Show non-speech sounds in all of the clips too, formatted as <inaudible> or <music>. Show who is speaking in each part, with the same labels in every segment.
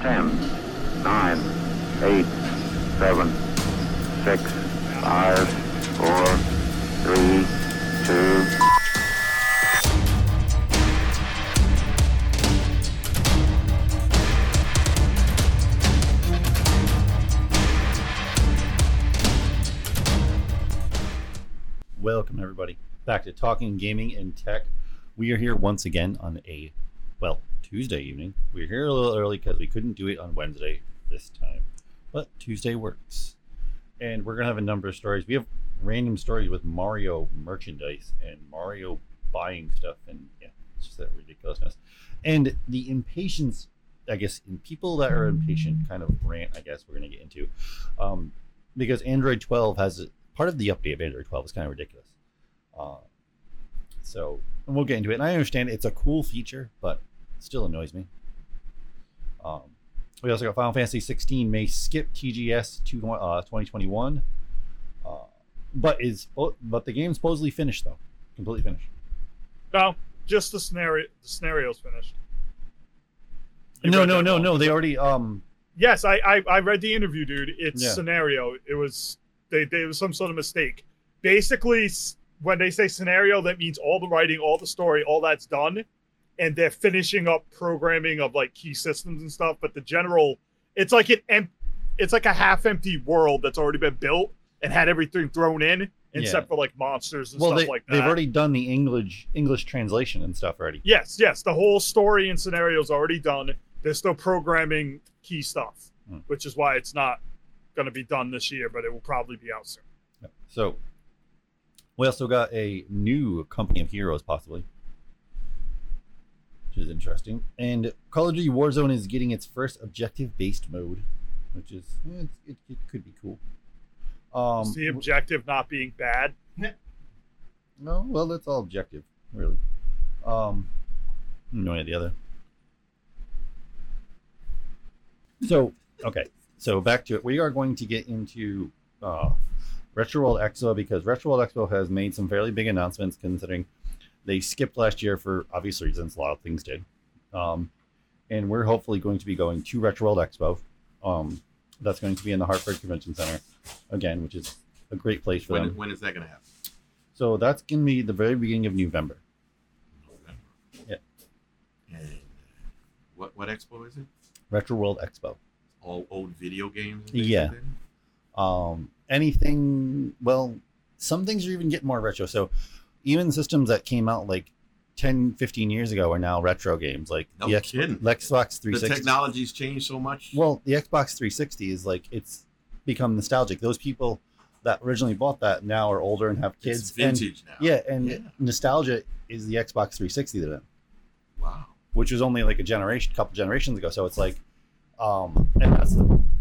Speaker 1: 10, 9, 8, 7, 6, 5, 4, 3, 2,
Speaker 2: Welcome, everybody, back to Talking Gaming and Tech. We are here once again on a, well, Tuesday evening. We're here a little early because we couldn't do it on Wednesday this time, but Tuesday works. And we're going to have a number of stories. We have random stories with Mario merchandise and Mario buying stuff, and yeah, it's just that ridiculousness. And the impatience, I guess, in people that are impatient kind of rant, I guess, we're going to get into. Um, because Android 12 has part of the update of Android 12 is kind of ridiculous. Uh, so, and we'll get into it. And I understand it's a cool feature, but it still annoys me. Um, we also got Final Fantasy 16 may skip TGS to uh, 2021, uh, but is oh, but the game's supposedly finished though, completely finished.
Speaker 3: No, just the scenario. The scenario's finished. You
Speaker 2: No,
Speaker 3: read
Speaker 2: no,
Speaker 3: that
Speaker 2: no,
Speaker 3: wrong.
Speaker 2: no. They already um
Speaker 3: Yes, I, I I read the interview, dude. It's
Speaker 2: Yeah.
Speaker 3: scenario. It was they they it was some sort of mistake. Basically, s- when they say scenario, that means all the writing, all the story, all that's done, and they're finishing up programming of like key systems and stuff. But the general, it's like an em- it's like a half empty world that's already been built and had everything thrown in,
Speaker 2: Yeah.
Speaker 3: except for like monsters and
Speaker 2: well
Speaker 3: stuff
Speaker 2: they
Speaker 3: like that.
Speaker 2: they've already done the English English translation and stuff already.
Speaker 3: Yes, yes. The whole story and scenario is already done. They're still programming key stuff,
Speaker 2: Hmm.
Speaker 3: which is why it's not going to be done this year, but it will probably be out soon.
Speaker 2: Yep. So we also got a new company of heroes, possibly, which is interesting. And Call of Duty Warzone is getting its first objective-based mode, which is eh, it's- it, it could be cool. Um,
Speaker 3: Is the objective not being bad.
Speaker 2: no, well, that's all objective, really. Um, no idea the other. So, okay, so back to it. We are going to get into uh, Retro World Expo because Retro World Expo has made some fairly big announcements, considering they skipped last year for obvious reasons. A lot of things did, um, and we're hopefully going to be going to Retro World Expo. Um, that's going to be in the Hartford Convention Center again, which is a great place for
Speaker 4: When,
Speaker 2: them.
Speaker 4: when is that going to happen?
Speaker 2: So that's gonna be the very beginning of November.
Speaker 4: November.
Speaker 2: Yeah.
Speaker 4: And what what expo is it?
Speaker 2: Retro World Expo.
Speaker 4: All old video games. and
Speaker 2: Yeah.
Speaker 4: everything?
Speaker 2: Um, anything? Well, some things are even getting more retro. So even systems that came out like 10, 15 years ago are now retro games. Like
Speaker 4: No
Speaker 2: the X-
Speaker 4: kidding.
Speaker 2: Xbox
Speaker 4: The
Speaker 2: 360.
Speaker 4: technology's changed so much.
Speaker 2: well, the Xbox 360 is like it's become nostalgic. Those people that originally bought that now are older and have kids.
Speaker 4: it's vintage now.
Speaker 2: And, yeah, and
Speaker 4: Yeah.
Speaker 2: nostalgia is the Xbox 360 to them.
Speaker 4: Wow.
Speaker 2: which was only like a generation, couple generations ago. So it's like, um, and that's the. <clears throat>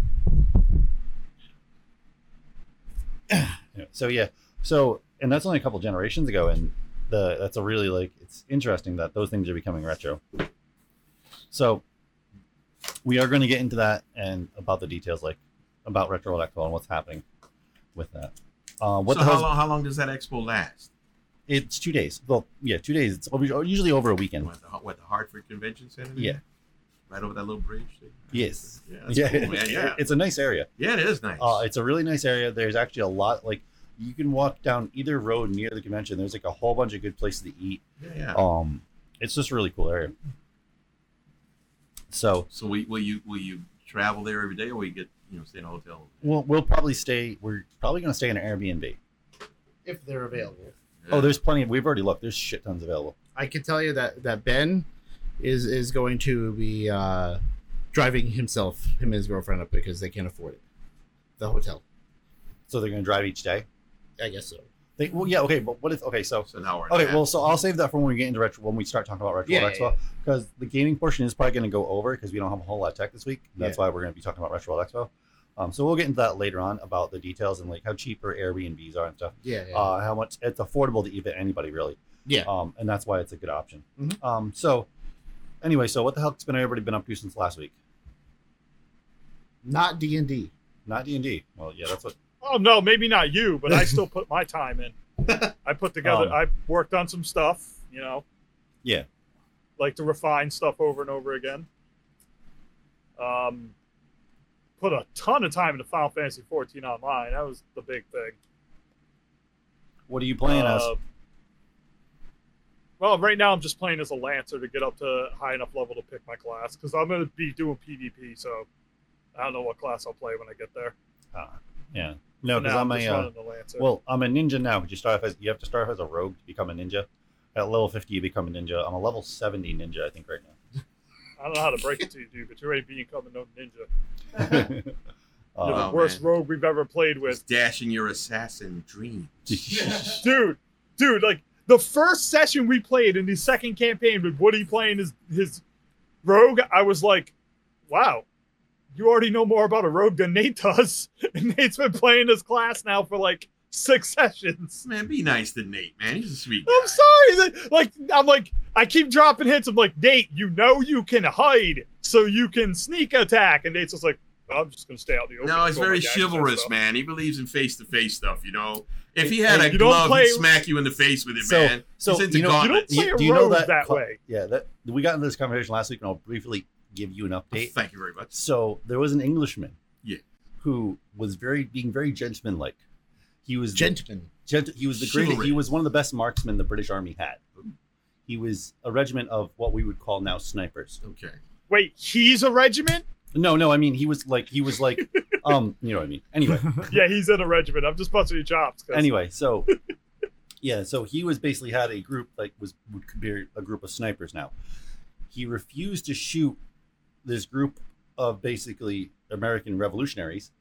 Speaker 2: Yeah, so yeah, so and that's only a couple generations ago, and the that's a really like it's interesting that those things are becoming retro. So we are going to get into that and about the details, like about retro electro and what's happening with that. Uh, what
Speaker 4: so
Speaker 2: the
Speaker 4: how
Speaker 2: hell's
Speaker 4: long how long does that expo last?
Speaker 2: It's two days. Well, yeah, two days. It's over, usually over a weekend.
Speaker 4: What the, what the Hartford Convention Center? there?
Speaker 2: Yeah.
Speaker 4: Right over that little bridge. There?
Speaker 2: Yes.
Speaker 4: Yeah.
Speaker 2: <laughs>
Speaker 4: That's
Speaker 2: yeah,
Speaker 4: Cool, man. Yeah.
Speaker 2: it's a nice area.
Speaker 4: yeah. It is nice.
Speaker 2: Uh, it's a really nice area. There's actually a lot like you can walk down either road near the convention. There's like a whole bunch of good places to eat.
Speaker 4: yeah. Yeah.
Speaker 2: Um, it's just a really cool area. So
Speaker 4: so we, will you will you travel there every day, or we get you know stay in a hotel?
Speaker 2: we'll we'll probably stay. We're probably gonna stay in an Airbnb.
Speaker 5: if they're available.
Speaker 2: Oh,
Speaker 4: Yeah.
Speaker 2: there's plenty. Of, we've already looked. There's shit tons available.
Speaker 5: I can tell you that that Ben is is going to be uh, driving himself, him and his girlfriend up because they can't afford it. The hotel,
Speaker 2: So they're gonna drive each day.
Speaker 5: I guess so.
Speaker 2: They, well, yeah, okay, but what if? Okay, so
Speaker 4: so an hour. and a
Speaker 2: okay,
Speaker 4: half.
Speaker 2: well, so I'll save that for when we get into retro when we start talking about retro
Speaker 5: Yeah,
Speaker 2: World Expo because the gaming portion is probably going to go over because we don't have a whole lot of tech this week. That's why we're going to be talking about retro World Expo. Um, so we'll get into that later on about the details and like how cheaper Airbnbs are and stuff.
Speaker 5: Yeah, yeah.
Speaker 2: Uh, how much it's affordable to even anybody really.
Speaker 5: Yeah.
Speaker 2: Um, and that's why it's a good option.
Speaker 5: Mhm.
Speaker 2: Um, so anyway, so what the heck's been everybody been up to since last week?
Speaker 5: not D and D.
Speaker 2: Not D and D. Well, yeah, that's what.
Speaker 3: Oh, no, maybe not you, but
Speaker 2: <laughs>
Speaker 3: I still put my time in. I put together,
Speaker 2: Um.
Speaker 3: I worked on some stuff, you know.
Speaker 2: Yeah.
Speaker 3: Like to refine stuff over and over again. Um, put a ton of time into Final Fantasy 14 online. That was the big thing.
Speaker 2: What are you playing as?
Speaker 3: Uh, Well, right now I'm just playing as a lancer to get up to high enough level to pick my class because I'm going to be doing PvP. So I don't know what class I'll play when I get there.
Speaker 2: Ah, yeah. No,
Speaker 3: For
Speaker 2: because
Speaker 3: now,
Speaker 2: I'm a
Speaker 3: just
Speaker 2: uh,
Speaker 3: running the lancer.
Speaker 2: Well, I'm a ninja now. But you start off as you have to start off as a rogue to become a ninja. At level fifty, you become a ninja. I'm a level seventy ninja, I think, right
Speaker 3: I don't know how to break it to you, dude, but you're already becoming no ninja.
Speaker 6: <laughs>
Speaker 2: now.
Speaker 3: You're
Speaker 2: Uh,
Speaker 3: the
Speaker 2: <laughs>
Speaker 6: Wow,
Speaker 3: worst
Speaker 6: man.
Speaker 3: rogue we've ever played
Speaker 6: It's
Speaker 3: with,
Speaker 6: dashing your assassin dream.
Speaker 3: dude. Dude, like the first session we played in the second campaign with Woody playing his his rogue, I was like, wow, you already know more about a rogue than Nate does, <laughs> and Nate's been playing this class now for like six <laughs> sessions.
Speaker 6: Man, be nice to Nate, man. He's a sweet guy.
Speaker 3: I'm sorry. that- Like I'm like I keep dropping hits. I'm like Nate, you know you can hide, so you can sneak attack, and Nate's just like, I'm just gonna stay out in the open.
Speaker 6: No,
Speaker 3: and
Speaker 6: he's
Speaker 3: throw my
Speaker 6: very
Speaker 3: daggers and
Speaker 6: chivalrous,
Speaker 3: stuff."
Speaker 6: man. He believes in face to face stuff, you know. If he had
Speaker 3: Hey,
Speaker 6: a
Speaker 3: you don't
Speaker 6: glove,
Speaker 3: play-
Speaker 6: he'd smack you in the face with it,
Speaker 2: So-
Speaker 6: man.
Speaker 2: <laughs> so,
Speaker 6: he's into
Speaker 2: you know-
Speaker 3: You don't
Speaker 6: gauntlets.
Speaker 3: play a
Speaker 2: Do you know
Speaker 3: rogue
Speaker 2: that
Speaker 3: that,
Speaker 2: cla-
Speaker 3: way.
Speaker 2: yeah, that we got into this conversation last week, and I'll briefly give you an update.
Speaker 6: Oh, Thank you very much.
Speaker 2: So there was an Englishman,
Speaker 6: Yeah.
Speaker 2: who was very being very gentlemanlike. He was the-
Speaker 5: Gentlemen.
Speaker 2: Gent- he was the greatest.
Speaker 6: Chivalry.
Speaker 2: He was one of the best marksmen the British Army had. He was a regiment of what we would call now snipers.
Speaker 6: Okay.
Speaker 3: Wait, he's a regiment?
Speaker 2: No, no, I mean he was like he was like, um, you know what I mean. Anyway,
Speaker 3: Yeah, he's in a regiment. I'm just busting your chops. 'cause-
Speaker 2: anyway, so yeah, so he was basically had a group like was would be a group of snipers now. He refused to shoot this group of basically American revolutionaries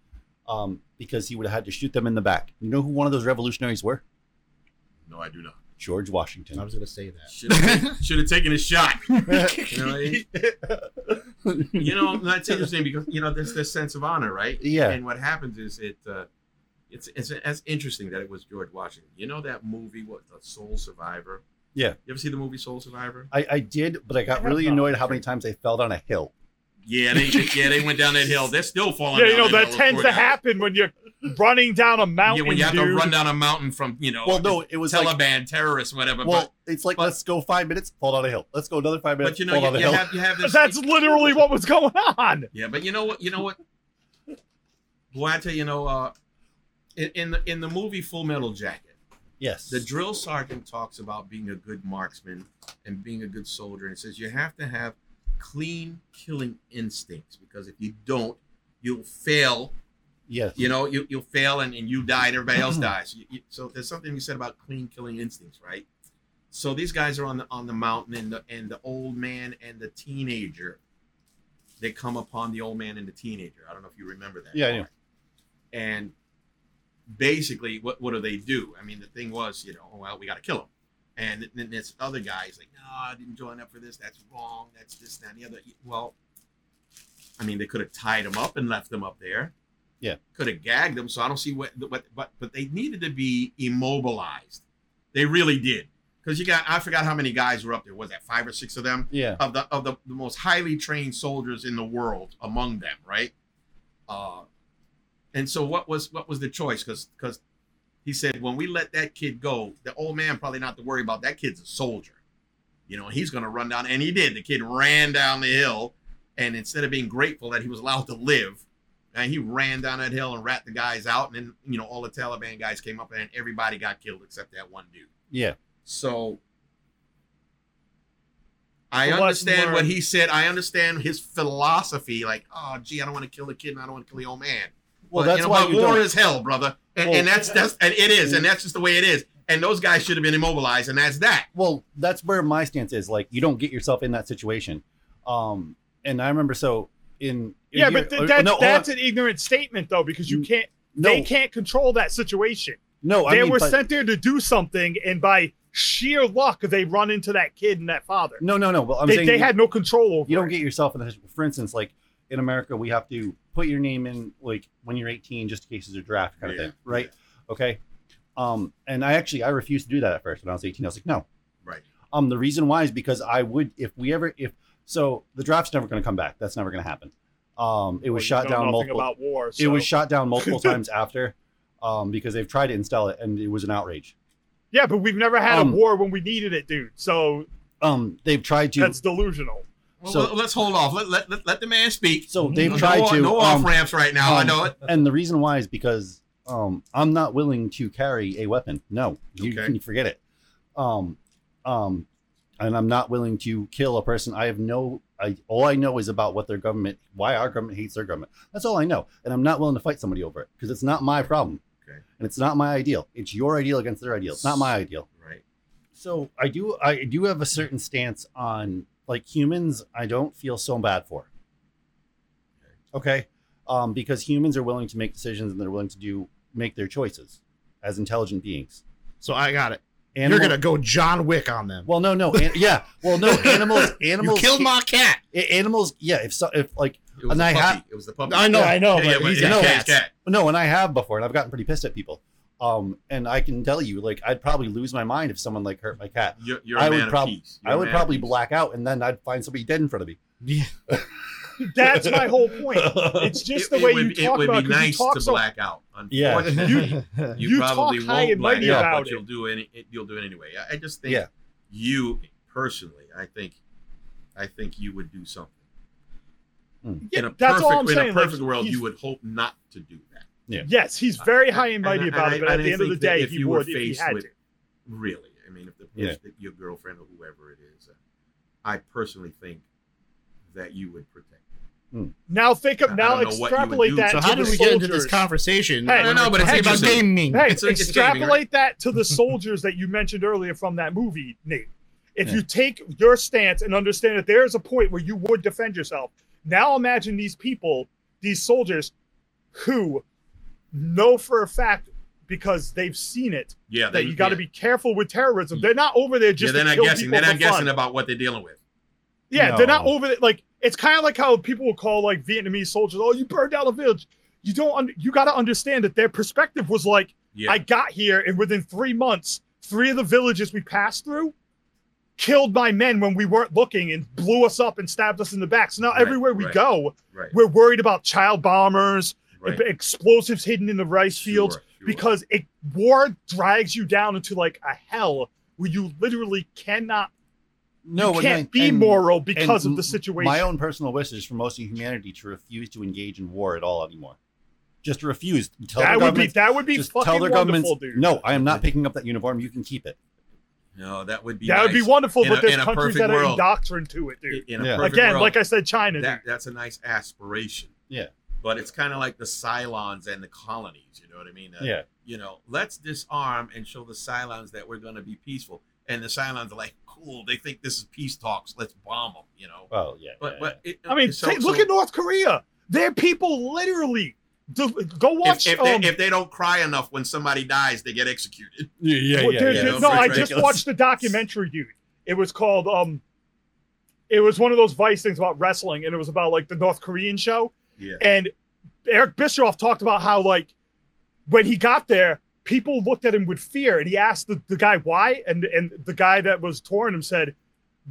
Speaker 2: um, because he would have had to shoot them in the back. You know who one of those revolutionaries were?
Speaker 6: No, I do not.
Speaker 2: George
Speaker 5: I
Speaker 2: Washington.
Speaker 5: was gonna say that.
Speaker 3: <laughs>
Speaker 6: Should have taken a shot. You know, it-
Speaker 2: <laughs>
Speaker 6: you
Speaker 3: <laughs>
Speaker 6: know that's interesting because you know there's this sense of honor, right?
Speaker 2: Yeah.
Speaker 6: And what happens is it, uh, it's it's as interesting that it was George Washington. You know that movie, what the Soul Survivor?
Speaker 2: Yeah.
Speaker 6: You ever see the movie Soul Survivor?
Speaker 2: I, I did, but I got really annoyed how many times I fell down a hill.
Speaker 6: Yeah, they yeah they went down that hill. They're still falling.
Speaker 3: yeah, you
Speaker 6: down
Speaker 3: know
Speaker 6: that,
Speaker 3: that
Speaker 6: hill,
Speaker 3: tends
Speaker 6: poor
Speaker 3: to
Speaker 6: guy.
Speaker 3: happen when you're running down a mountain.
Speaker 6: Yeah, when you have to
Speaker 3: dude.
Speaker 6: run down a mountain from you know
Speaker 2: Well, no, it was like,
Speaker 6: Taliban terrorists, whatever.
Speaker 2: well, it's like let's go five minutes, fall down a hill. Let's go another five
Speaker 6: but,
Speaker 2: minutes,
Speaker 6: but you know
Speaker 2: fall down
Speaker 6: you,
Speaker 2: a
Speaker 6: you
Speaker 2: hill.
Speaker 6: have you have this.
Speaker 3: That's literally what was going on.
Speaker 6: Yeah, but you know what? You know what? Blatter, you know, uh, in in the, in the movie Full Metal Jacket,
Speaker 2: yes,
Speaker 6: the drill sergeant talks about being a good marksman and being a good soldier, and says you have to have clean killing instincts because if you don't, you'll fail.
Speaker 2: yes,
Speaker 6: You know, you you'll fail and, and you die and everybody
Speaker 2: <clears throat>
Speaker 6: else dies. You, you, so there's something you said about clean killing instincts, right? So these guys are on the on the mountain, and the and the old man and the teenager, they come upon the old man and the teenager. I don't know if you remember that.
Speaker 2: Yeah, I do.
Speaker 6: part. And basically, what what do they do? I mean, the thing was, you know, oh, well, we got to kill him. And then this other guy is like, no, I didn't join up for this. That's wrong. That's this, that, and the other. Well, I mean, they could have tied him up and left him up there.
Speaker 2: Yeah.
Speaker 6: Could have gagged him. So I don't see what, what, but, but they needed to be immobilized. They really did. Because you got, I forgot how many guys were up there. Was that five or six of them?
Speaker 2: yeah,
Speaker 6: of the of the, the most highly trained soldiers in the world among them, right? Uh, and so what was what was the choice? Because because he said when we let that kid go, the old man probably not to worry about that kid's a soldier, you know. He's gonna run down, and he did. The kid ran down the hill, and instead of being grateful that he was allowed to live, and he ran down that hill and rat the guys out, and then you know all the Taliban guys came up, and everybody got killed except that one dude.
Speaker 2: yeah.
Speaker 6: So I
Speaker 3: The lesson
Speaker 6: understand what
Speaker 3: learned.
Speaker 6: he said. I understand his philosophy. Like, oh, gee, I don't want to kill the kid, and I don't want to kill the old man.
Speaker 2: Well,
Speaker 6: But,
Speaker 2: that's
Speaker 6: you know,
Speaker 2: why
Speaker 6: but
Speaker 2: you
Speaker 6: war
Speaker 2: don't.
Speaker 6: is hell, brother, and, and
Speaker 2: Well-
Speaker 6: that's that's and it is, and that's just the way it is. And those guys should have been immobilized, and that's that.
Speaker 2: well, that's where my stance is. Like, you don't get yourself in that situation. Um, and I remember so in a
Speaker 3: Yeah,
Speaker 2: year-
Speaker 3: but
Speaker 2: or-
Speaker 3: th- that,
Speaker 2: uh, no, hold on.
Speaker 3: that's an ignorant statement though, because you can't.
Speaker 2: no,
Speaker 3: They can't control that situation.
Speaker 2: no. I
Speaker 3: they
Speaker 2: mean,
Speaker 3: were
Speaker 2: but-
Speaker 3: sent there to do something, and by sheer luck, they run into that kid and that father.
Speaker 2: no, no, no. Well, I'm
Speaker 3: they,
Speaker 2: saying you-
Speaker 3: they had no control over.
Speaker 2: you don't
Speaker 3: it.
Speaker 2: get yourself in the for instance like in america we have to put your name in like when you're 18 just in case there's a draft kind of
Speaker 6: Yeah,
Speaker 2: thing right okay um and i actually i refused to do that at first when i was 18 i was like no
Speaker 6: Right.
Speaker 2: um the reason why is because i would if we ever if so the draft's never going to come back that's never going to happen um it
Speaker 3: Well,
Speaker 2: was
Speaker 3: you
Speaker 2: shot
Speaker 3: know
Speaker 2: down
Speaker 3: nothing
Speaker 2: multiple
Speaker 3: About war,
Speaker 2: it was
Speaker 3: so-
Speaker 2: shot down
Speaker 3: <laughs>
Speaker 2: multiple times after um because they've tried to install it and it was an outrage
Speaker 3: Yeah, but we've never had
Speaker 2: Um,
Speaker 3: a war when we needed it, dude. So
Speaker 2: um they've tried to
Speaker 3: that's delusional.
Speaker 6: Well,
Speaker 2: So-
Speaker 6: let- let's hold off. Let, let, let, let the man speak.
Speaker 3: Mhm.
Speaker 2: So they've
Speaker 6: no,
Speaker 2: tried to
Speaker 6: no
Speaker 2: um,
Speaker 6: off ramps right now. I
Speaker 2: um,
Speaker 6: know it.
Speaker 2: And the reason why is because um, I'm not willing to carry a weapon. No, you
Speaker 6: Okay.
Speaker 2: can forget it. Um, um, and I'm not willing to kill a person. I have no. I all I know is about what their government, why our government hates their government. That's all I know, and I'm not willing to fight somebody over it because it's not my problem.
Speaker 6: Okay.
Speaker 2: And it's not my ideal. It's your ideal against their ideal. It's not my ideal.
Speaker 6: Right.
Speaker 2: So I do I do have a certain stance on like humans I don't feel so bad for. Okay. Um, because humans are willing to make decisions and they're willing to do make their choices as intelligent beings.
Speaker 5: So I got it. And
Speaker 2: Animal-
Speaker 5: You're gonna go John Wick on them.
Speaker 2: well no no an- yeah well
Speaker 5: <laughs>
Speaker 2: no animals
Speaker 5: you
Speaker 2: animals
Speaker 5: killed my cat.
Speaker 2: a- animals yeah if so, if like
Speaker 6: It was
Speaker 2: And
Speaker 6: the
Speaker 2: I
Speaker 6: puppy.
Speaker 2: ha-
Speaker 6: it was the puppy.
Speaker 5: I know, I know,
Speaker 6: Yeah, yeah,
Speaker 5: but he's
Speaker 6: yeah,
Speaker 5: got
Speaker 6: cat,
Speaker 5: cats.
Speaker 6: cat.
Speaker 2: no and I have before and I've gotten pretty pissed at people. Um, and I can tell you like I'd probably lose my mind if someone like hurt my cat.
Speaker 6: You're, you're a
Speaker 2: I would
Speaker 6: man of
Speaker 2: prob-
Speaker 6: peace. You're
Speaker 2: I
Speaker 6: a
Speaker 2: would
Speaker 6: man of
Speaker 2: probably
Speaker 6: peace.
Speaker 2: black out and then I'd find somebody dead in front of me.
Speaker 5: Yeah.
Speaker 3: That's my whole
Speaker 2: <laughs>
Speaker 3: point. It's just
Speaker 6: <laughs> It-
Speaker 3: the
Speaker 6: it
Speaker 3: way
Speaker 6: would
Speaker 3: you
Speaker 6: be-
Speaker 3: talk
Speaker 6: It
Speaker 3: about
Speaker 6: would
Speaker 3: it
Speaker 6: be
Speaker 3: 'cause you
Speaker 6: nice
Speaker 3: talk
Speaker 6: to
Speaker 3: so-
Speaker 6: black out.
Speaker 2: Yeah. <laughs>
Speaker 6: Unfortunately, you,
Speaker 3: you
Speaker 6: probably
Speaker 3: talk high
Speaker 6: won't
Speaker 3: and
Speaker 6: black
Speaker 3: mighty
Speaker 6: out,
Speaker 3: about
Speaker 6: but
Speaker 3: it.
Speaker 6: you'll do any. it- You'll do it anyway. I, I just think
Speaker 2: Yeah.
Speaker 6: you personally. I think, I think you would do something. in a
Speaker 3: that's
Speaker 6: perfect,
Speaker 3: all I'm
Speaker 6: in
Speaker 3: saying,
Speaker 6: a
Speaker 3: like,
Speaker 6: perfect world,
Speaker 3: he's-
Speaker 6: you would hope not to do that.
Speaker 3: Yes, he's very high and mighty
Speaker 6: And I-
Speaker 3: about it,
Speaker 6: and
Speaker 3: but
Speaker 6: I-
Speaker 3: at
Speaker 6: and
Speaker 3: the
Speaker 6: I
Speaker 3: end of the
Speaker 6: think that
Speaker 3: day,
Speaker 6: if
Speaker 3: he
Speaker 6: you were
Speaker 3: would if he
Speaker 6: faced
Speaker 3: had
Speaker 6: with-
Speaker 3: to.
Speaker 6: Really, I mean, if, the,
Speaker 2: Yeah.
Speaker 6: if the, your girlfriend or whoever it is, uh, I personally think that you would protect.
Speaker 3: Now think
Speaker 6: I
Speaker 3: of now
Speaker 6: don't know what you would do.
Speaker 3: extrapolate that.
Speaker 5: So
Speaker 3: to
Speaker 5: how
Speaker 3: the
Speaker 5: did we get into
Speaker 3: soldiers.
Speaker 5: this conversation?
Speaker 3: Hey, No,
Speaker 6: no, but it's
Speaker 5: Talking about
Speaker 6: interesting.
Speaker 5: gaming.
Speaker 3: Hey,
Speaker 6: It's- it's gaming, right?
Speaker 3: extrapolate that to the soldiers that you mentioned earlier from that movie, Nate. If
Speaker 2: Yeah.
Speaker 3: you take your stance and understand that there is a point where you would defend yourself, now imagine these people, these soldiers, who know for a fact because they've seen it
Speaker 6: Yeah,
Speaker 3: that you got to be careful with terrorism. They're not over there
Speaker 6: Yeah,
Speaker 3: just
Speaker 6: they're
Speaker 3: to
Speaker 6: not
Speaker 3: kill
Speaker 6: guessing.
Speaker 3: people
Speaker 6: They're not
Speaker 3: for fun.
Speaker 6: guessing about what they're dealing with.
Speaker 3: Yeah, they're not
Speaker 2: No.
Speaker 3: over it. Like it's kind of like how people will call like Vietnamese soldiers, "Oh, you burned down a village." You don't. Un- you got to understand that their perspective was like,
Speaker 6: Yeah,
Speaker 3: "I got here, and within three months, three of the villages we passed through killed my men when we weren't looking and blew us up and stabbed us in the back." So now
Speaker 6: Right,
Speaker 3: everywhere we
Speaker 6: right.
Speaker 3: go,
Speaker 6: right,
Speaker 3: we're worried about child bombers,
Speaker 6: right.
Speaker 3: explosives hidden in the rice fields,
Speaker 6: Sure, sure.
Speaker 3: because it war drags you down into like a hell where you literally cannot
Speaker 2: no,
Speaker 3: you
Speaker 2: Oh, and
Speaker 3: can't
Speaker 2: I-
Speaker 3: be
Speaker 2: and-
Speaker 3: moral
Speaker 2: and
Speaker 3: because of
Speaker 2: m-
Speaker 3: the situation.
Speaker 2: My own personal wish is for most of humanity to refuse to engage in war at all anymore. Just refuse. Tell
Speaker 3: that
Speaker 2: their
Speaker 3: would be
Speaker 2: governments.
Speaker 3: that would be
Speaker 2: just
Speaker 3: fucking
Speaker 2: tell their
Speaker 3: wonderful,
Speaker 2: governments.
Speaker 3: dude.
Speaker 2: No, I am not picking up that uniform. You can keep it.
Speaker 6: no, that would be
Speaker 3: that would be
Speaker 6: nice.
Speaker 3: wonderful,
Speaker 6: In
Speaker 3: but
Speaker 6: a-
Speaker 3: there's
Speaker 6: in a
Speaker 3: countries
Speaker 6: perfect
Speaker 3: that are
Speaker 6: world.
Speaker 3: indoctrined to it, dude.
Speaker 6: In a
Speaker 2: Yeah.
Speaker 6: perfect
Speaker 3: Again,
Speaker 6: world,
Speaker 3: like I said, China.
Speaker 6: that,
Speaker 3: dude.
Speaker 6: that's a nice aspiration.
Speaker 2: Yeah.
Speaker 6: but it's kind of like the Cylons and the colonies. You know what I mean? Uh,
Speaker 2: Yeah.
Speaker 6: you know, let's disarm and show the Cylons that we're going to be peaceful. And the Cylons are like, cool, they think this is peace talks. Let's bomb them, you know.
Speaker 2: Well, yeah.
Speaker 6: But
Speaker 2: yeah,
Speaker 6: but it, uh,
Speaker 3: I mean,
Speaker 6: so-
Speaker 3: take- look
Speaker 6: so
Speaker 3: at North Korea. Their people literally do, go watch.
Speaker 6: if, if,
Speaker 3: um,
Speaker 6: they, if they don't cry enough when somebody dies, they get executed. <laughs>
Speaker 2: yeah, yeah,
Speaker 3: Well,
Speaker 2: yeah,
Speaker 3: dude,
Speaker 2: yeah,
Speaker 3: dude,
Speaker 6: it's
Speaker 3: no, I
Speaker 6: ridiculous.
Speaker 3: just watched the documentary, dude. It was called um it was one of those Vice things about wrestling, and it was about like the North Korean show.
Speaker 6: Yeah.
Speaker 3: And Eric Bischoff talked about how like when he got there, people looked at him with fear, and he asked the, the guy why, and and the guy that was touring him said,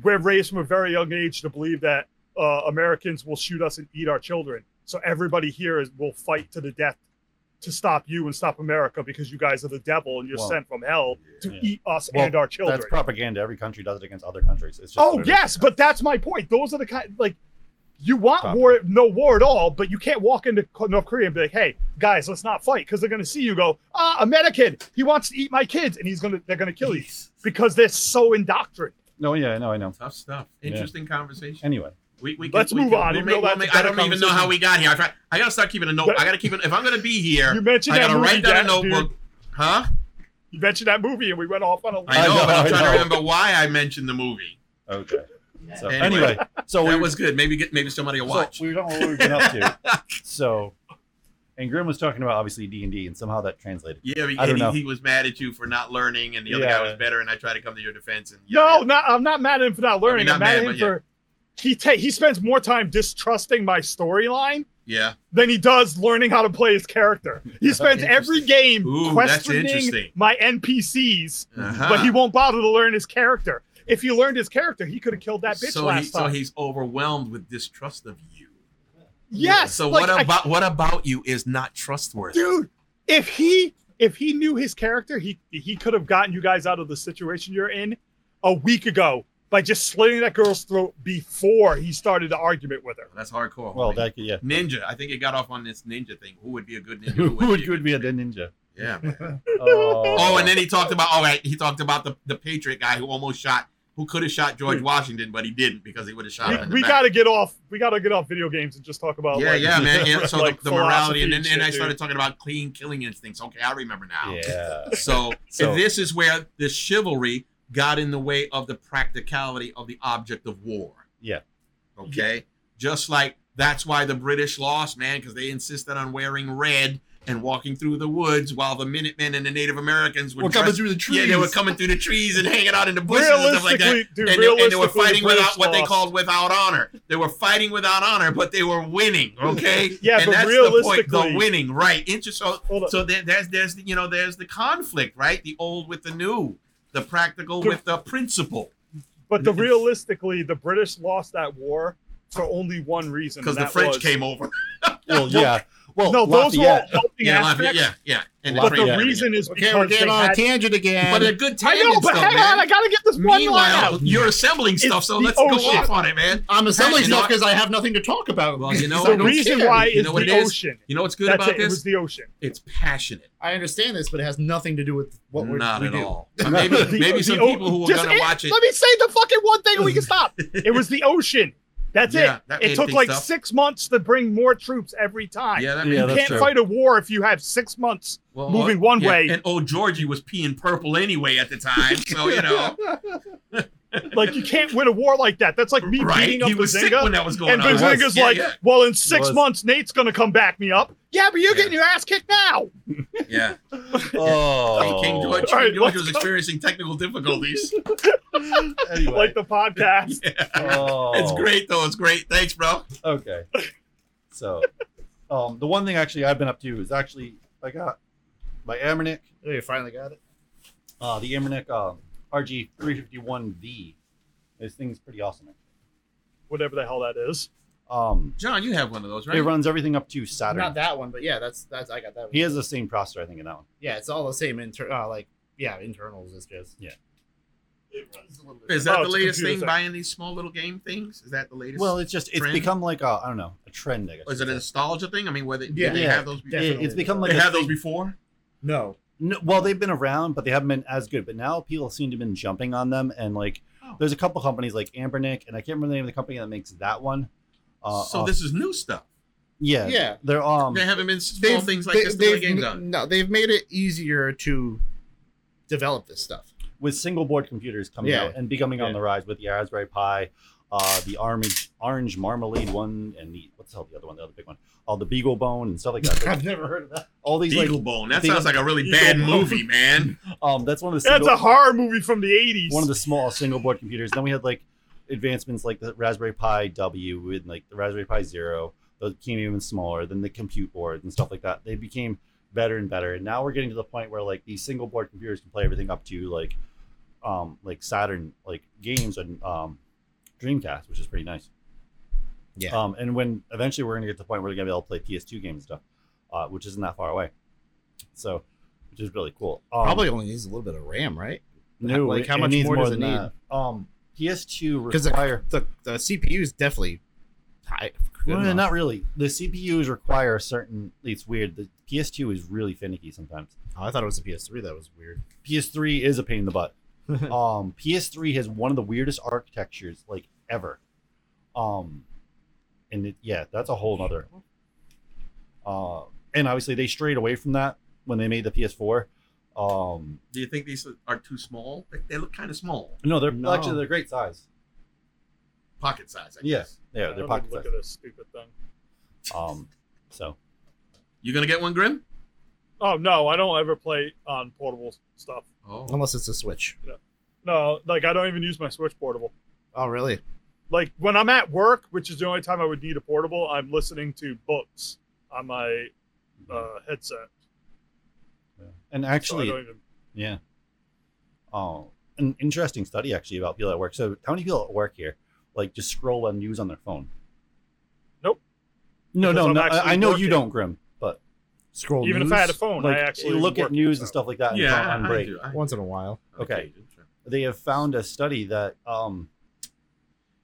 Speaker 3: "We're raised from a very young age to believe that uh, Americans will shoot us and eat our children, so everybody here is will fight to the death." To stop you and stop America because you guys are the devil and you're
Speaker 2: Well,
Speaker 3: sent from hell to
Speaker 2: Yeah.
Speaker 3: eat us
Speaker 2: Well,
Speaker 3: and our children.
Speaker 2: That's propaganda. Every country does it against other countries. It's just
Speaker 3: oh
Speaker 2: literally-
Speaker 3: yes, but that's my point. Those are the kind like you want
Speaker 2: Proper.
Speaker 3: war, no war at all, but you can't walk into Co- North Korea and be like, "Hey guys, let's not fight," because they're gonna see you go, "Ah, American, he wants to eat my kids," and he's gonna they're gonna kill you because they're so indoctrined.
Speaker 2: No, yeah, I know, I know.
Speaker 6: Tough stuff.
Speaker 2: Yeah.
Speaker 6: Interesting conversation.
Speaker 2: Anyway,
Speaker 6: We, we
Speaker 3: Let's
Speaker 6: we
Speaker 3: move on,
Speaker 6: we'll
Speaker 3: even
Speaker 6: make-
Speaker 3: though
Speaker 6: we'll
Speaker 3: that's
Speaker 6: make-
Speaker 3: a
Speaker 6: I
Speaker 3: better
Speaker 6: don't even know how
Speaker 3: conversation.
Speaker 6: we got here. I, try, I gotta start keeping a note.
Speaker 3: But-
Speaker 6: I gotta keep it. If I'm gonna be here,
Speaker 3: You mentioned
Speaker 6: I
Speaker 3: that
Speaker 6: gotta
Speaker 3: movie,
Speaker 6: write down a
Speaker 3: Jack, dude.
Speaker 6: notebook. Huh?
Speaker 3: You mentioned that movie, and we went off on a
Speaker 6: I know,
Speaker 2: know,
Speaker 6: but I'm
Speaker 2: I
Speaker 6: trying
Speaker 2: know.
Speaker 6: to remember why I mentioned the movie.
Speaker 2: okay. So
Speaker 6: Anyway.
Speaker 2: anyway, so we
Speaker 6: That
Speaker 2: were-
Speaker 6: was good. Maybe get maybe somebody will watch.
Speaker 2: So we don't know what we've been up to. <laughs> So, and Grim was talking about obviously D and D, and somehow that translated.
Speaker 6: yeah, but
Speaker 2: I don't
Speaker 6: and
Speaker 2: know.
Speaker 6: he, he was mad at you for not learning, and the other
Speaker 2: Yeah.
Speaker 6: guy was better, and I tried to come to your defense. And
Speaker 3: No, not, I'm not mad at him for not learning.
Speaker 6: not
Speaker 3: I'm mad
Speaker 6: mad,
Speaker 3: at him
Speaker 6: but yeah.
Speaker 3: for he ta- he spends more time distrusting my storyline
Speaker 6: yeah,
Speaker 3: than he does learning how to play his character. He spends every game
Speaker 6: Ooh, that's
Speaker 3: questioning
Speaker 6: interesting.
Speaker 3: my NPCs,
Speaker 6: Uh-huh.
Speaker 3: but he won't bother to learn his character. If he learned his character, he could have killed that bitch
Speaker 6: so
Speaker 3: last
Speaker 6: he,
Speaker 3: time.
Speaker 6: So he's overwhelmed with distrust of you.
Speaker 3: yes.
Speaker 6: So
Speaker 3: like,
Speaker 6: what
Speaker 3: I-
Speaker 6: about what about you is not trustworthy?
Speaker 3: dude? If he if he knew his character, he he could have gotten you guys out of the situation you're in a week ago by just slitting that girl's throat before he started the argument with her.
Speaker 6: That's hardcore.
Speaker 2: Well,
Speaker 6: homie.
Speaker 2: that could, yeah.
Speaker 6: ninja. I think it got off on this ninja thing. Who would be a
Speaker 3: <laughs>
Speaker 6: good ninja?
Speaker 2: Who would,
Speaker 6: a
Speaker 2: could be a dead ninja?
Speaker 6: ninja? Yeah. man.
Speaker 2: Oh,
Speaker 6: Oh, and then he talked about. Oh, right. He talked about the the patriot guy who almost shot, who could have shot George Washington, but he didn't because he would have shot him. in the
Speaker 3: Hmm. we we
Speaker 6: back.
Speaker 3: got to get off. We got to get off video games and just talk about.
Speaker 6: Yeah,
Speaker 3: like,
Speaker 6: yeah, man.
Speaker 3: <laughs>
Speaker 6: And so
Speaker 3: like
Speaker 6: the, the morality,
Speaker 3: philosophy
Speaker 6: and then
Speaker 3: shit,
Speaker 6: and I
Speaker 3: dude.
Speaker 6: started talking about clean killing instincts. Okay, I remember now.
Speaker 2: yeah.
Speaker 6: So,
Speaker 2: So-
Speaker 6: and this is where the chivalry got in the way of the practicality of the object of war.
Speaker 2: Yeah.
Speaker 6: Okay. Just like that's why the British lost, man, because they insisted on wearing red and walking through the woods while the Minutemen and the Native Americans were,
Speaker 5: We're coming
Speaker 6: dressed-
Speaker 5: through the trees.
Speaker 6: Yeah, they were coming through the trees and hanging out in the bushes and stuff like that
Speaker 3: Realistically, dude,
Speaker 6: and, they,
Speaker 3: realistically,
Speaker 6: and they were fighting
Speaker 3: the
Speaker 6: without
Speaker 3: British
Speaker 6: what they
Speaker 3: lost.
Speaker 6: called without honor. They were fighting without honor, but they were winning.
Speaker 3: <laughs>
Speaker 6: Okay,
Speaker 3: Yeah,
Speaker 6: and
Speaker 3: but
Speaker 6: that's the point.
Speaker 3: realistically-
Speaker 6: The winning, right? Interest. So,
Speaker 3: Hold on.
Speaker 6: so there, there's there's the, you know there's the conflict, right? The old with the new, the practical
Speaker 3: But-
Speaker 6: with the principle,
Speaker 3: But
Speaker 6: <laughs>
Speaker 3: the realistically, the British lost that war for only one reason.
Speaker 6: because
Speaker 3: and
Speaker 6: the
Speaker 3: that
Speaker 6: French
Speaker 3: was-
Speaker 6: came over.
Speaker 2: Well, yeah. Well,
Speaker 3: No, those were all
Speaker 2: Lafayette.
Speaker 3: helping
Speaker 6: Yeah, Lafayette,
Speaker 3: aspects.
Speaker 6: yeah, yeah. And
Speaker 3: But the
Speaker 6: French-
Speaker 3: reason is
Speaker 5: Okay, we're
Speaker 3: because they
Speaker 5: getting on a
Speaker 3: had.
Speaker 5: tangent again.
Speaker 6: but a good
Speaker 3: I
Speaker 6: time.
Speaker 3: know, but hang on, I gotta get this one line
Speaker 6: Meanwhile,
Speaker 3: out.
Speaker 6: you're assembling stuff,
Speaker 3: It's
Speaker 6: so
Speaker 3: the
Speaker 6: let's
Speaker 3: ocean.
Speaker 6: go off on it, man.
Speaker 5: I'm assembling
Speaker 6: You know
Speaker 5: stuff because I have nothing to talk about.
Speaker 6: Well, you know
Speaker 5: <laughs>
Speaker 6: what?
Speaker 5: So I
Speaker 3: The
Speaker 5: don't
Speaker 3: reason
Speaker 5: care.
Speaker 3: why
Speaker 6: You
Speaker 3: is
Speaker 6: know what
Speaker 3: the
Speaker 6: it is?
Speaker 3: ocean.
Speaker 6: You know what's good
Speaker 3: That's
Speaker 6: about
Speaker 3: it. It was
Speaker 6: this?
Speaker 3: the ocean.
Speaker 6: It's passionate.
Speaker 5: I understand this, but it has nothing to do with what we're
Speaker 6: Not
Speaker 5: we
Speaker 6: at
Speaker 5: do. <laughs>
Speaker 6: all. But maybe
Speaker 3: <laughs> The-
Speaker 6: <laughs> maybe
Speaker 3: the
Speaker 6: some
Speaker 3: o-
Speaker 6: people who were
Speaker 3: just
Speaker 6: gonna
Speaker 3: it-
Speaker 6: watch it.
Speaker 3: Let me say the fucking one thing and we can
Speaker 6: <laughs>
Speaker 3: stop. It was the ocean. That's
Speaker 6: Yeah,
Speaker 3: it.
Speaker 6: that made
Speaker 3: It took
Speaker 6: things
Speaker 3: like
Speaker 6: tough.
Speaker 3: six months to bring more troops every time.
Speaker 6: Yeah, that
Speaker 2: Yeah,
Speaker 6: made
Speaker 3: you
Speaker 2: that's
Speaker 3: can't
Speaker 2: true.
Speaker 3: fight a war if you have six months.
Speaker 6: Well,
Speaker 3: moving one
Speaker 6: yeah,
Speaker 3: way.
Speaker 6: And old Georgie was peeing purple anyway at the time, so you know,
Speaker 3: Like you can't win a war like that. That's like <laughs> me
Speaker 6: right?
Speaker 3: beating up
Speaker 6: He was sick
Speaker 3: Bazinga.
Speaker 6: when that was going
Speaker 3: And
Speaker 6: on.
Speaker 2: It was.
Speaker 3: Bazinga's
Speaker 6: Yeah,
Speaker 3: like,
Speaker 6: yeah,
Speaker 3: well, in six
Speaker 2: was.
Speaker 3: months, Nate's gonna come back me up. Yeah, but you're
Speaker 6: Yeah.
Speaker 3: getting your ass
Speaker 2: <laughs>
Speaker 3: kicked now.
Speaker 6: yeah.
Speaker 3: <laughs>
Speaker 2: Oh,
Speaker 6: King- King George, King
Speaker 3: All right,
Speaker 6: George
Speaker 3: let's
Speaker 6: was
Speaker 3: go.
Speaker 6: experiencing
Speaker 3: <laughs>
Speaker 6: technical difficulties. <laughs>
Speaker 2: Anyway.
Speaker 3: Like the podcast.
Speaker 2: oh.
Speaker 6: It's great though. It's great. Thanks, bro.
Speaker 2: Okay. So, um, the one thing actually I've been up to is actually I got my Amernic,
Speaker 5: Oh, you finally got it.
Speaker 2: uh, the Amernic um, RG351V. This thing's pretty awesome.
Speaker 3: Whatever the hell that is.
Speaker 2: Um,
Speaker 6: John, you have one of those,
Speaker 2: It
Speaker 6: right?
Speaker 2: runs everything up to Saturn.
Speaker 5: Not that one, but yeah, that's that's I got that one.
Speaker 2: He has the same processor, I think, in that one.
Speaker 5: Yeah, it's all the same inter uh, like yeah, internals is just
Speaker 2: Yeah.
Speaker 5: It runs a little bit.
Speaker 6: Is
Speaker 3: Oh,
Speaker 6: that the
Speaker 3: it's a
Speaker 6: latest
Speaker 3: computer
Speaker 6: thing?
Speaker 3: thing.
Speaker 6: Buying these small little game things? Is that the latest?
Speaker 2: Well, it's just it's
Speaker 6: Trend?
Speaker 2: become like a I don't know a trend. I guess.
Speaker 6: Or is it a nostalgia thing? I mean, whether
Speaker 5: Yeah.
Speaker 6: did they
Speaker 2: Yeah.
Speaker 6: have those? Before?
Speaker 5: Yeah.
Speaker 2: It- it's become
Speaker 6: They
Speaker 2: like a
Speaker 6: had
Speaker 2: thing-
Speaker 6: those before.
Speaker 5: No.
Speaker 2: No, well, they've been around, but they haven't been as good. But now people seem to have been jumping on them, and like,
Speaker 6: Oh.
Speaker 2: there's a couple companies like Ambernick, and I can't remember the name of the company that makes that one. Uh,
Speaker 6: so
Speaker 2: uh,
Speaker 6: this is new stuff.
Speaker 2: yeah,
Speaker 5: Yeah.
Speaker 2: they're um,
Speaker 6: There haven't been small things like this to play
Speaker 5: they've
Speaker 6: games
Speaker 5: ma-
Speaker 6: on.
Speaker 5: No, they've made it easier to develop this <laughs> stuff.
Speaker 2: with single board computers coming
Speaker 5: Yeah.
Speaker 2: out and becoming on
Speaker 5: Yeah.
Speaker 2: the rise with the Raspberry Pi, uh, the orange orange marmalade one, and the what's the hell the other one, the other big one, all the Beagle Bone and stuff like that. Like,
Speaker 5: never heard of that.
Speaker 2: all these
Speaker 6: Eagle Bone. That
Speaker 2: Eagle-
Speaker 6: sounds like a really
Speaker 3: Eagle
Speaker 6: bad
Speaker 3: Bone.
Speaker 6: movie, man.
Speaker 2: like um, that's one of the
Speaker 3: That's
Speaker 2: single,
Speaker 3: a horror movie from the 80s.
Speaker 2: one of the small single board computers. Then we had like advancements like the Raspberry Pi W with like the Raspberry Pi Zero. Those became even smaller than the compute board and stuff like that. They became better and better. And now we're getting to the point where like these single board computers can play everything up to like um like Saturn like games and um Dreamcast, which is pretty nice.
Speaker 5: Yeah.
Speaker 2: Um and when eventually we're gonna get to the point where we're gonna be able to play PS2 games and stuff, uh, which isn't that far away. So which is really cool. Um,
Speaker 5: Probably only needs a little bit of RAM, right?
Speaker 2: no,
Speaker 5: Like,
Speaker 2: it-
Speaker 5: how
Speaker 2: it
Speaker 5: much
Speaker 2: needs
Speaker 5: more does
Speaker 2: than
Speaker 5: it need?
Speaker 2: that. Um, PS2
Speaker 5: Because the,
Speaker 2: require
Speaker 5: the the CPU is definitely high. good
Speaker 2: well,
Speaker 5: enough.
Speaker 2: not really. The CPUs require a certain. It's weird. The PS2 is really finicky sometimes.
Speaker 5: Oh, I thought it was a PS3. That was weird.
Speaker 2: PS3 is a pain in the <laughs> butt. um, PS3 has one of the weirdest architectures like ever. Um, and it, yeah, that's a whole nother. Uh, and obviously they strayed away from that when they made the PS4. Um,
Speaker 6: <laughs> Do you think these are too small? They, they look kind of small,
Speaker 2: no, they're
Speaker 5: No.
Speaker 2: actually they're great size.
Speaker 6: pocket size. I
Speaker 2: Yeah.
Speaker 6: guess.
Speaker 2: Yeah,
Speaker 3: I
Speaker 2: they're
Speaker 3: don't
Speaker 2: pocket
Speaker 3: even
Speaker 2: size.
Speaker 3: Look at this stupid thing.
Speaker 2: Um, so
Speaker 6: You gonna get one, Grim?
Speaker 3: Oh no, I don't ever play on portable stuff.
Speaker 6: Oh,
Speaker 5: Unless it's a Switch.
Speaker 3: No, like I don't even use my Switch portable.
Speaker 5: Oh, really?
Speaker 3: Like when I'm at work, which is the only time I would need a portable, I'm listening to books on my uh, headset.
Speaker 2: and
Speaker 3: So I
Speaker 2: actually
Speaker 3: don't even,
Speaker 2: Yeah. Oh, an interesting study actually about people at work. So, how many people at work here like just scroll on news on their phone?
Speaker 3: Nope.
Speaker 2: No,
Speaker 3: Because
Speaker 2: no,
Speaker 3: I'm
Speaker 2: no.
Speaker 3: actually
Speaker 2: I, I know you
Speaker 3: working.
Speaker 2: don't, Grim, but
Speaker 5: Scroll
Speaker 3: even if I
Speaker 5: news?
Speaker 3: had a phone,
Speaker 2: like
Speaker 3: I actually
Speaker 2: you look at
Speaker 3: work.
Speaker 2: news and stuff like that. and it's
Speaker 6: yeah.
Speaker 2: on break.
Speaker 6: do. I
Speaker 5: once in a while.
Speaker 6: do.
Speaker 2: Okay. They have found a study that um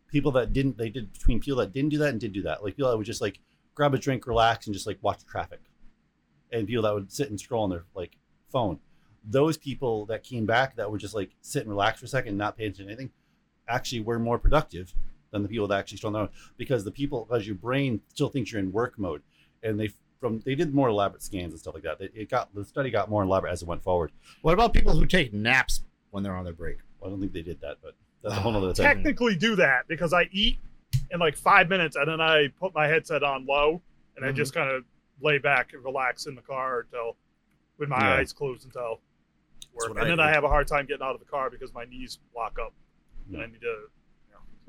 Speaker 2: people that didn't they did between people that didn't do that and did do that. Like people that would just like grab a drink, relax, and just like watch traffic, and people that would sit and scroll on their like phone. Those people that came back that would just like sit and relax for a second, and not pay attention to anything, actually were more productive than the people that actually scroll on their own because the people because your brain still thinks you're in work mode, and they from they did more elaborate scans and stuff like that. It, it got the study got more elaborate as it went forward.
Speaker 5: What about people who take naps when they're on their break?
Speaker 2: Well, I don't think they did that, but that's a whole nother thing.
Speaker 3: technically do that because I eat in like five minutes and then I put my headset on low and I just
Speaker 5: Mm-hmm.
Speaker 3: kind of lay back and relax in the car until with my
Speaker 2: Yeah.
Speaker 3: eyes closed until
Speaker 2: That's what
Speaker 3: work. And
Speaker 2: I
Speaker 3: then
Speaker 2: do.
Speaker 3: I have a hard time getting out of the car because my knees lock up and I
Speaker 2: Yeah.
Speaker 3: need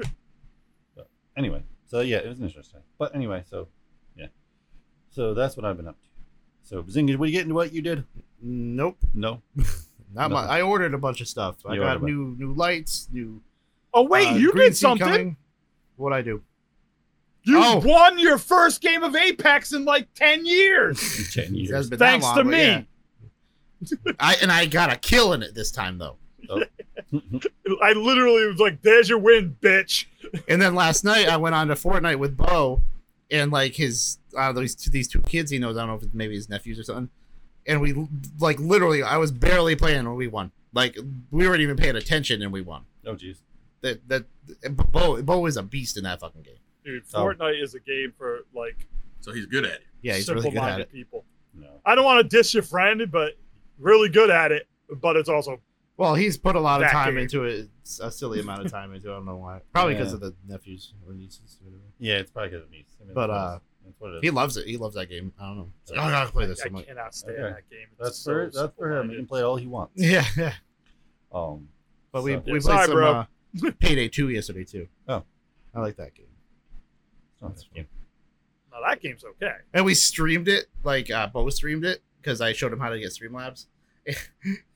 Speaker 3: to.
Speaker 2: anyway, so yeah, it was interesting. But anyway, so yeah, so that's what I've been up to. So Bazinga, what you getting? What you did?
Speaker 5: Nope,
Speaker 2: No,
Speaker 5: not
Speaker 2: Nothing.
Speaker 5: much. I ordered a bunch of stuff. I
Speaker 2: You
Speaker 5: got
Speaker 2: ordered
Speaker 5: new new lights, new.
Speaker 3: Oh wait,
Speaker 5: uh,
Speaker 3: you
Speaker 5: green
Speaker 3: did
Speaker 5: tea
Speaker 3: something.
Speaker 5: coming. What'd I do?
Speaker 3: You
Speaker 5: Oh.
Speaker 3: won your first game of Apex in like ten years,
Speaker 2: ten
Speaker 5: It hasn't
Speaker 2: years.
Speaker 5: been that
Speaker 3: thanks
Speaker 5: long,
Speaker 3: to
Speaker 5: but
Speaker 3: me.
Speaker 5: yeah. <laughs> I and I got a kill in it this time though.
Speaker 3: I literally was like, "There's your win, bitch."
Speaker 5: And then last night I went on to Fortnite with Bo, and like his uh, these two, these two kids he knows. I don't know if it's maybe his nephews or something. And we like literally, I was barely playing when we won. Like we weren't even paying attention, and we won.
Speaker 2: oh jeez.
Speaker 5: That that Bo Bo is a beast in that fucking game.
Speaker 3: Dude,
Speaker 2: Oh.
Speaker 3: Fortnite is a game for like
Speaker 4: So he's good at it.
Speaker 5: Yeah, he's really good
Speaker 3: simple-minded
Speaker 5: at it.
Speaker 3: people.
Speaker 2: No.
Speaker 3: I don't want to diss your friend, but really good at it. But it's also
Speaker 5: Well, he's put a lot of
Speaker 3: That
Speaker 5: time
Speaker 3: game.
Speaker 5: into it. It's a silly amount of time into. it. I don't know why. Probably because
Speaker 2: Yeah.
Speaker 5: of the nephews or nieces. Or whatever.
Speaker 2: Yeah, it's probably because of me. I mean,
Speaker 5: But,
Speaker 2: that's
Speaker 5: uh,
Speaker 2: what it is.
Speaker 5: He loves it. He loves that game. I don't know. It's like, oh, I gotta play this.
Speaker 3: I
Speaker 5: I'm like,
Speaker 3: cannot stand
Speaker 2: Okay.
Speaker 3: that game. It's
Speaker 2: that's
Speaker 3: so
Speaker 2: for that's for him. He can
Speaker 3: simple-minded.
Speaker 2: play all he wants.
Speaker 5: <laughs> yeah, yeah.
Speaker 2: Um,
Speaker 5: But we
Speaker 2: So-
Speaker 5: we played
Speaker 3: Sorry,
Speaker 5: some
Speaker 3: bro.
Speaker 5: Uh, Payday Two yesterday too.
Speaker 2: Oh.
Speaker 5: I like that game.
Speaker 2: it's not that game.
Speaker 3: No, that game's okay.
Speaker 5: and we streamed it like uh bo streamed it because i showed him how to get streamlabs <laughs>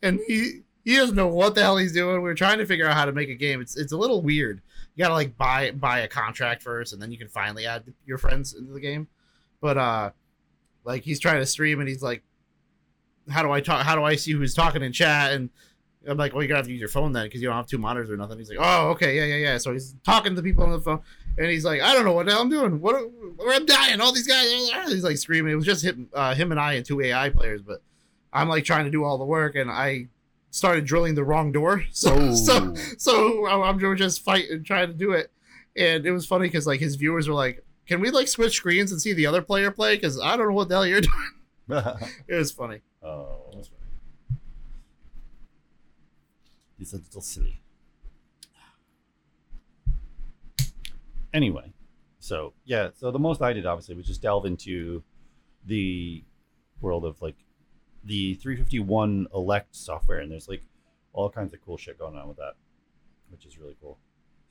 Speaker 5: and he he doesn't know what the hell he's doing we we're trying to figure out how to make a game it's it's a little weird you gotta like buy buy a contract first and then you can finally add your friends into the game but uh like he's trying to stream and he's like how do i talk how do i see who's talking in chat and I'm like, well, you're gonna have to use your phone then because you don't have two monitors or nothing. He's like, oh, okay, yeah, yeah, yeah. So he's talking to people on the phone, and he's like, I don't know what the hell I'm doing. What? Where I'm dying? All these guys. He's like screaming. It was just him, uh, him and I and two AI players, but I'm like trying to do all the work, and I started drilling the wrong door. <laughs> So,
Speaker 2: Oh.
Speaker 5: so, so I- I'm just fighting, trying to do it, and it was funny because like his viewers were like, can we like switch screens and see the other player play? Because I don't know what the hell you're <laughs> doing.
Speaker 2: <laughs>
Speaker 5: It was funny.
Speaker 2: oh, it's a little silly. Anyway, so yeah, so the most I did obviously was just delve into the world of like the 351 elect software, and there's like all kinds of cool shit going on with that, which is really cool.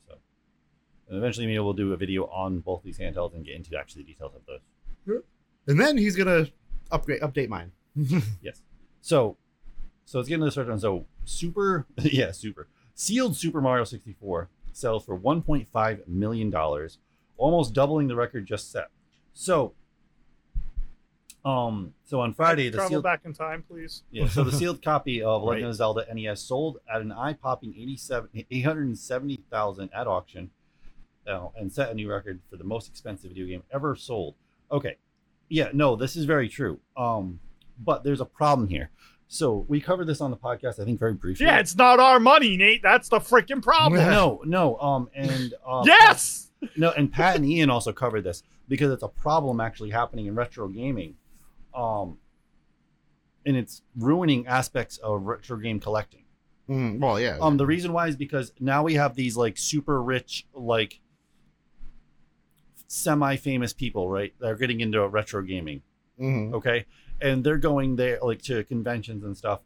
Speaker 2: So, and eventually maybe we'll do a video on both these handhelds and get into actually the details of those.
Speaker 5: And then he's gonna upgrade, update mine.
Speaker 2: Yes. So, so let's get into the search on. So, super, <laughs> yeah, super sealed Super Mario 64 sells for 1.5 million dollars, almost doubling the record just set. So, um, so on Friday the
Speaker 3: travel
Speaker 2: sealed,
Speaker 3: back in time, please.
Speaker 2: yeah,
Speaker 3: <laughs>
Speaker 2: so the sealed copy of
Speaker 5: Right.
Speaker 2: Legend of Zelda NES sold at an eye-popping 87 870,000 at auction, uh, and set a new record for the most expensive video game ever sold. Okay, yeah, no, this is very true. Um, but there's a problem here. So we covered this on the podcast, I think, very briefly.
Speaker 3: Yeah, it's not our money, Nate. That's the freaking problem.
Speaker 2: <laughs>
Speaker 3: <laughs>
Speaker 2: no, no, um, and um,
Speaker 3: Yes.
Speaker 2: no, and Pat and Ian also covered this because it's a problem actually happening in retro gaming, um, and it's ruining aspects of retro game collecting.
Speaker 5: Mm, well, yeah.
Speaker 2: Um, the reason why is because now we have these like super rich, like semi-famous people, right? That are getting into retro gaming,
Speaker 3: Mm-hmm.
Speaker 5: Mhm.
Speaker 2: okay, and they're going there like to conventions and stuff,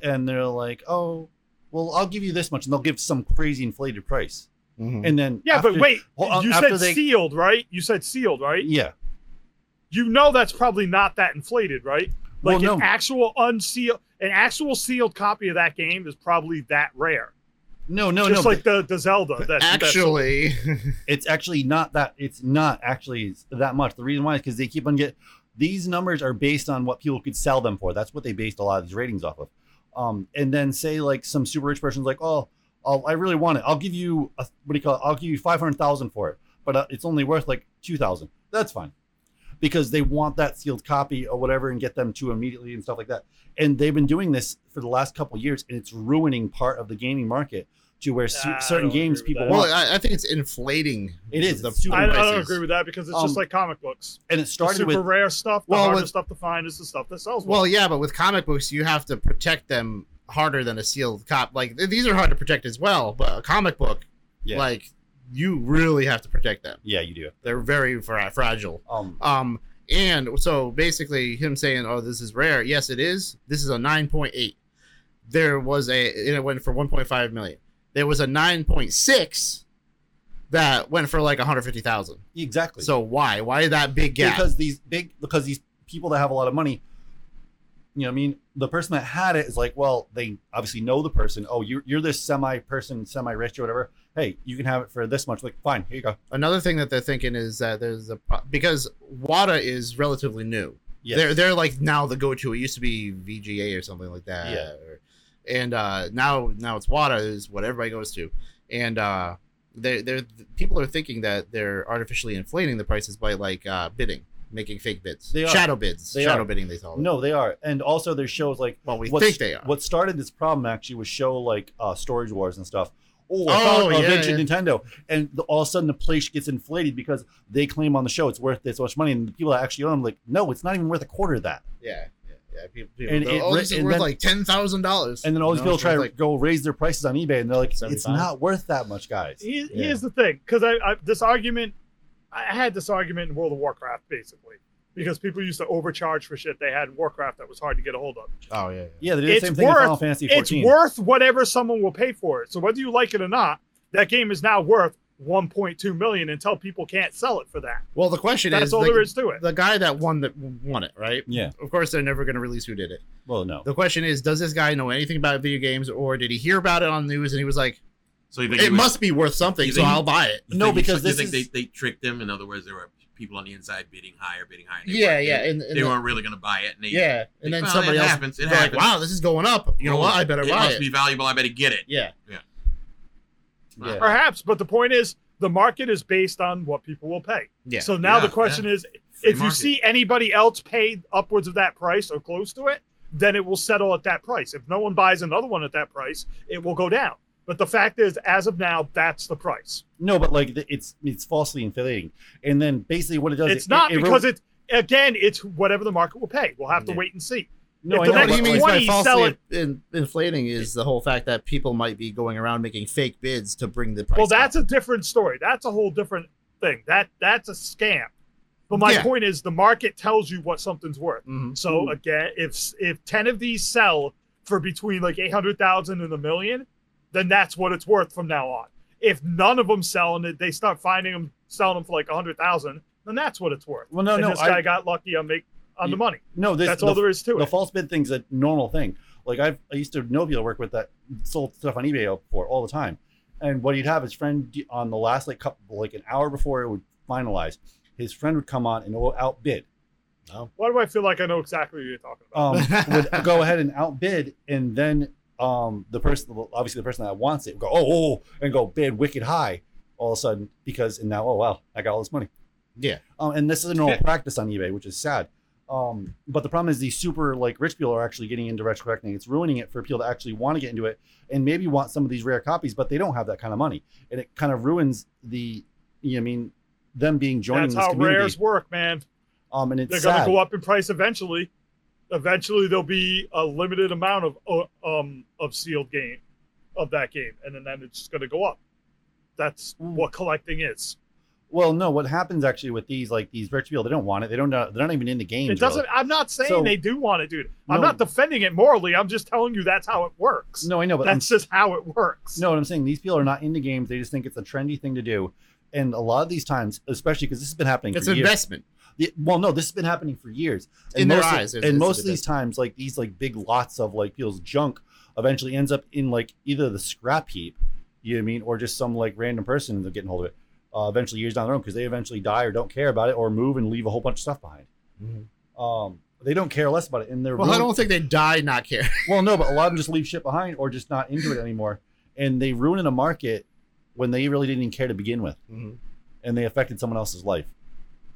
Speaker 2: and they're like, oh, well, I'll give you this much, and they'll give some crazy inflated price,
Speaker 5: Mhm.
Speaker 2: and then
Speaker 3: Mm-hmm. Yeah,
Speaker 2: after-
Speaker 3: but wait.
Speaker 2: Hold on,
Speaker 3: you
Speaker 2: after
Speaker 3: said
Speaker 2: they-
Speaker 3: sealed, right? You said sealed, right?
Speaker 2: yeah,
Speaker 3: You know that's probably not that inflated, right?
Speaker 2: Well,
Speaker 3: Like
Speaker 2: no.
Speaker 3: an actual unsealed, an actual sealed copy of that game is probably that rare.
Speaker 2: no, no,
Speaker 3: Just
Speaker 2: no,
Speaker 3: like the, the Zelda. That,
Speaker 2: <laughs>
Speaker 3: that's-
Speaker 5: Actually,
Speaker 2: it's actually not that it's not actually that much the reason why is because they keep on get these numbers are based on what people could sell them for that's what they based a lot of these ratings off of um and then say like some super rich person's like oh I'll, I really want it. I'll give you a, what do you call it? I'll give you five hundred thousand for it, but uh, it's only worth like two thousand. That's fine, because they want that sealed copy or whatever and get them to immediately and stuff like that. And they've been doing this for the last couple years, and it's ruining part of the gaming market to where cer-
Speaker 3: Ah, I
Speaker 2: certain
Speaker 3: don't agree
Speaker 2: games
Speaker 3: with
Speaker 2: people
Speaker 3: that.
Speaker 5: Well,
Speaker 2: want.
Speaker 5: I, I think it's inflating.
Speaker 2: It is.
Speaker 5: the
Speaker 2: It's super
Speaker 3: I, I don't
Speaker 5: prices.
Speaker 3: agree with that because it's
Speaker 2: Um,
Speaker 3: just like comic books.
Speaker 2: and it
Speaker 3: The
Speaker 2: started
Speaker 3: super
Speaker 2: with
Speaker 3: rare stuff, the
Speaker 5: Well,
Speaker 3: harder
Speaker 5: with-
Speaker 3: stuff to find is the stuff that sells.
Speaker 5: Well, yeah, but with comic books, you have to protect them harder than a sealed cop. Like th- these are hard to protect as well, but a comic book,
Speaker 2: Yeah.
Speaker 5: like you really have to protect them.
Speaker 2: yeah, you do.
Speaker 5: They're very fra- fragile.
Speaker 2: Um,
Speaker 5: Um, and so basically, him saying, "Oh, this is rare." Yes, it is. This is a nine point eight. There was a, and it went for one point five million. There was a nine point six that went for like one hundred fifty thousand.
Speaker 2: exactly.
Speaker 5: So why? Why that big gap?
Speaker 2: because these big because these people that have a lot of money you know what i mean the person that had it is like well they obviously know the person oh you're, you're this semi person semi rich or whatever hey you can have it for this much like fine here you go
Speaker 5: Another thing that they're thinking is that there's a because WADA is relatively new.
Speaker 2: yeah
Speaker 5: They're they're like now the go-to. It used to be VGA or something like that.
Speaker 2: Yeah.
Speaker 5: or- and uh, now now it's WADA is what everybody goes to, and uh, they they're people are thinking that they're artificially inflating the prices by like uh, bidding, making fake bids,
Speaker 2: They are.
Speaker 5: shadow bids,
Speaker 2: They
Speaker 5: shadow
Speaker 2: are.
Speaker 5: bidding. They call it.
Speaker 2: no they are and also there's shows like
Speaker 5: well, we
Speaker 2: what's-
Speaker 5: think they are.
Speaker 2: what started this problem actually was show like uh storage wars and stuff Oh, I
Speaker 5: Oh,
Speaker 2: found a
Speaker 5: yeah,
Speaker 2: vintage
Speaker 5: yeah.
Speaker 2: Nintendo, and the, all of a sudden the place gets inflated because they claim on the show it's worth this much money, and the people that actually own them like, no, it's not even worth a quarter of that.
Speaker 5: Yeah, yeah, yeah. People, people
Speaker 2: And
Speaker 5: go,
Speaker 2: it
Speaker 5: oh,
Speaker 2: re-
Speaker 5: this is
Speaker 2: and
Speaker 5: worth
Speaker 2: then-
Speaker 5: like ten thousand dollars.
Speaker 2: And then all these people try to
Speaker 5: like
Speaker 2: go raise their prices on eBay, and they're like, "It's
Speaker 5: 75.
Speaker 2: not worth that much, guys."
Speaker 3: Here-
Speaker 2: Yeah.
Speaker 3: Here's the thing, because I, I this argument, I had this argument in World of Warcraft basically, because people used to overcharge for shit they had in Warcraft that was hard to get a hold of.
Speaker 5: oh yeah, yeah.
Speaker 2: Yeah, they did
Speaker 3: It's
Speaker 2: the same thing in Final
Speaker 3: worth-
Speaker 2: Fantasy
Speaker 3: It's
Speaker 2: 14.
Speaker 3: worth whatever someone will pay for it. So whether you like it or not, that game is now worth 1.2 million until people can't sell it for that.
Speaker 5: Well, the question
Speaker 3: That's
Speaker 5: is,
Speaker 3: all
Speaker 5: the,
Speaker 3: there is to it.
Speaker 5: the guy that won that won it, right?
Speaker 2: yeah.
Speaker 5: Of course, they're never going to release who did it.
Speaker 2: Well, no.
Speaker 5: The question is, does this guy know anything about video games, or did he hear about it on the news and he was like,
Speaker 4: So you think
Speaker 5: "It
Speaker 4: he was-
Speaker 5: must be worth something,
Speaker 4: you
Speaker 5: so
Speaker 4: think-
Speaker 5: I'll buy it."
Speaker 4: you
Speaker 2: No,
Speaker 4: think he-
Speaker 2: because
Speaker 4: you
Speaker 2: this
Speaker 4: think
Speaker 2: is-
Speaker 4: they, they tricked him. In other words, there were people on the inside bidding higher, bidding higher. They
Speaker 5: Yeah,
Speaker 4: weren't-
Speaker 5: yeah,
Speaker 4: They,
Speaker 5: and, and
Speaker 4: they
Speaker 5: the-
Speaker 4: weren't really going to buy it. And they,
Speaker 5: yeah, and
Speaker 4: they-
Speaker 5: then
Speaker 4: well,
Speaker 5: somebody
Speaker 4: it
Speaker 5: else
Speaker 4: happens. It
Speaker 5: they're like,
Speaker 4: happens.
Speaker 5: "Wow, this is going up." You know
Speaker 4: Oh,
Speaker 5: what? I better
Speaker 4: it
Speaker 5: buy
Speaker 4: must
Speaker 5: it.
Speaker 4: be valuable. I better get it.
Speaker 5: yeah,
Speaker 2: Yeah.
Speaker 3: Perhaps, but the point is, the market is based on what people will pay.
Speaker 5: yeah.
Speaker 3: So now
Speaker 4: Yeah,
Speaker 3: the question is,
Speaker 4: Free
Speaker 3: if you
Speaker 4: market.
Speaker 3: see anybody else pay upwards of that price or close to it, then it will settle at that price. If no one buys another one at that price, it will go down. But the fact is, as of now, that's the price.
Speaker 2: No, but like th- it's it's falsely inflating. And then basically what it does
Speaker 3: it's
Speaker 2: it,
Speaker 3: not
Speaker 2: it,
Speaker 3: because it again, it's whatever the market will pay. We'll have to
Speaker 2: Yeah.
Speaker 3: wait and see.
Speaker 2: no,
Speaker 3: if
Speaker 2: I
Speaker 3: the
Speaker 2: know,
Speaker 3: next
Speaker 2: but,
Speaker 5: what he
Speaker 2: like,
Speaker 5: means by
Speaker 3: twenty sell
Speaker 5: falsely
Speaker 3: it-
Speaker 5: in, inflating is the whole fact that people might be going around making fake bids to bring the price.
Speaker 3: Well, that's
Speaker 5: up.
Speaker 3: a different story. That's a whole different thing. That that's a scam. But my
Speaker 5: Yeah.
Speaker 3: point is, the market tells you what something's worth.
Speaker 2: Mm-hmm.
Speaker 5: Mhm.
Speaker 3: So again, if if ten of these sell for between like eight hundred thousand and a million, then that's what it's worth from now on. If none of them sell and they start finding them selling them for like a hundred thousand, then that's what it's worth.
Speaker 2: well, no,
Speaker 3: and
Speaker 2: no,
Speaker 3: this
Speaker 2: I,
Speaker 3: guy got lucky on make on the money.
Speaker 2: no. This,
Speaker 3: that's
Speaker 2: the,
Speaker 3: all there is to
Speaker 2: the
Speaker 3: it.
Speaker 2: false bid thing's a normal thing. Like I've, I used to know people I work with that sold stuff on eBay for all the time. And what he'd have his friend d- on the last like couple, like an hour before it would finalize, his friend would come on and outbid.
Speaker 3: Why do I feel like I know exactly what you're talking about?
Speaker 2: um,
Speaker 3: <laughs>
Speaker 5: <laughs>
Speaker 2: would go ahead and outbid, and then um, the person, obviously the person that wants it, would go oh, oh, oh," and go bid wicked high all of a sudden because and now oh wow, I got all this money.
Speaker 5: Yeah.
Speaker 2: Um, and this is a normal practice on eBay, which is sad. Um, but the problem is these super like rich people are actually getting into retroacting. It's ruining it for people that actually want to get into it and maybe want some of these rare copies, but they don't have that kind of money, and it kind of ruins the, you know, I mean, them being joining
Speaker 3: that's
Speaker 2: this
Speaker 3: how
Speaker 2: community.
Speaker 3: rares work, man.
Speaker 2: um, and it's
Speaker 3: They're
Speaker 2: sad.
Speaker 3: going to go up in price eventually. Eventually, there'll be a limited amount of uh, um of sealed game of that game, and then, then it's just going to go up. That's
Speaker 2: Hmm.
Speaker 3: what collecting is.
Speaker 2: Well, no. What happens actually with these, like these rich people, they don't want it. They don't. know They're not even in the game.
Speaker 3: It doesn't. I'm not saying
Speaker 2: So-
Speaker 3: they do want it, dude. I'm
Speaker 2: No.
Speaker 3: not defending it morally. I'm just telling you that's how it works.
Speaker 2: No, I know, but I'm,
Speaker 3: that's just how it works.
Speaker 2: no. What I'm saying, these people are not into games. They just think it's a trendy thing to do, and a lot of these times, especially because this has been happening
Speaker 5: it's
Speaker 2: for
Speaker 5: an
Speaker 2: years.
Speaker 5: investment.
Speaker 2: The- well, no, this has been happening for years. And
Speaker 5: In their
Speaker 2: most of-
Speaker 5: eyes, it's-
Speaker 2: and
Speaker 5: it's
Speaker 2: most
Speaker 5: an
Speaker 2: of these times, like these, like big lots of like people's junk, eventually ends up in like either the scrap heap, you know what I mean, or just some like random person ends up getting hold of it. Uh, eventually, years down the road, because they eventually die or don't care about it, or move and leave a whole bunch of stuff behind.
Speaker 5: Mhm.
Speaker 2: Um, they don't care less about it, and they're
Speaker 5: Well, I
Speaker 2: really-
Speaker 5: don't think they die not care.
Speaker 2: Well, no, but a lot of them just leave shit behind or just not into it anymore. and they ruining a market when they really didn't even care to begin with,
Speaker 5: Mhm.
Speaker 2: and they affected someone else's life.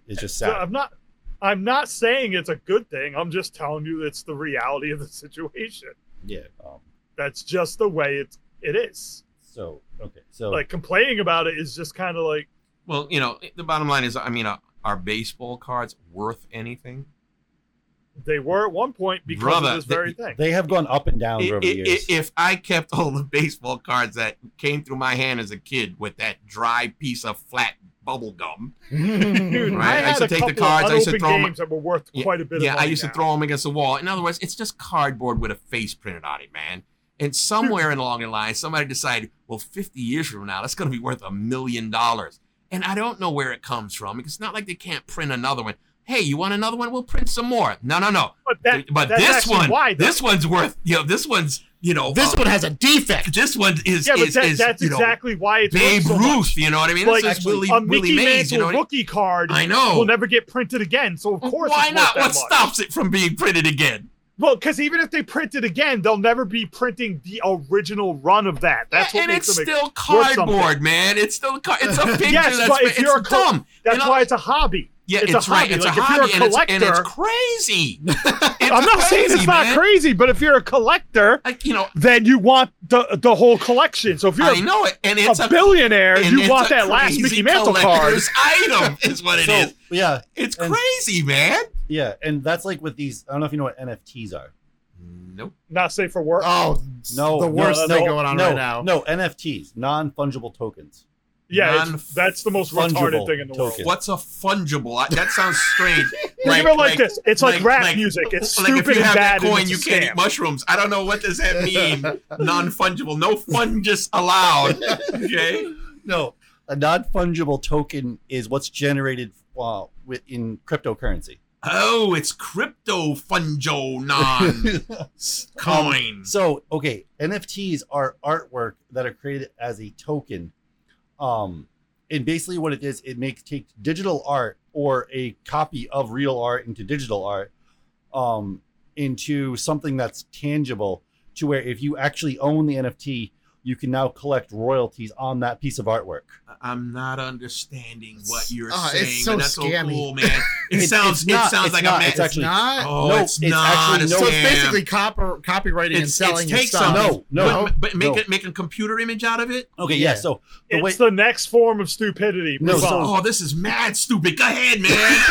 Speaker 2: It's just
Speaker 3: So
Speaker 2: sad.
Speaker 3: I'm not. I'm not saying it's a good thing. I'm just telling you it's the reality of the situation.
Speaker 2: Yeah. Um,
Speaker 3: That's just the way it it is.
Speaker 2: so okay. So
Speaker 3: Like complaining about it is just kind of like
Speaker 6: Well, you know, the bottom line is, I mean, uh, are baseball cards worth anything?
Speaker 3: they were at one point because
Speaker 6: Brother,
Speaker 3: of this
Speaker 6: the-
Speaker 3: very thing.
Speaker 2: they have gone up and down
Speaker 6: I-
Speaker 2: over the
Speaker 6: i-
Speaker 2: years.
Speaker 6: i- if I kept all the baseball cards that came through my hand as a kid with that dry piece of flat bubble gum,
Speaker 3: Dude,
Speaker 6: Right, I
Speaker 3: I
Speaker 6: used
Speaker 3: had
Speaker 6: to
Speaker 3: a
Speaker 6: take
Speaker 3: couple
Speaker 6: the cards, I used to
Speaker 3: unopened
Speaker 6: throw 'em-
Speaker 3: games that were worth quite a bit.
Speaker 6: yeah,
Speaker 3: of
Speaker 6: I
Speaker 3: money
Speaker 6: used to
Speaker 3: now.
Speaker 6: throw them against the wall. In other words, it's just cardboard with a face printed on it, man. And somewhere along the line, somebody decided, well, 50 years from now, that's going to be worth a million dollars. And I don't know where it comes from because it's not like they can't print another one. Hey, you want another one? We'll print some more. No, no, no.
Speaker 3: But that,
Speaker 6: but
Speaker 3: that's
Speaker 6: this
Speaker 3: actually
Speaker 6: one,
Speaker 3: why, though.
Speaker 6: this one's worth, you know, this one's, you know,
Speaker 5: <laughs> this
Speaker 6: uh,
Speaker 5: one has
Speaker 2: <laughs>
Speaker 5: a defect.
Speaker 6: this one is,
Speaker 3: yeah, but
Speaker 6: is,
Speaker 3: that,
Speaker 6: is,
Speaker 3: that's
Speaker 6: you know,
Speaker 3: exactly why it's worth
Speaker 6: Babe
Speaker 3: so much.
Speaker 6: Ruth, you know what I mean?
Speaker 3: Like,
Speaker 6: this is Willie,
Speaker 3: a Mickey
Speaker 6: Willie Mays,
Speaker 3: Mantle
Speaker 6: you know what I mean?
Speaker 3: rookie card
Speaker 6: I know.
Speaker 3: will never get printed again. So of course,
Speaker 6: Why
Speaker 3: it's
Speaker 6: not?
Speaker 3: Worth that
Speaker 6: What
Speaker 3: much.
Speaker 6: stops it from being printed again?
Speaker 3: Well, because even if they print it again, they'll never be printing the original run of that. That's what
Speaker 6: and
Speaker 3: makes
Speaker 6: it's
Speaker 3: them.
Speaker 6: still
Speaker 3: worth something.
Speaker 6: cardboard, man. It's still car- it's
Speaker 3: <laughs>
Speaker 6: a picture
Speaker 3: Yes,
Speaker 6: that's
Speaker 3: but if
Speaker 6: it's
Speaker 3: you're a col-
Speaker 6: dumb.
Speaker 3: That's
Speaker 6: you know-
Speaker 3: why it's a hobby.
Speaker 6: yeah,
Speaker 3: it's
Speaker 6: it's,
Speaker 3: a
Speaker 6: right.
Speaker 3: hobby.
Speaker 6: It's
Speaker 3: Like,
Speaker 6: a
Speaker 3: if you're a
Speaker 6: hobby, and, it's, and it's
Speaker 3: collector-
Speaker 6: crazy.
Speaker 3: <laughs> I'm not saying it's not crazy, but if you're a collector,
Speaker 6: Like you know,
Speaker 3: then you want the the whole collection. So if you're
Speaker 6: I
Speaker 3: a,
Speaker 6: know it, and it's a,
Speaker 3: billionaire,
Speaker 6: and
Speaker 3: you
Speaker 6: it's
Speaker 3: want
Speaker 6: a
Speaker 3: that last Mickey
Speaker 6: crazy
Speaker 3: Mantle card.
Speaker 6: collector's item is what it
Speaker 2: so,
Speaker 6: is.
Speaker 2: yeah,
Speaker 6: It's
Speaker 2: and-
Speaker 6: crazy, man.
Speaker 2: yeah, and that's like with these. I don't know if you know what NFTs are.
Speaker 6: Nope.
Speaker 3: Not safe for work.
Speaker 5: Oh,
Speaker 2: No,
Speaker 5: the
Speaker 2: no,
Speaker 5: worst
Speaker 2: no,
Speaker 5: thing
Speaker 2: no,
Speaker 5: going on
Speaker 2: no,
Speaker 5: right now.
Speaker 2: No NFTs, non fungible tokens.
Speaker 3: yeah,
Speaker 6: non-
Speaker 3: it's, that's the most
Speaker 2: fungible
Speaker 3: retarded thing in the world.
Speaker 2: token.
Speaker 6: What's a fungible? I- That sounds
Speaker 3: <laughs>
Speaker 6: strange.
Speaker 3: Think of it like, this. It's like, rap music. It's
Speaker 6: like
Speaker 3: stupid
Speaker 6: if you
Speaker 3: and
Speaker 6: have
Speaker 3: bad.
Speaker 6: that coin,
Speaker 3: and
Speaker 6: you
Speaker 3: it's a
Speaker 6: can't
Speaker 3: scam.
Speaker 6: eat mushrooms. I don't know what does that mean. non fungible, no fungus allowed. Okay.
Speaker 2: No, a non fungible token is what's generated uh, within cryptocurrency.
Speaker 6: Oh, it's crypto fungo non s- coin.
Speaker 2: So, okay, NFTs are artwork that are created as a token. Um, and basically what it is, it makes takes digital art or a copy of real art into digital art um into something that's tangible to where if you actually own the NFT, you can now collect royalties on that piece of artwork.
Speaker 6: I'm not understanding what you're
Speaker 5: Ah, it's
Speaker 6: saying,
Speaker 5: so
Speaker 6: but that's so
Speaker 5: scammy.
Speaker 6: cool, man. It
Speaker 2: It's-
Speaker 6: sounds
Speaker 2: it's not-
Speaker 6: it sounds
Speaker 2: it's
Speaker 6: like
Speaker 2: not,
Speaker 6: a
Speaker 2: it's
Speaker 6: man.
Speaker 2: actually-
Speaker 5: not.
Speaker 6: Oh,
Speaker 2: no,
Speaker 6: it's,
Speaker 2: it's
Speaker 6: not.
Speaker 2: actually
Speaker 6: a
Speaker 2: no-
Speaker 5: so
Speaker 6: scam.
Speaker 5: it's basically copper, copyrighting and
Speaker 6: It's- it's
Speaker 5: selling your
Speaker 6: take
Speaker 5: stuff.
Speaker 6: something.
Speaker 2: No, no.
Speaker 6: But, but make
Speaker 2: no.
Speaker 6: it make a computer image out of it.
Speaker 2: Okay, yeah.
Speaker 5: Yeah.
Speaker 2: So the
Speaker 3: It's
Speaker 2: way
Speaker 3: the next form of stupidity.
Speaker 2: No,
Speaker 3: Move
Speaker 2: so-
Speaker 3: on.
Speaker 6: Oh, this is mad stupid. Go ahead, <laughs> man.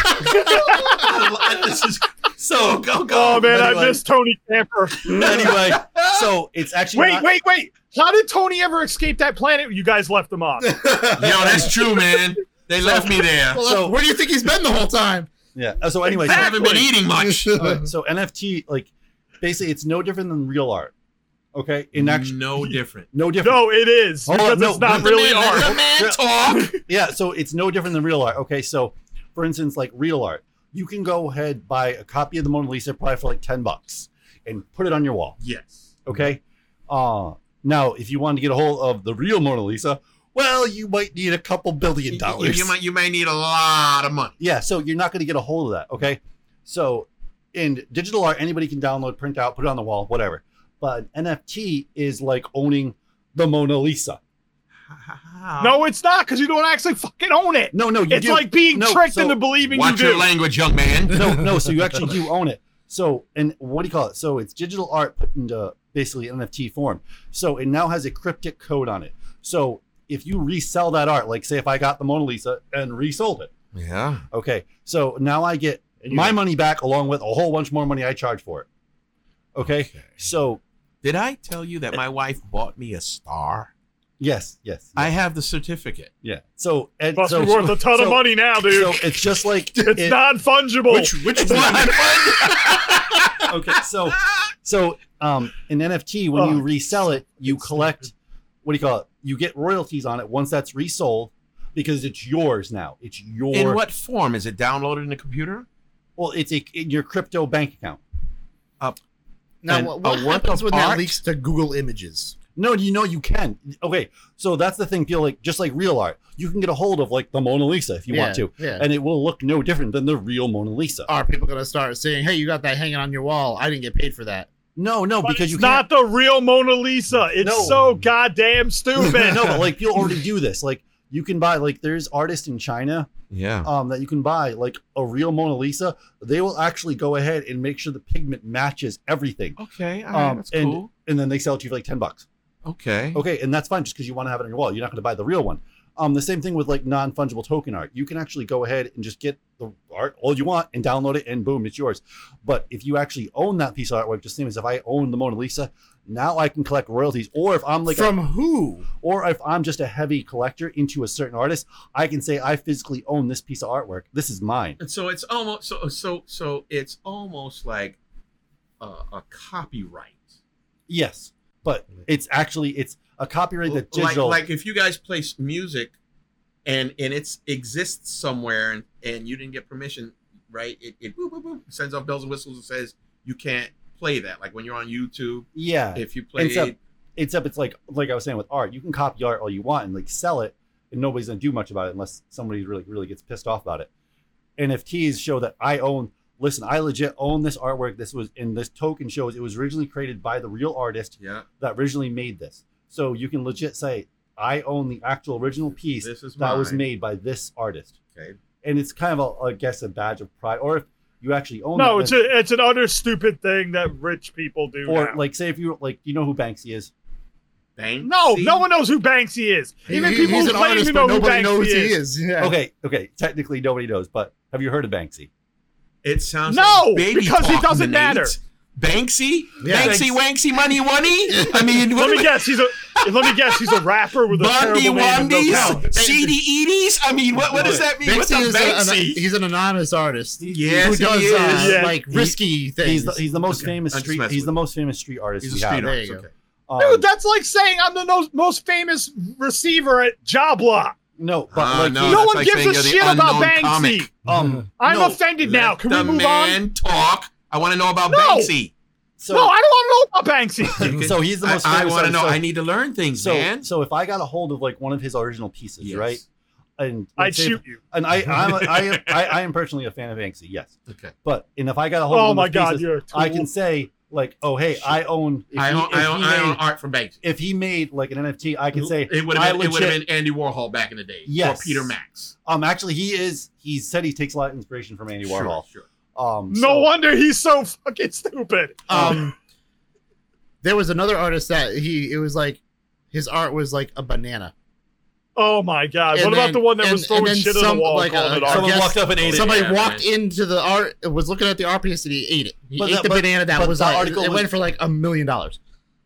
Speaker 6: this is so go go.
Speaker 3: Oh man,
Speaker 2: anyway.
Speaker 3: I miss Tony
Speaker 6: <laughs>
Speaker 3: Camper.
Speaker 2: anyway,
Speaker 3: <laughs>
Speaker 2: so it's actually
Speaker 3: Wait,
Speaker 2: not-
Speaker 3: wait, wait! How did Tony ever escape that planet? You guys left him
Speaker 2: <laughs>
Speaker 3: on.
Speaker 6: Yo, that's true, man. They left me there.
Speaker 5: Well,
Speaker 2: So-
Speaker 5: where do you think he's been the whole time?
Speaker 2: Yeah. uh, So anyway,
Speaker 6: I haven't been
Speaker 3: Exactly.
Speaker 6: eating much.
Speaker 2: Alright, so NFT, like basically, it's no different than real art. Okay, in
Speaker 3: Mm.
Speaker 2: actually,
Speaker 6: no different.
Speaker 2: no different.
Speaker 3: No, it is
Speaker 2: Hold
Speaker 3: because
Speaker 2: on, no,
Speaker 3: it's not
Speaker 2: let the
Speaker 3: really
Speaker 6: man,
Speaker 3: art.
Speaker 6: let the man talk.
Speaker 2: Yeah, so it's no different than real art. Okay, so for instance, like real art, you can go ahead buy a copy of the Mona Lisa probably for like ten bucks and put it on your wall.
Speaker 6: Yes.
Speaker 2: Okay, uh, now if you wanted to get a hold of the real Mona Lisa, well, you might need a couple billion
Speaker 6: You,
Speaker 2: dollars.
Speaker 6: you might you may need a lot of money.
Speaker 2: Yeah, so you're not going to get a hold of that. Okay. So in digital art, anybody can download, print out, put it on the wall, whatever. But an NFT is like owning the Mona Lisa.
Speaker 3: No, it's not because you don't actually fucking own it.
Speaker 2: No, no, you
Speaker 3: It's
Speaker 2: do.
Speaker 3: like being
Speaker 2: No,
Speaker 3: tricked
Speaker 2: so-
Speaker 3: into believing
Speaker 6: Watch
Speaker 3: you
Speaker 6: your
Speaker 3: do.
Speaker 6: language, young man.
Speaker 2: no, no. So you actually do own it. So, and what do you call it? So it's digital art put into basically NFT form. So it now has a cryptic code on it. So if you resell that art, like say if I got the Mona Lisa and resold it,
Speaker 6: Yeah.
Speaker 2: okay, so now I get my money back along with a whole bunch more money I charge for it. Okay. So
Speaker 6: Did I tell you that my wife bought me a star?
Speaker 2: Yes, yes.
Speaker 6: I have the certificate.
Speaker 2: yeah. So and
Speaker 3: Must
Speaker 2: so,
Speaker 3: be worth a ton
Speaker 2: so-
Speaker 3: of money now, dude.
Speaker 2: so it's just like
Speaker 3: <laughs> it's
Speaker 2: it-
Speaker 3: non fungible.
Speaker 5: which
Speaker 2: okay. So so um an NFT when you resell it, you collect what do you call it? You get royalties on it once that's resold because it's yours now. It's your
Speaker 6: In what form is it downloaded in the computer?
Speaker 2: well, it's a, in your crypto bank account.
Speaker 5: Now,
Speaker 6: And
Speaker 5: what,
Speaker 6: a
Speaker 5: what
Speaker 6: work
Speaker 5: happens
Speaker 6: of
Speaker 5: when
Speaker 6: art?
Speaker 5: that leaks to Google Images?
Speaker 2: No, you know you can. Okay, so that's the thing. Feel like just like real art, you can get a hold of like the Mona Lisa if you want
Speaker 5: Yeah, Uh,
Speaker 2: to,
Speaker 5: Yeah.
Speaker 2: and it will look no different than the real Mona Lisa.
Speaker 5: Are people going to start saying, "Hey, you got that hanging on your wall? I didn't get paid for that."
Speaker 2: No, no,
Speaker 3: But
Speaker 2: because
Speaker 3: it's
Speaker 2: you can't.
Speaker 3: not the real Mona Lisa. It's
Speaker 2: No.
Speaker 3: so goddamn
Speaker 2: <laughs>
Speaker 3: stupid.
Speaker 2: no, but like you'll already do this. Like you can buy like there's artists in China
Speaker 6: Yeah.
Speaker 2: um that you can buy like a real Mona Lisa. They will actually go ahead and make sure the pigment matches everything,
Speaker 6: Okay. All
Speaker 2: right, Um, that's and- cool. and then they sell it to you for like ten bucks.
Speaker 6: Okay.
Speaker 2: Okay, and that's fine just because you want to have it on your wall. You're not going to buy the real one. Um, the same thing with like non fungible token art. You can actually go ahead and just get the art all you want and download it, and boom, it's yours. But if you actually own that piece of artwork, just same as if I own the Mona Lisa, now I can collect royalties. Or if I'm like, a,
Speaker 5: From who?
Speaker 2: or if I'm just a heavy collector into a certain artist, I can say I physically own this piece of artwork. This is mine.
Speaker 4: And so it's almost so so so it's almost like a, a copyright.
Speaker 2: Yes, but it's actually it's a copyright that
Speaker 4: like
Speaker 2: digital.
Speaker 4: like if you guys place music and and it's exists somewhere and and you didn't get permission right it, it boop, boop, boop, sends off bells and whistles and says you can't play that like when you're on youtube
Speaker 2: yeah,
Speaker 4: if you play
Speaker 2: so- it's up. It's like like I was saying with art, you can copy art all you want and like sell it, and nobody's gonna do much about it unless somebody really really gets pissed off about it. NFTs show that I own. Listen, I legit own this artwork. This was in this token shows it was originally created by the real artist
Speaker 4: yeah
Speaker 2: that originally made this. So you can legit say I own the actual original piece
Speaker 4: this is
Speaker 2: that was
Speaker 4: mine.
Speaker 2: made by this artist.
Speaker 4: Okay.
Speaker 2: And it's kind of a, I guess a badge of pride, or if you actually own
Speaker 3: no,
Speaker 2: that,
Speaker 3: it's
Speaker 2: then-
Speaker 3: a, it's an utter stupid thing that rich people do.
Speaker 2: or
Speaker 3: now.
Speaker 2: like say if you like you know who Banksy is.
Speaker 4: Bang.
Speaker 3: no,
Speaker 4: See?
Speaker 3: no one knows who Banksy is. Even people who claim to know who Banksy is.
Speaker 5: Yeah.
Speaker 2: Okay, okay. Technically, nobody knows, but have you heard of Banksy?
Speaker 4: it sounds like
Speaker 3: No,
Speaker 6: Baby
Speaker 3: because
Speaker 6: talk
Speaker 3: it
Speaker 6: in the
Speaker 3: doesn't matter.
Speaker 6: 80s. Banksy,
Speaker 5: Yeah.
Speaker 6: Banksy, Wanksy, Money, Money. I mean, what
Speaker 3: Let me
Speaker 6: am I-
Speaker 3: guess, he's a let me guess, he's a rapper with a
Speaker 6: Bundy
Speaker 3: terrible name. and no talent.
Speaker 6: Wundies, Seedy Eaties. I mean, what, what does that mean? What's a
Speaker 5: Banksy is a- an-
Speaker 6: Banksy?
Speaker 5: he's an anonymous artist
Speaker 6: yes,
Speaker 5: who does
Speaker 6: he is.
Speaker 5: uh,
Speaker 3: Yeah.
Speaker 5: like risky things.
Speaker 2: He's the, he's the most famous
Speaker 4: I'm just
Speaker 2: street.
Speaker 4: messing
Speaker 2: He's
Speaker 4: with
Speaker 2: the most famous street artist.
Speaker 6: He's a
Speaker 2: we
Speaker 6: street
Speaker 2: have.
Speaker 5: There you
Speaker 6: artist.
Speaker 5: go.
Speaker 6: okay.
Speaker 2: Um,
Speaker 3: Dude, that's like saying I'm the no- most famous receiver at job lot.
Speaker 2: no, but
Speaker 6: Ah,
Speaker 2: like
Speaker 6: no,
Speaker 2: he-
Speaker 3: no
Speaker 6: that's
Speaker 3: one
Speaker 6: like
Speaker 3: gives
Speaker 6: saying
Speaker 3: a
Speaker 6: you're the
Speaker 3: shit about
Speaker 6: unknown
Speaker 3: Banksy.
Speaker 6: comic. <laughs>
Speaker 2: um,
Speaker 3: I'm
Speaker 2: no,
Speaker 3: offended now.
Speaker 6: Let
Speaker 3: Can
Speaker 6: the
Speaker 3: we move on?
Speaker 6: man talk. I want to know about
Speaker 3: No.
Speaker 6: Banksy.
Speaker 2: So,
Speaker 3: no, I don't want to know about Banksy.
Speaker 4: can-
Speaker 2: so he's the
Speaker 6: I,
Speaker 2: most. famous
Speaker 6: want to
Speaker 2: artist.
Speaker 6: know.
Speaker 2: So,
Speaker 6: I need to learn things,
Speaker 2: so,
Speaker 6: man.
Speaker 2: so if I got a hold of like one of his original pieces,
Speaker 6: Yes.
Speaker 2: right? And
Speaker 3: I'd
Speaker 2: let's say-
Speaker 3: shoot you.
Speaker 2: And I I'm a, I, am- I I am personally a fan of Banksy. Yes,
Speaker 6: Okay.
Speaker 2: but and if I got a hold of
Speaker 3: Oh
Speaker 2: one
Speaker 3: my
Speaker 2: of his
Speaker 3: god,
Speaker 2: pieces,
Speaker 3: you're a tool.
Speaker 2: I can say like, oh hey, I own. If
Speaker 4: I
Speaker 2: he,
Speaker 4: own,
Speaker 2: if
Speaker 4: I
Speaker 2: he
Speaker 4: own, I own
Speaker 2: made-
Speaker 4: art from Banksy.
Speaker 2: if he made like an NFT, I can say
Speaker 4: it would
Speaker 2: I
Speaker 4: have been, it would have
Speaker 2: legit-
Speaker 4: been Andy Warhol back in the day.
Speaker 2: Yes.
Speaker 4: Or Peter Max.
Speaker 2: Um, actually, he is. He said he takes a lot of inspiration from Andy Warhol.
Speaker 4: Sure,
Speaker 2: Um,
Speaker 3: no
Speaker 2: so-
Speaker 3: wonder he's so fucking stupid.
Speaker 2: Oh.
Speaker 5: Um, there was another artist that he it was like his art was like a banana.
Speaker 3: Oh my god.
Speaker 5: And
Speaker 3: What
Speaker 5: then-
Speaker 3: about the one that
Speaker 5: and-
Speaker 3: was
Speaker 5: and
Speaker 3: throwing
Speaker 5: then
Speaker 3: shit on
Speaker 5: some,
Speaker 3: the wall
Speaker 5: like,
Speaker 3: and calling it
Speaker 5: uh, some-
Speaker 2: <laughs>
Speaker 3: art?
Speaker 2: Someone
Speaker 5: Yes.
Speaker 2: walked up and ate it.
Speaker 5: Somebody
Speaker 4: yeah,
Speaker 5: walked into the art, was looking at the art piece and he ate it. He
Speaker 2: But
Speaker 5: ate
Speaker 2: that-
Speaker 5: the
Speaker 2: but-
Speaker 5: banana that
Speaker 2: but
Speaker 5: was
Speaker 2: that
Speaker 5: like,
Speaker 2: article
Speaker 5: it
Speaker 2: was-
Speaker 5: went for like a million dollars.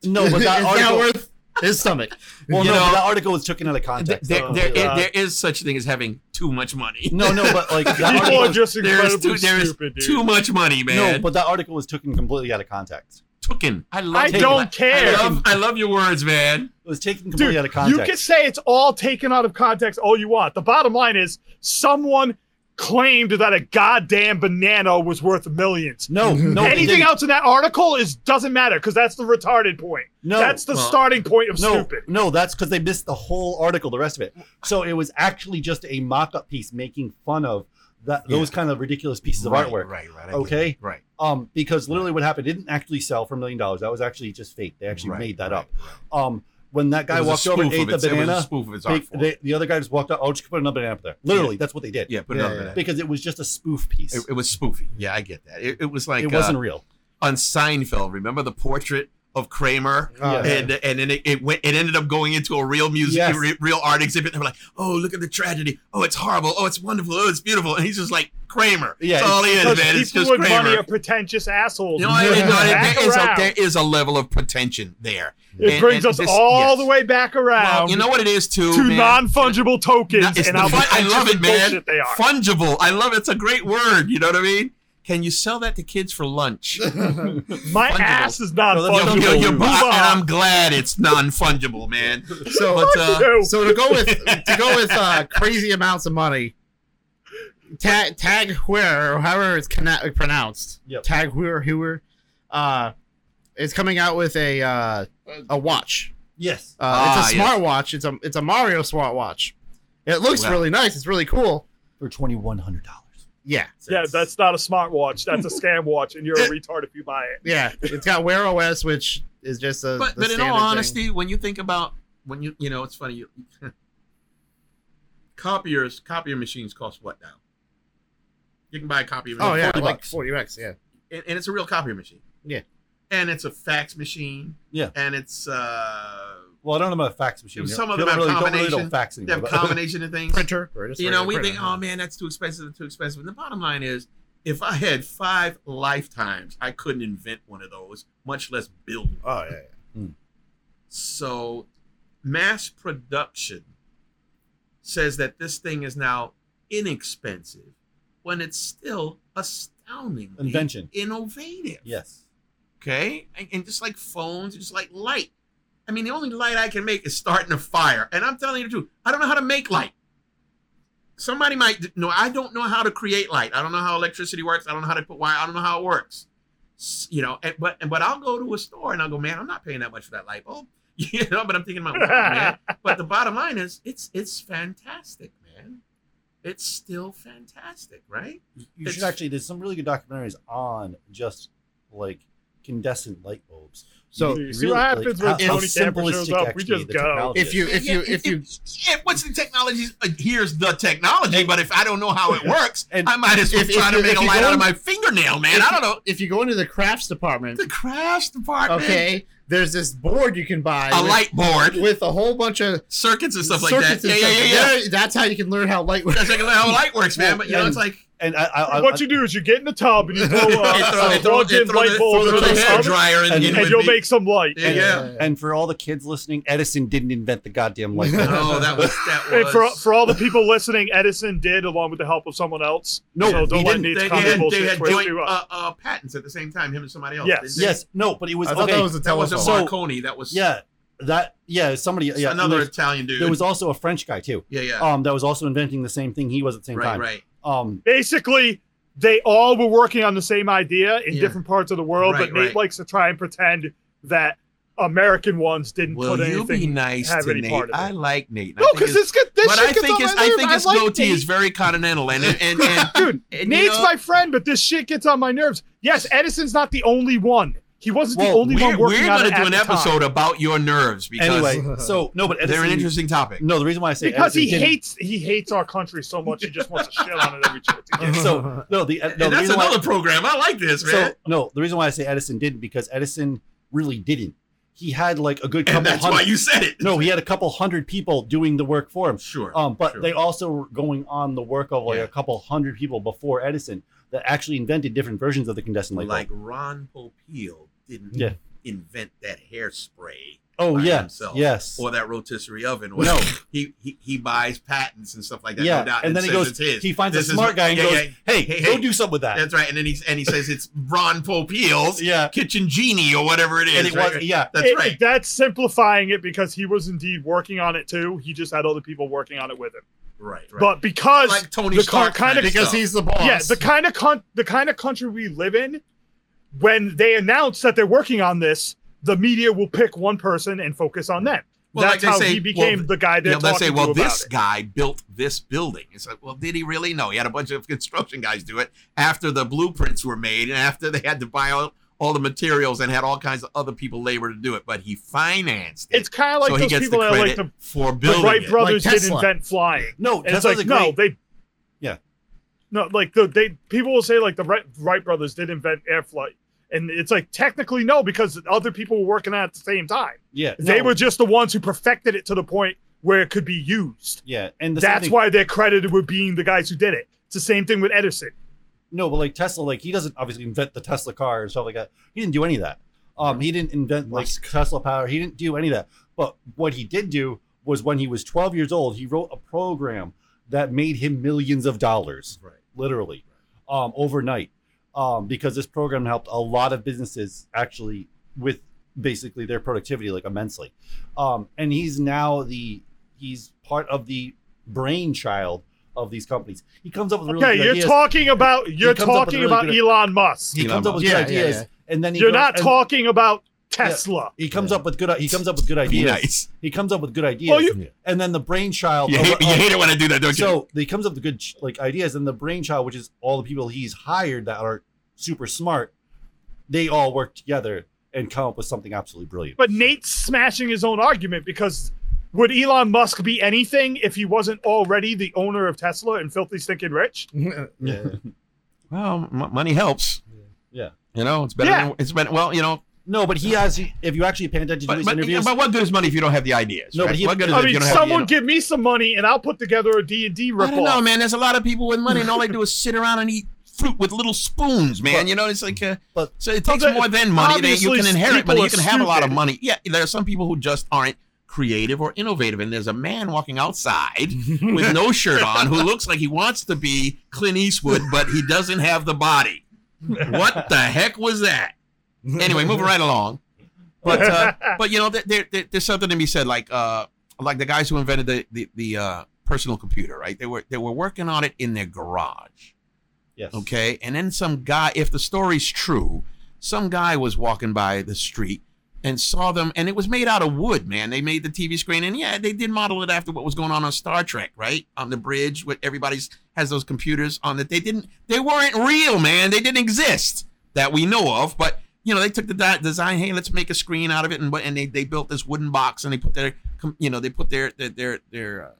Speaker 2: No,
Speaker 5: <laughs>
Speaker 2: but
Speaker 6: <laughs>
Speaker 2: that
Speaker 5: It's
Speaker 2: article.
Speaker 5: now worth his stomach.
Speaker 2: <laughs> well,
Speaker 6: you
Speaker 2: no, but
Speaker 6: know,
Speaker 2: that article was taken out of context.
Speaker 6: there,
Speaker 2: so-
Speaker 6: there-
Speaker 3: completely.
Speaker 6: there is such a thing as having too much money.
Speaker 2: no, no, but
Speaker 6: <laughs>
Speaker 2: like that
Speaker 3: People
Speaker 2: article
Speaker 3: are
Speaker 2: was,
Speaker 3: just
Speaker 6: There's
Speaker 3: incredibly
Speaker 6: too, there's
Speaker 3: stupid, dude.
Speaker 6: too much money,
Speaker 2: no,
Speaker 6: man.
Speaker 2: but that article was taken completely out of context.
Speaker 6: Tooken. I love.
Speaker 3: I
Speaker 6: Tooken.
Speaker 3: don't care.
Speaker 6: I love, I love your words, man.
Speaker 2: It was taken completely
Speaker 3: Dude,
Speaker 2: out of
Speaker 3: you can
Speaker 2: context.
Speaker 3: say it's all taken out of context all you want. The bottom line is someone claimed that a goddamn banana was worth millions.
Speaker 2: no,
Speaker 6: <laughs>
Speaker 2: no, they
Speaker 3: Anything
Speaker 2: didn't.
Speaker 3: else in that article is doesn't matter because that's the retarded point.
Speaker 2: No,
Speaker 3: that's the
Speaker 4: well,
Speaker 3: starting point of
Speaker 2: no,
Speaker 3: stupid.
Speaker 2: no. That's because they missed the whole article. The rest of it. So it was actually just a mock-up piece making fun of that those kind of ridiculous pieces
Speaker 6: Right,
Speaker 2: of artwork.
Speaker 6: Right, right. I get
Speaker 2: Okay.
Speaker 6: it. Right.
Speaker 2: Um, because literally what happened it didn't actually sell for a million dollars. That was actually just fake. They actually
Speaker 6: right,
Speaker 2: made that
Speaker 6: right,
Speaker 2: up. Um, when that guy
Speaker 6: It was a
Speaker 2: walked over and
Speaker 6: spoof
Speaker 2: ate
Speaker 6: of
Speaker 2: the
Speaker 6: its- it was a
Speaker 2: banana,
Speaker 6: spoof of its
Speaker 2: they,
Speaker 6: art form.
Speaker 2: they- the other guy just walked out. Oh, just put another banana up there. Literally, that's what they did.
Speaker 6: yeah, put it
Speaker 5: Yeah,
Speaker 6: on
Speaker 5: yeah.
Speaker 6: there.
Speaker 2: Because it was just a spoof piece.
Speaker 6: It,
Speaker 2: It,
Speaker 6: it was spoofy. Yeah, I get that. It, it was like uh,
Speaker 2: wasn't real.
Speaker 6: on Seinfeld. Remember the portrait of Kramer?
Speaker 5: Uh,
Speaker 2: Oh, Yeah.
Speaker 6: And, and then it, it went. It ended up going into a real museum,
Speaker 2: Yes.
Speaker 6: re- real art exhibit. And they were like, "Oh, look at the tragedy! Oh, it's horrible! Oh, it's wonderful! Oh, it's beautiful!" And he's just like Kramer.
Speaker 2: Yeah,
Speaker 6: That's all he is,
Speaker 3: Because
Speaker 6: man. It's
Speaker 3: people
Speaker 6: just
Speaker 3: with
Speaker 6: Kramer.
Speaker 3: money are pretentious assholes.
Speaker 6: You know, I- you know,
Speaker 3: Back
Speaker 6: there, is a,
Speaker 3: around.
Speaker 6: there is a level of pretension there.
Speaker 3: it
Speaker 6: and-
Speaker 3: brings
Speaker 6: and
Speaker 3: us
Speaker 6: this-
Speaker 3: all
Speaker 6: yes.
Speaker 3: the way back around
Speaker 6: Well, you know what it is too.
Speaker 3: to
Speaker 6: man?
Speaker 3: non-fungible
Speaker 6: No,
Speaker 3: tokens
Speaker 6: it's
Speaker 3: and
Speaker 6: the
Speaker 3: how
Speaker 6: fun- I
Speaker 3: pretentious
Speaker 6: love it,
Speaker 3: and
Speaker 6: man.
Speaker 3: bullshit they are.
Speaker 6: Fungible. I love it. It's a great word. You know what I mean? Can you sell that to kids for
Speaker 5: <laughs>
Speaker 6: lunch?
Speaker 3: My
Speaker 6: fungible.
Speaker 3: ass is not
Speaker 2: No, that's
Speaker 6: Yo,
Speaker 3: fungible.
Speaker 6: yo, yo,
Speaker 3: Oh, Move
Speaker 6: and
Speaker 3: on.
Speaker 6: I'm glad it's non-fungible,
Speaker 5: <laughs>
Speaker 6: man.
Speaker 5: so
Speaker 6: But, uh,
Speaker 3: Yo.
Speaker 5: So to go with to go with uh, crazy amounts of money, tag tag where or however it's conna- pronounced,
Speaker 2: Yep.
Speaker 5: tag where whoer, uh, is coming out with a uh, a watch.
Speaker 2: Yes.
Speaker 5: Uh,
Speaker 6: Ah,
Speaker 5: it's a
Speaker 6: yes.
Speaker 5: smart watch. It's a it's a Mario smart watch. It looks
Speaker 6: Wow.
Speaker 5: really nice. It's really cool.
Speaker 2: For twenty one hundred dollars.
Speaker 5: Yeah,
Speaker 3: Yeah, that's not a smartwatch. That's a scam watch, and you're a retard if you buy it.
Speaker 5: yeah. It's got Wear OS, which is just a.
Speaker 6: But
Speaker 5: the
Speaker 6: but in
Speaker 5: standard
Speaker 6: all
Speaker 5: thing.
Speaker 6: honesty, when you think about when you you know, it's funny. You, <laughs> copiers, copier machines cost what now? You can buy a copier.
Speaker 5: oh
Speaker 6: machine,
Speaker 5: yeah,
Speaker 6: 40
Speaker 5: like
Speaker 6: bucks.
Speaker 5: forty bucks. Yeah,
Speaker 6: and, and it's a real copier machine.
Speaker 5: Yeah.
Speaker 6: And it's a fax machine.
Speaker 2: Yeah.
Speaker 6: And it's uh,
Speaker 2: Well, I don't know about fax machines.
Speaker 6: Some of
Speaker 2: They don't
Speaker 6: them have
Speaker 2: really, don't really
Speaker 6: combination-
Speaker 2: don't fax
Speaker 6: they
Speaker 2: anymore,
Speaker 6: have a
Speaker 2: but-
Speaker 6: combination of
Speaker 5: <laughs>
Speaker 6: things.
Speaker 5: printer. Or just
Speaker 6: You know, we
Speaker 5: regular
Speaker 6: think,
Speaker 5: printer.
Speaker 6: oh man, that's too expensive, too expensive. And the bottom line is, if I had five lifetimes, I couldn't invent one of those, much less build. one.
Speaker 5: Oh yeah.
Speaker 6: So, mass production says that this thing is now inexpensive, when it's still astoundingly
Speaker 2: <laughs> Invention.
Speaker 6: innovative.
Speaker 2: Yes.
Speaker 6: okay and, and just like phones just like light i mean the only light i can make is starting a fire and i'm telling you the truth i don't know how to make light somebody might know i don't know how to create light i don't know how electricity works i don't know how to put wire i don't know how it works S- you know and, but and, but i'll go to a store and i'll go man i'm not paying that much for that light bulb <laughs> you know but i'm thinking about man but the bottom line is it's it's fantastic man it's still fantastic right
Speaker 2: You should
Speaker 6: It's-
Speaker 2: actually. There's some really good documentaries on just like incandescent light bulbs.
Speaker 6: Mm-hmm.
Speaker 5: So
Speaker 3: You see what happens
Speaker 2: how-
Speaker 3: when
Speaker 2: how
Speaker 3: Tony Camper shows
Speaker 2: simplistic
Speaker 3: up? We
Speaker 2: actually
Speaker 3: just
Speaker 2: the
Speaker 3: go.
Speaker 2: technology
Speaker 5: If
Speaker 2: is.
Speaker 5: you if
Speaker 6: Yeah,
Speaker 5: you
Speaker 6: yeah,
Speaker 5: if you
Speaker 6: yeah, what's the technology? Uh, here's the technology, but if I don't know how it
Speaker 5: <laughs>
Speaker 6: works,
Speaker 2: And
Speaker 6: I might as well
Speaker 5: if-
Speaker 6: try
Speaker 5: if
Speaker 6: to
Speaker 5: you-
Speaker 6: make
Speaker 5: if
Speaker 6: a
Speaker 5: you
Speaker 6: light
Speaker 5: go
Speaker 6: out of
Speaker 5: in-
Speaker 6: my fingernail, man. I don't know.
Speaker 5: if you go into the crafts department,
Speaker 6: The crash department,
Speaker 5: okay, there's this board you can buy
Speaker 6: a
Speaker 5: with,
Speaker 6: light board,
Speaker 5: with a whole bunch of
Speaker 6: circuits and stuff like that.
Speaker 5: circuits
Speaker 6: Yeah,
Speaker 5: and
Speaker 6: yeah,
Speaker 5: stuff.
Speaker 6: yeah, yeah.
Speaker 5: There- That's how you can learn how light works.
Speaker 6: That's like how light works, man. But you know,
Speaker 2: And-
Speaker 6: it's like
Speaker 2: and I, I, I,
Speaker 3: what you do is you get in the tub
Speaker 6: <laughs>
Speaker 3: and you throw
Speaker 6: they throw,
Speaker 3: uh,
Speaker 6: they
Speaker 3: a
Speaker 6: throw, they
Speaker 3: plug-in
Speaker 6: throw,
Speaker 3: light
Speaker 6: the, throw
Speaker 3: bulb
Speaker 6: the,
Speaker 3: in the
Speaker 6: hair
Speaker 3: tub,
Speaker 6: dryer in,
Speaker 2: And-
Speaker 6: in
Speaker 2: and
Speaker 3: and
Speaker 6: with
Speaker 3: you'll
Speaker 6: me.
Speaker 3: make some light.
Speaker 6: Yeah, yeah.
Speaker 2: and for all the kids listening, Edison didn't invent the goddamn light
Speaker 6: <laughs>
Speaker 2: bulb.
Speaker 6: No, Oh, that was that
Speaker 3: And
Speaker 6: was.
Speaker 3: for, for all the people listening, Edison did, along with the help of someone else.
Speaker 2: No,
Speaker 3: so
Speaker 2: he
Speaker 3: don't let
Speaker 2: didn't.
Speaker 3: Nate's
Speaker 6: they,
Speaker 3: comment
Speaker 6: had,
Speaker 3: bullshit
Speaker 6: they had
Speaker 3: twist
Speaker 6: joint
Speaker 3: you up.
Speaker 6: uh, uh, patents at the same time, him and somebody else.
Speaker 3: Yes.
Speaker 6: didn't
Speaker 2: <laughs>
Speaker 6: they?
Speaker 2: yes, no, but it was
Speaker 5: I thought
Speaker 2: okay.
Speaker 5: that was a
Speaker 6: that was a
Speaker 5: telephone.
Speaker 2: So-
Speaker 6: Marconi. That was
Speaker 2: yeah, that yeah, somebody yeah, and
Speaker 6: another
Speaker 2: there's-
Speaker 6: Italian dude.
Speaker 2: There was also a French guy too,
Speaker 6: yeah, yeah.
Speaker 2: um, that was also inventing the same thing he was at the same
Speaker 6: right,
Speaker 2: time.
Speaker 6: right.
Speaker 2: Um,
Speaker 3: Basically, they all were working on the same idea in
Speaker 6: Yeah.
Speaker 3: different parts of the world,
Speaker 6: Right,
Speaker 3: but Nate
Speaker 6: right.
Speaker 3: likes to try and pretend that American ones didn't
Speaker 6: Will
Speaker 3: put
Speaker 6: you be
Speaker 3: anything.
Speaker 6: nice
Speaker 3: have
Speaker 6: to
Speaker 3: any
Speaker 6: Nate?
Speaker 3: part of it.
Speaker 6: I like Nate.
Speaker 3: no, because this, get- this
Speaker 6: but
Speaker 3: shit
Speaker 6: I
Speaker 3: gets
Speaker 6: think
Speaker 3: on my
Speaker 6: his I
Speaker 3: nerves.
Speaker 6: think his
Speaker 3: like
Speaker 6: goatee
Speaker 3: Nate.
Speaker 6: is very continental, and
Speaker 2: <laughs>
Speaker 6: and and, and,
Speaker 3: Dude,
Speaker 6: and you
Speaker 3: Nate's
Speaker 6: know,
Speaker 3: my friend, but this shit gets on my nerves. Yes, Edison's not the only one. He wasn't the
Speaker 2: Well,
Speaker 3: only
Speaker 6: We're,
Speaker 3: one working
Speaker 6: we're
Speaker 3: on
Speaker 6: going
Speaker 3: it
Speaker 6: to do
Speaker 3: at
Speaker 6: an
Speaker 3: the time.
Speaker 6: episode about your nerves because
Speaker 2: anyway,
Speaker 6: <laughs>
Speaker 2: so no, but Edison,
Speaker 6: they're an interesting topic.
Speaker 2: No, the reason why I say
Speaker 3: because
Speaker 2: Edison
Speaker 3: he
Speaker 2: didn't-
Speaker 3: hates he hates our country so much he just wants to shit on it every chance he
Speaker 6: Uh-huh.
Speaker 3: gets.
Speaker 2: So no, the no,
Speaker 6: and
Speaker 2: the
Speaker 6: that's
Speaker 2: reason why-
Speaker 6: another program. I like this, man.
Speaker 2: So no, the reason why I say Edison didn't because Edison really didn't. He had like a good couple
Speaker 6: and that's
Speaker 2: hundred.
Speaker 6: why you said it.
Speaker 2: no, he had a couple hundred people doing the work for him.
Speaker 6: sure.
Speaker 2: Um, but
Speaker 6: sure.
Speaker 2: they also were going on the work of like
Speaker 6: Yeah.
Speaker 2: a couple hundred people before Edison that actually invented different versions of the condensing light bulb.
Speaker 6: like Ron Popeil didn't
Speaker 2: oh Yeah.
Speaker 6: invent that hairspray
Speaker 2: oh
Speaker 6: by
Speaker 2: yeah,
Speaker 6: himself.
Speaker 2: yes.
Speaker 6: or that rotisserie oven. Or
Speaker 2: No,
Speaker 6: <laughs> he, he he buys patents and stuff like that.
Speaker 2: yeah,
Speaker 6: no doubt,
Speaker 2: and then he
Speaker 6: says
Speaker 2: goes.
Speaker 6: it's his.
Speaker 2: He finds a
Speaker 6: This is
Speaker 2: smart
Speaker 6: my-
Speaker 2: guy and
Speaker 6: yeah,
Speaker 2: goes,
Speaker 6: yeah.
Speaker 2: "Hey,
Speaker 6: Hey,
Speaker 2: go
Speaker 6: hey.
Speaker 2: do something with that."
Speaker 6: <laughs> That's right. And then he and he says it's Ron Popeil's
Speaker 2: yeah,
Speaker 6: kitchen genie or whatever it is.
Speaker 2: and it
Speaker 6: right?
Speaker 2: was yeah,
Speaker 6: That's
Speaker 3: It-
Speaker 6: right.
Speaker 3: That's simplifying it because he was indeed working on it too. He just had other people working on it with him.
Speaker 6: Right. Right.
Speaker 3: But because
Speaker 6: like Tony
Speaker 3: the kind
Speaker 6: Stark kind
Speaker 3: of-
Speaker 6: of
Speaker 5: because he's the boss.
Speaker 3: yeah, the kind of con- the kind of country we live in, when they announce that they're working on this, the media will pick one person and focus on them.
Speaker 6: Well,
Speaker 3: that's
Speaker 6: like
Speaker 3: how
Speaker 6: they say,
Speaker 3: he became
Speaker 6: well,
Speaker 3: the guy
Speaker 6: you
Speaker 3: they're
Speaker 6: know, let's say,
Speaker 3: talking to
Speaker 6: well,
Speaker 3: about
Speaker 6: this
Speaker 3: it.
Speaker 6: guy built this building. It's like, well, did he really? No, he had a bunch of construction guys do it after the blueprints were made and after they had to buy all, all the materials and had all kinds of other people labor to do it. But he financed it,
Speaker 3: It's kind of like
Speaker 6: so he
Speaker 3: those
Speaker 6: gets the
Speaker 3: people that are like
Speaker 6: credit
Speaker 3: the,
Speaker 6: for
Speaker 3: the
Speaker 6: building
Speaker 3: Wright
Speaker 6: it.
Speaker 3: brothers
Speaker 5: Like
Speaker 3: did
Speaker 5: Tesla.
Speaker 3: invent flying.
Speaker 2: no.
Speaker 3: And it's
Speaker 2: Tesla's
Speaker 3: like
Speaker 2: a
Speaker 3: no,
Speaker 2: great.
Speaker 3: they
Speaker 2: Yeah.
Speaker 3: no, like the they people will say like the Wright, Wright brothers did invent air flight, and it's like technically no because other people were working on it at the same time.
Speaker 2: yeah,
Speaker 3: They
Speaker 2: no,
Speaker 3: were just the ones who perfected it to the point where it could be used.
Speaker 2: yeah, and the same
Speaker 3: That's
Speaker 2: thing-
Speaker 3: why they're credited with being the guys who did it. It's the same thing with Edison.
Speaker 2: No, but like Tesla, like he doesn't obviously invent the Tesla car and stuff like that. He didn't do any of that. Um, he didn't invent like Tesla power. He didn't do any of that. But what he did do was when he was 12 years old, he wrote a program that made him millions of dollars,
Speaker 6: Right.
Speaker 2: literally, um, overnight. Um, because this program helped a lot of businesses actually with basically their productivity like immensely. Um, and he's now the he's part of the brainchild of these companies. He comes up with really
Speaker 3: okay,
Speaker 2: good
Speaker 3: you're
Speaker 2: ideas
Speaker 3: talking about you're
Speaker 2: comes up with
Speaker 3: talking
Speaker 2: really
Speaker 3: about
Speaker 2: good-
Speaker 3: Elon Musk.
Speaker 2: he
Speaker 6: Elon
Speaker 2: comes up with
Speaker 5: Musk.
Speaker 2: good
Speaker 5: Yeah, yeah,
Speaker 2: ideas, and then he
Speaker 3: You're
Speaker 2: goes
Speaker 3: not
Speaker 2: and-
Speaker 3: talking about Tesla.
Speaker 2: He comes
Speaker 7: Yeah.
Speaker 2: up with good. He comes up with good
Speaker 6: Be
Speaker 2: ideas.
Speaker 6: nice.
Speaker 2: He comes up with good ideas,
Speaker 3: Oh, you-
Speaker 2: and then the brainchild.
Speaker 6: You
Speaker 2: of-
Speaker 6: hate, you
Speaker 2: of-
Speaker 6: hate it when I do that, don't you?
Speaker 2: so he comes up with good like ideas, and the brainchild, which is all the people he's hired that are super smart, they all work together and come up with something absolutely brilliant.
Speaker 3: But Nate's smashing his own argument because would Elon Musk be anything if he wasn't already the owner of Tesla and filthy stinking rich?
Speaker 5: <laughs> yeah.
Speaker 6: well, m- money helps.
Speaker 2: Yeah.
Speaker 6: You know, it's better.
Speaker 3: Yeah.
Speaker 6: Than, it's better. Well, you know,
Speaker 2: <laughs> No, but he has. If you actually pay attention to
Speaker 6: but,
Speaker 2: his
Speaker 6: but,
Speaker 2: interviews,
Speaker 6: but what good is money if you don't have the ideas?
Speaker 2: No,
Speaker 6: right?
Speaker 2: but he-
Speaker 6: what good is
Speaker 3: I
Speaker 6: it if you
Speaker 3: mean,
Speaker 6: don't have the
Speaker 3: someone
Speaker 6: inno-
Speaker 3: give me some money and I'll put together a D&D
Speaker 6: I don't know,
Speaker 3: ripoff.
Speaker 6: man. There's a lot of people with money, and all they do is sit around and eat fruit with little spoons, man. you know, it's like, uh,
Speaker 2: but-
Speaker 6: so it takes
Speaker 3: But
Speaker 6: more than money. They- You
Speaker 3: obviously
Speaker 6: can inherit
Speaker 3: people
Speaker 6: money. You
Speaker 3: are
Speaker 6: can have a lot of
Speaker 3: stupid.
Speaker 6: money. Yeah, there are some people who just aren't creative or innovative. And there's a man
Speaker 3: <laughs>
Speaker 6: walking outside with no shirt on who looks like he wants to be Clint Eastwood, but he doesn't have the body. What the heck was that? Anyway, moving right along. But uh, but you know, there, there, there- there's something to be said. Like uh, like the guys who invented the the, the uh, personal computer, right? They were they were working on it in their garage,
Speaker 2: yes,
Speaker 6: okay. And then some guy, if the story's true, some guy was walking by the street and saw them, and it was made out of wood, man. They made the TV screen, and yeah, they did model it after what was going on on Star Trek, right? On the bridge, with everybody's has those computers on that. They didn't, they weren't real, man. They didn't exist that we know of, but. You know, they took the di- design. Hey, let's make a screen out of it, and but and they, they built this wooden box, and they put their, com- you know, they put their their their, their uh,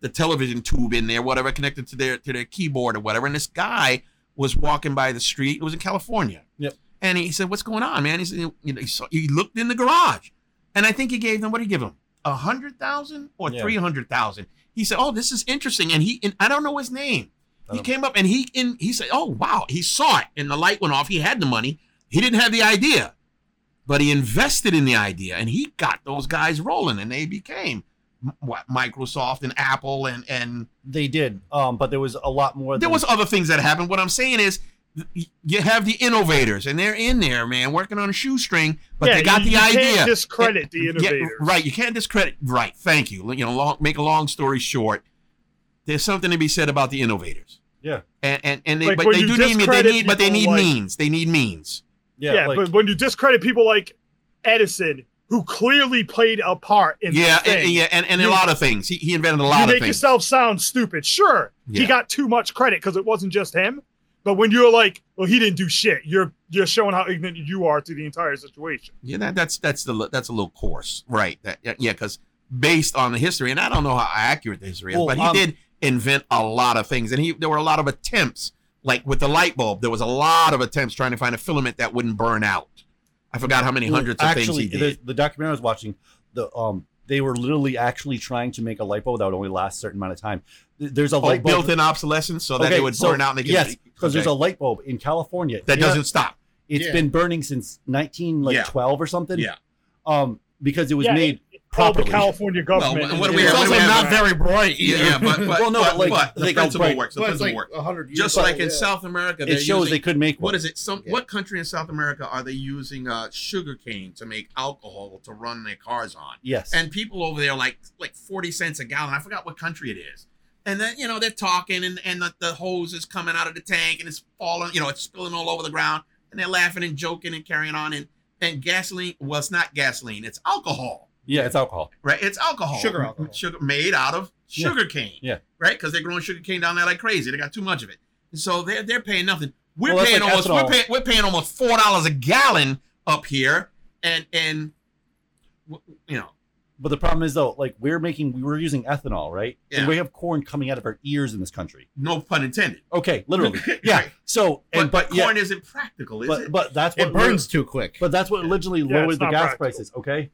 Speaker 6: the television tube in there, whatever, connected to their to their keyboard or whatever. And this guy was walking by the street. It was in California.
Speaker 2: Yep.
Speaker 6: And he said, "What's going on, man?" He said, "You know," he, saw, he looked in the garage, and I think he gave them what did he give them a hundred thousand or
Speaker 2: Yeah.
Speaker 6: three hundred thousand. He said, "Oh, this is interesting," and he and I don't know his name.
Speaker 2: I
Speaker 6: He
Speaker 2: don't-
Speaker 6: came up and he in he said, "Oh wow!" He saw it, and the light went off. He had the money. He didn't have the idea, but he invested in the idea, and he got those guys rolling, and they became m- what Microsoft and Apple and and
Speaker 2: they did. Um, but there was a lot more.
Speaker 6: there
Speaker 2: than-
Speaker 6: was other things that happened. What I'm saying is, y- you have the innovators, and they're in there, man, working on a shoestring, but
Speaker 3: Yeah,
Speaker 6: they got
Speaker 3: you-
Speaker 6: the
Speaker 3: you can't
Speaker 6: idea.
Speaker 3: discredit the
Speaker 6: Yeah,
Speaker 3: innovators.
Speaker 6: right, you can't discredit. Right, thank you. You know, long, make a long story short. There's something to be said about the innovators.
Speaker 2: Yeah.
Speaker 6: and and, and they,
Speaker 3: Like,
Speaker 6: but
Speaker 3: when
Speaker 6: they
Speaker 3: you
Speaker 6: do need me. They
Speaker 3: discredit
Speaker 6: need, but they
Speaker 3: people
Speaker 6: need
Speaker 3: like-
Speaker 6: means. They need means.
Speaker 2: yeah,
Speaker 3: Yeah,
Speaker 2: like,
Speaker 3: but when you discredit people like Edison, who clearly played a part in
Speaker 6: Yeah,
Speaker 3: this
Speaker 6: and,
Speaker 3: thing,
Speaker 6: and yeah, and, and a
Speaker 3: You-
Speaker 6: lot of things. He, he invented a
Speaker 3: you
Speaker 6: lot
Speaker 3: make
Speaker 6: of things.
Speaker 3: yourself sound stupid. Sure,
Speaker 6: Yeah.
Speaker 3: he got too much credit because it wasn't just him. But when you're like, well, he didn't do shit, you're you're showing how ignorant you are to the entire situation.
Speaker 6: Yeah, that, that's that's the that's a little coarse, right? That yeah, because based on the history, and I don't know how accurate the history is,
Speaker 2: Well,
Speaker 6: but he
Speaker 2: um,
Speaker 6: did invent a lot of things, and he there were a lot of attempts, like with the light bulb, there was a lot of attempts trying to find a filament that wouldn't burn out. I forgot how many hundreds of
Speaker 2: actually,
Speaker 6: things he did.
Speaker 2: The, the documentary I was watching, the um, they were literally actually trying to make a light bulb that would only last a certain amount of time. Th- There's a
Speaker 6: Oh,
Speaker 2: light bulb
Speaker 6: built-in obsolescence, so that it would
Speaker 2: so-
Speaker 6: burn out. And they could,
Speaker 2: yes, because there's a
Speaker 6: okay.
Speaker 2: light bulb in California
Speaker 6: that
Speaker 2: It-
Speaker 6: doesn't stop.
Speaker 2: It's
Speaker 5: Yeah.
Speaker 2: been burning since 19 like
Speaker 4: Yeah.
Speaker 2: 12 or something.
Speaker 4: Yeah.
Speaker 2: Um, because it was
Speaker 3: Yeah,
Speaker 2: made
Speaker 3: Called
Speaker 2: properly.
Speaker 3: the California government.
Speaker 6: what-
Speaker 3: and
Speaker 6: what
Speaker 3: they
Speaker 6: do we
Speaker 3: were
Speaker 5: It's
Speaker 6: have?
Speaker 3: like,
Speaker 5: also
Speaker 6: Yeah.
Speaker 5: not very bright.
Speaker 6: Yeah,
Speaker 5: either.
Speaker 6: yeah, but,
Speaker 2: <laughs>
Speaker 6: but
Speaker 2: Well, no,
Speaker 6: but,
Speaker 2: like,
Speaker 6: but the
Speaker 2: they go
Speaker 6: principle
Speaker 2: break-
Speaker 6: works. The
Speaker 5: But it's
Speaker 6: principle
Speaker 5: like
Speaker 6: works.
Speaker 5: 100 years
Speaker 6: Just like in
Speaker 5: old, yeah.
Speaker 6: South America,
Speaker 2: It
Speaker 6: they're
Speaker 2: shows
Speaker 6: using-
Speaker 2: they could make one.
Speaker 6: what is it? Some
Speaker 5: Yeah.
Speaker 6: what country in South America are they using uh, sugar cane to make alcohol to run their cars on?
Speaker 2: Yes.
Speaker 6: And people over there like like forty cents a gallon. I forgot what country it is. And then you know they're talking, and and the, the hose is coming out of the tank, and it's falling. You know it's spilling all over the ground, and they're laughing and joking and carrying on. And and gasoline was it's not gasoline. It's alcohol,
Speaker 2: yeah, it's alcohol.
Speaker 6: right? It's alcohol.
Speaker 5: Sugar alcohol.
Speaker 6: Sugar made out of
Speaker 2: Yeah.
Speaker 6: sugar cane.
Speaker 2: Yeah.
Speaker 6: Right? Because they're growing sugar cane down there like crazy. They got too much of it. And so they're they're paying nothing. We're
Speaker 2: Well, that's
Speaker 6: paying
Speaker 2: like
Speaker 6: almost
Speaker 2: ethanol.
Speaker 6: we're paying, we're paying almost four dollars a gallon up here. And and w- you know,
Speaker 2: But the problem is though, like we're making, we were using ethanol, right?
Speaker 6: Yeah.
Speaker 2: And we have corn coming out of our ears in this country.
Speaker 6: no pun intended.
Speaker 2: Okay,
Speaker 6: <laughs>
Speaker 2: literally. Yeah.
Speaker 6: Right.
Speaker 2: So,
Speaker 6: But,
Speaker 2: and
Speaker 6: but,
Speaker 2: but, yeah,
Speaker 6: corn isn't practical, is
Speaker 2: but
Speaker 6: it?
Speaker 2: but that's what
Speaker 5: It burns too quick.
Speaker 2: But that's what originally
Speaker 3: Yeah,
Speaker 2: lowered
Speaker 3: it's
Speaker 2: the
Speaker 3: not
Speaker 2: gas
Speaker 3: practical.
Speaker 2: prices. Okay.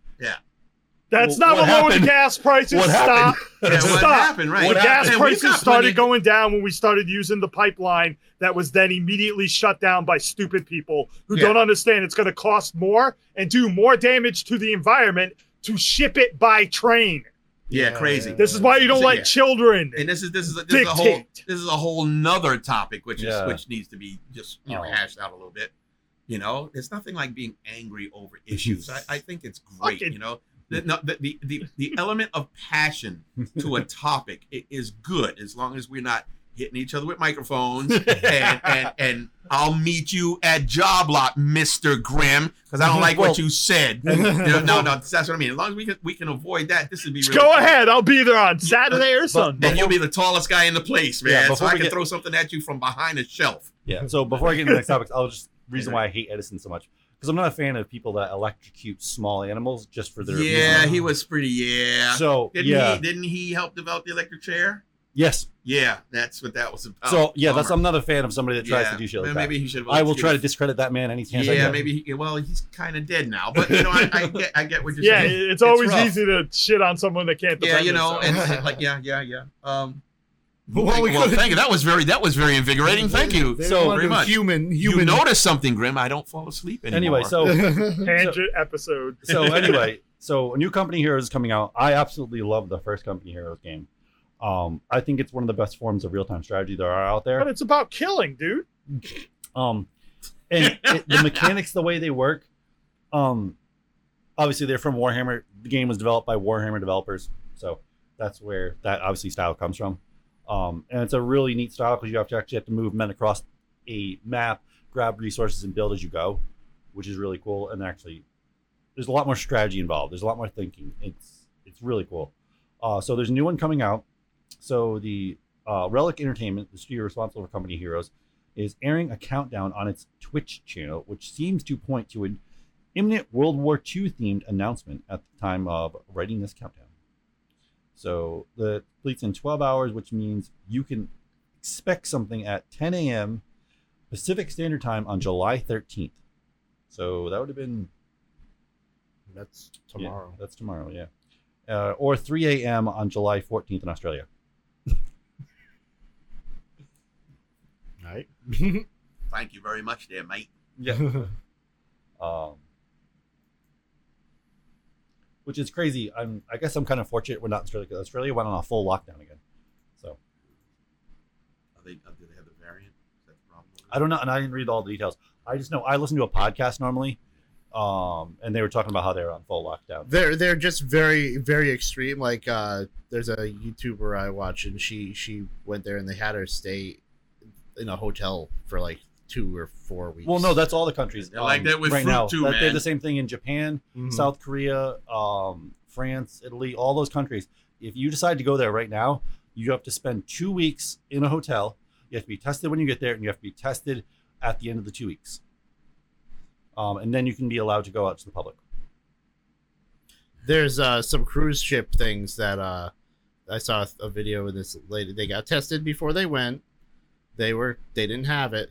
Speaker 3: That's
Speaker 2: What
Speaker 3: not what lowered
Speaker 2: happened?
Speaker 3: the gas prices.
Speaker 2: What
Speaker 3: Stop. <laughs>
Speaker 6: Yeah, what
Speaker 3: Stop.
Speaker 6: happened, right?
Speaker 3: The gas
Speaker 6: And we've
Speaker 3: prices
Speaker 6: got
Speaker 3: started
Speaker 6: plenty-
Speaker 3: going down when we started using the pipeline that was then immediately shut down by stupid people who
Speaker 6: Yeah.
Speaker 3: don't understand it's going to cost more and do more damage to the environment to ship it by train.
Speaker 6: Yeah, crazy.
Speaker 3: This is why you don't
Speaker 6: Yeah.
Speaker 3: let children.
Speaker 6: and this is this is a, this is a whole
Speaker 3: Dictate.
Speaker 6: this is a whole nother topic which is
Speaker 2: Yeah.
Speaker 6: which needs to be just you know
Speaker 2: Oh.
Speaker 6: hashed out a little bit you know there's nothing like being angry over issues i, I think it's great
Speaker 3: Fucking-
Speaker 6: you know the, no, the, the, the, the element of passion to a topic i- is good as long as we're not
Speaker 4: hitting each other with microphones. and, and, and I'll meet you at job lot, Mr. Grimm, because I don't like what you said. You know, no, no, that's what I mean. As long as we can we can avoid that, this would be
Speaker 3: Just
Speaker 4: really
Speaker 3: go
Speaker 4: cool.
Speaker 3: ahead. I'll be there on
Speaker 4: <laughs>
Speaker 3: Saturday or Sunday.
Speaker 4: Then you'll be the tallest guy in the place,
Speaker 2: Yeah,
Speaker 4: man. so
Speaker 2: before
Speaker 4: I
Speaker 2: we
Speaker 4: can
Speaker 2: get-
Speaker 4: throw something at you from behind a shelf.
Speaker 2: <laughs> Yeah. So before I get into the next topics, I'll just reason why I hate Edison so much because I'm not a fan of people that electrocute small animals just for their
Speaker 4: Yeah,
Speaker 2: amusement.
Speaker 4: he was pretty. Yeah.
Speaker 2: So
Speaker 4: didn't
Speaker 2: yeah,
Speaker 4: he? Didn't he help develop the electric chair?
Speaker 2: yes.
Speaker 4: Yeah, that's what that was about.
Speaker 2: so yeah, that's
Speaker 4: Oh, Bummer.
Speaker 2: I'm not a fan of somebody that tries
Speaker 4: Yeah,
Speaker 2: to do shit like
Speaker 4: well,
Speaker 2: that.
Speaker 4: Maybe he should. have
Speaker 2: I will try to
Speaker 4: electrocuted-
Speaker 2: discredit that man any chance I
Speaker 4: yeah,
Speaker 2: get.
Speaker 4: maybe. He, well, he's kind of dead now, but you know, I, I get, I get what you're
Speaker 3: yeah,
Speaker 4: saying.
Speaker 3: it's always
Speaker 4: rough.
Speaker 3: easy to shit on someone that can't
Speaker 4: Yeah,
Speaker 3: defend
Speaker 4: you know, and,
Speaker 3: themselves.
Speaker 4: and like, yeah, yeah, yeah. Um,
Speaker 6: well,
Speaker 5: we could've-
Speaker 6: thank you. That was very that was very invigorating. Thank you.
Speaker 5: They
Speaker 2: So,
Speaker 5: wanted
Speaker 6: very much.
Speaker 5: human,
Speaker 6: You
Speaker 5: human. <laughs>
Speaker 6: noticed something, Grim. I don't fall asleep anymore.
Speaker 2: Anyway, so
Speaker 3: tangent episode.
Speaker 2: so anyway, so a new Company Heroes is coming out. I absolutely love the first Company Heroes game. Um, I think it's one of the best forms of real-time strategy there are out
Speaker 3: But
Speaker 2: there.
Speaker 3: it's about killing, dude.
Speaker 2: Um, and it, the mechanics, the way they work, um, obviously they're from Warhammer. The game was developed by Warhammer developers, so that's where that obviously style comes from. Um, and it's a really neat style because you have to actually have to move men across a map, grab resources, and build as you go, which is really cool. And actually, there's a lot more strategy involved. There's a lot more thinking. It's it's really cool. Uh, so there's a new one coming out. So the uh, Relic Entertainment, the studio responsible for Company Heroes, is airing a countdown on its Twitch channel, which seems to point to an imminent World War II themed announcement at the time of writing this countdown. So the completes in 12 hours, which means you can expect something at 10 a.m. Pacific Standard Time on July 13th. So that would have been
Speaker 5: That's
Speaker 2: yeah, that's tomorrow, yeah. Uh, or 3 a.m. on July 14th in Australia.
Speaker 5: Right.
Speaker 4: thank you very much, there, mate.
Speaker 5: <laughs> Yeah.
Speaker 2: um, which is crazy. I'm, I guess I'm kind of fortunate we're not in Australia because Australia went on a full lockdown again. So
Speaker 4: Are they, uh, do they have the variant? Is that the problem?
Speaker 2: I don't know, and I didn't read all the details. I just know I listen to a podcast normally, um, and they were talking about how they were on full lockdown.
Speaker 5: they're they're just very very extreme like uh there's a youtuber i watch and she she went there and they had her stay in a hotel for like two or four weeks
Speaker 2: Well, no, that's all the countries
Speaker 4: They're like
Speaker 2: um,
Speaker 4: that with
Speaker 2: right
Speaker 4: fruit
Speaker 2: now.
Speaker 4: too,
Speaker 2: That- They're
Speaker 4: man.
Speaker 2: the same thing in Japan,
Speaker 5: Mhm.
Speaker 2: South Korea, um, France, Italy, all those countries. If you decide to go there right now, you have to spend two weeks in a hotel. You have to be tested when you get there, and you have to be tested at the end of the two weeks. Um, and then you can be allowed to go out to the public.
Speaker 5: there's uh some cruise ship things that uh i saw a video of this lady they got tested before they went they were they didn't have it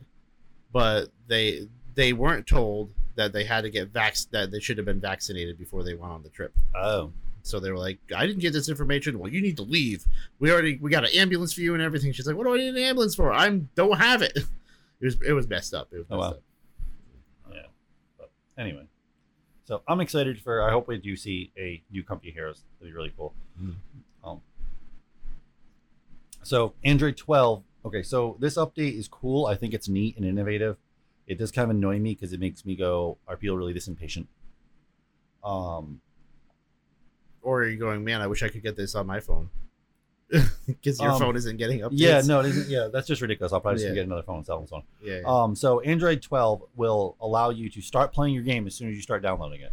Speaker 5: but they they weren't told that they had to get vax that they should have been vaccinated before they went on the trip
Speaker 2: Oh,
Speaker 5: So they were like, I didn't get this information. Well, you need to leave. We already we got an ambulance for you and everything. She's like, What do I need an ambulance for? I'm don't have it. <laughs> It was it was messed up. It was
Speaker 2: Oh,
Speaker 5: messed
Speaker 2: wow.
Speaker 5: Uh,
Speaker 2: anyway. So I'm excited for. I hope we do see a new Company Heroes. That'd be really cool.
Speaker 5: Mm-hmm.
Speaker 2: Um, so Android 12. Okay, so this update is cool. I think it's neat and innovative. It does kind of annoy me because it makes me go, "Are people really this impatient?" Um,
Speaker 5: Or are you going, man? I wish I could get this on my phone <laughs> because your
Speaker 2: Um,
Speaker 5: phone isn't getting updates.
Speaker 2: yeah, no, it isn't, yeah, that's just ridiculous. I'll probably just
Speaker 5: Yeah.
Speaker 2: get another phone and sell this one.
Speaker 5: Yeah.
Speaker 2: Um, so Android 12 will allow you to start playing your game as soon as you start downloading it.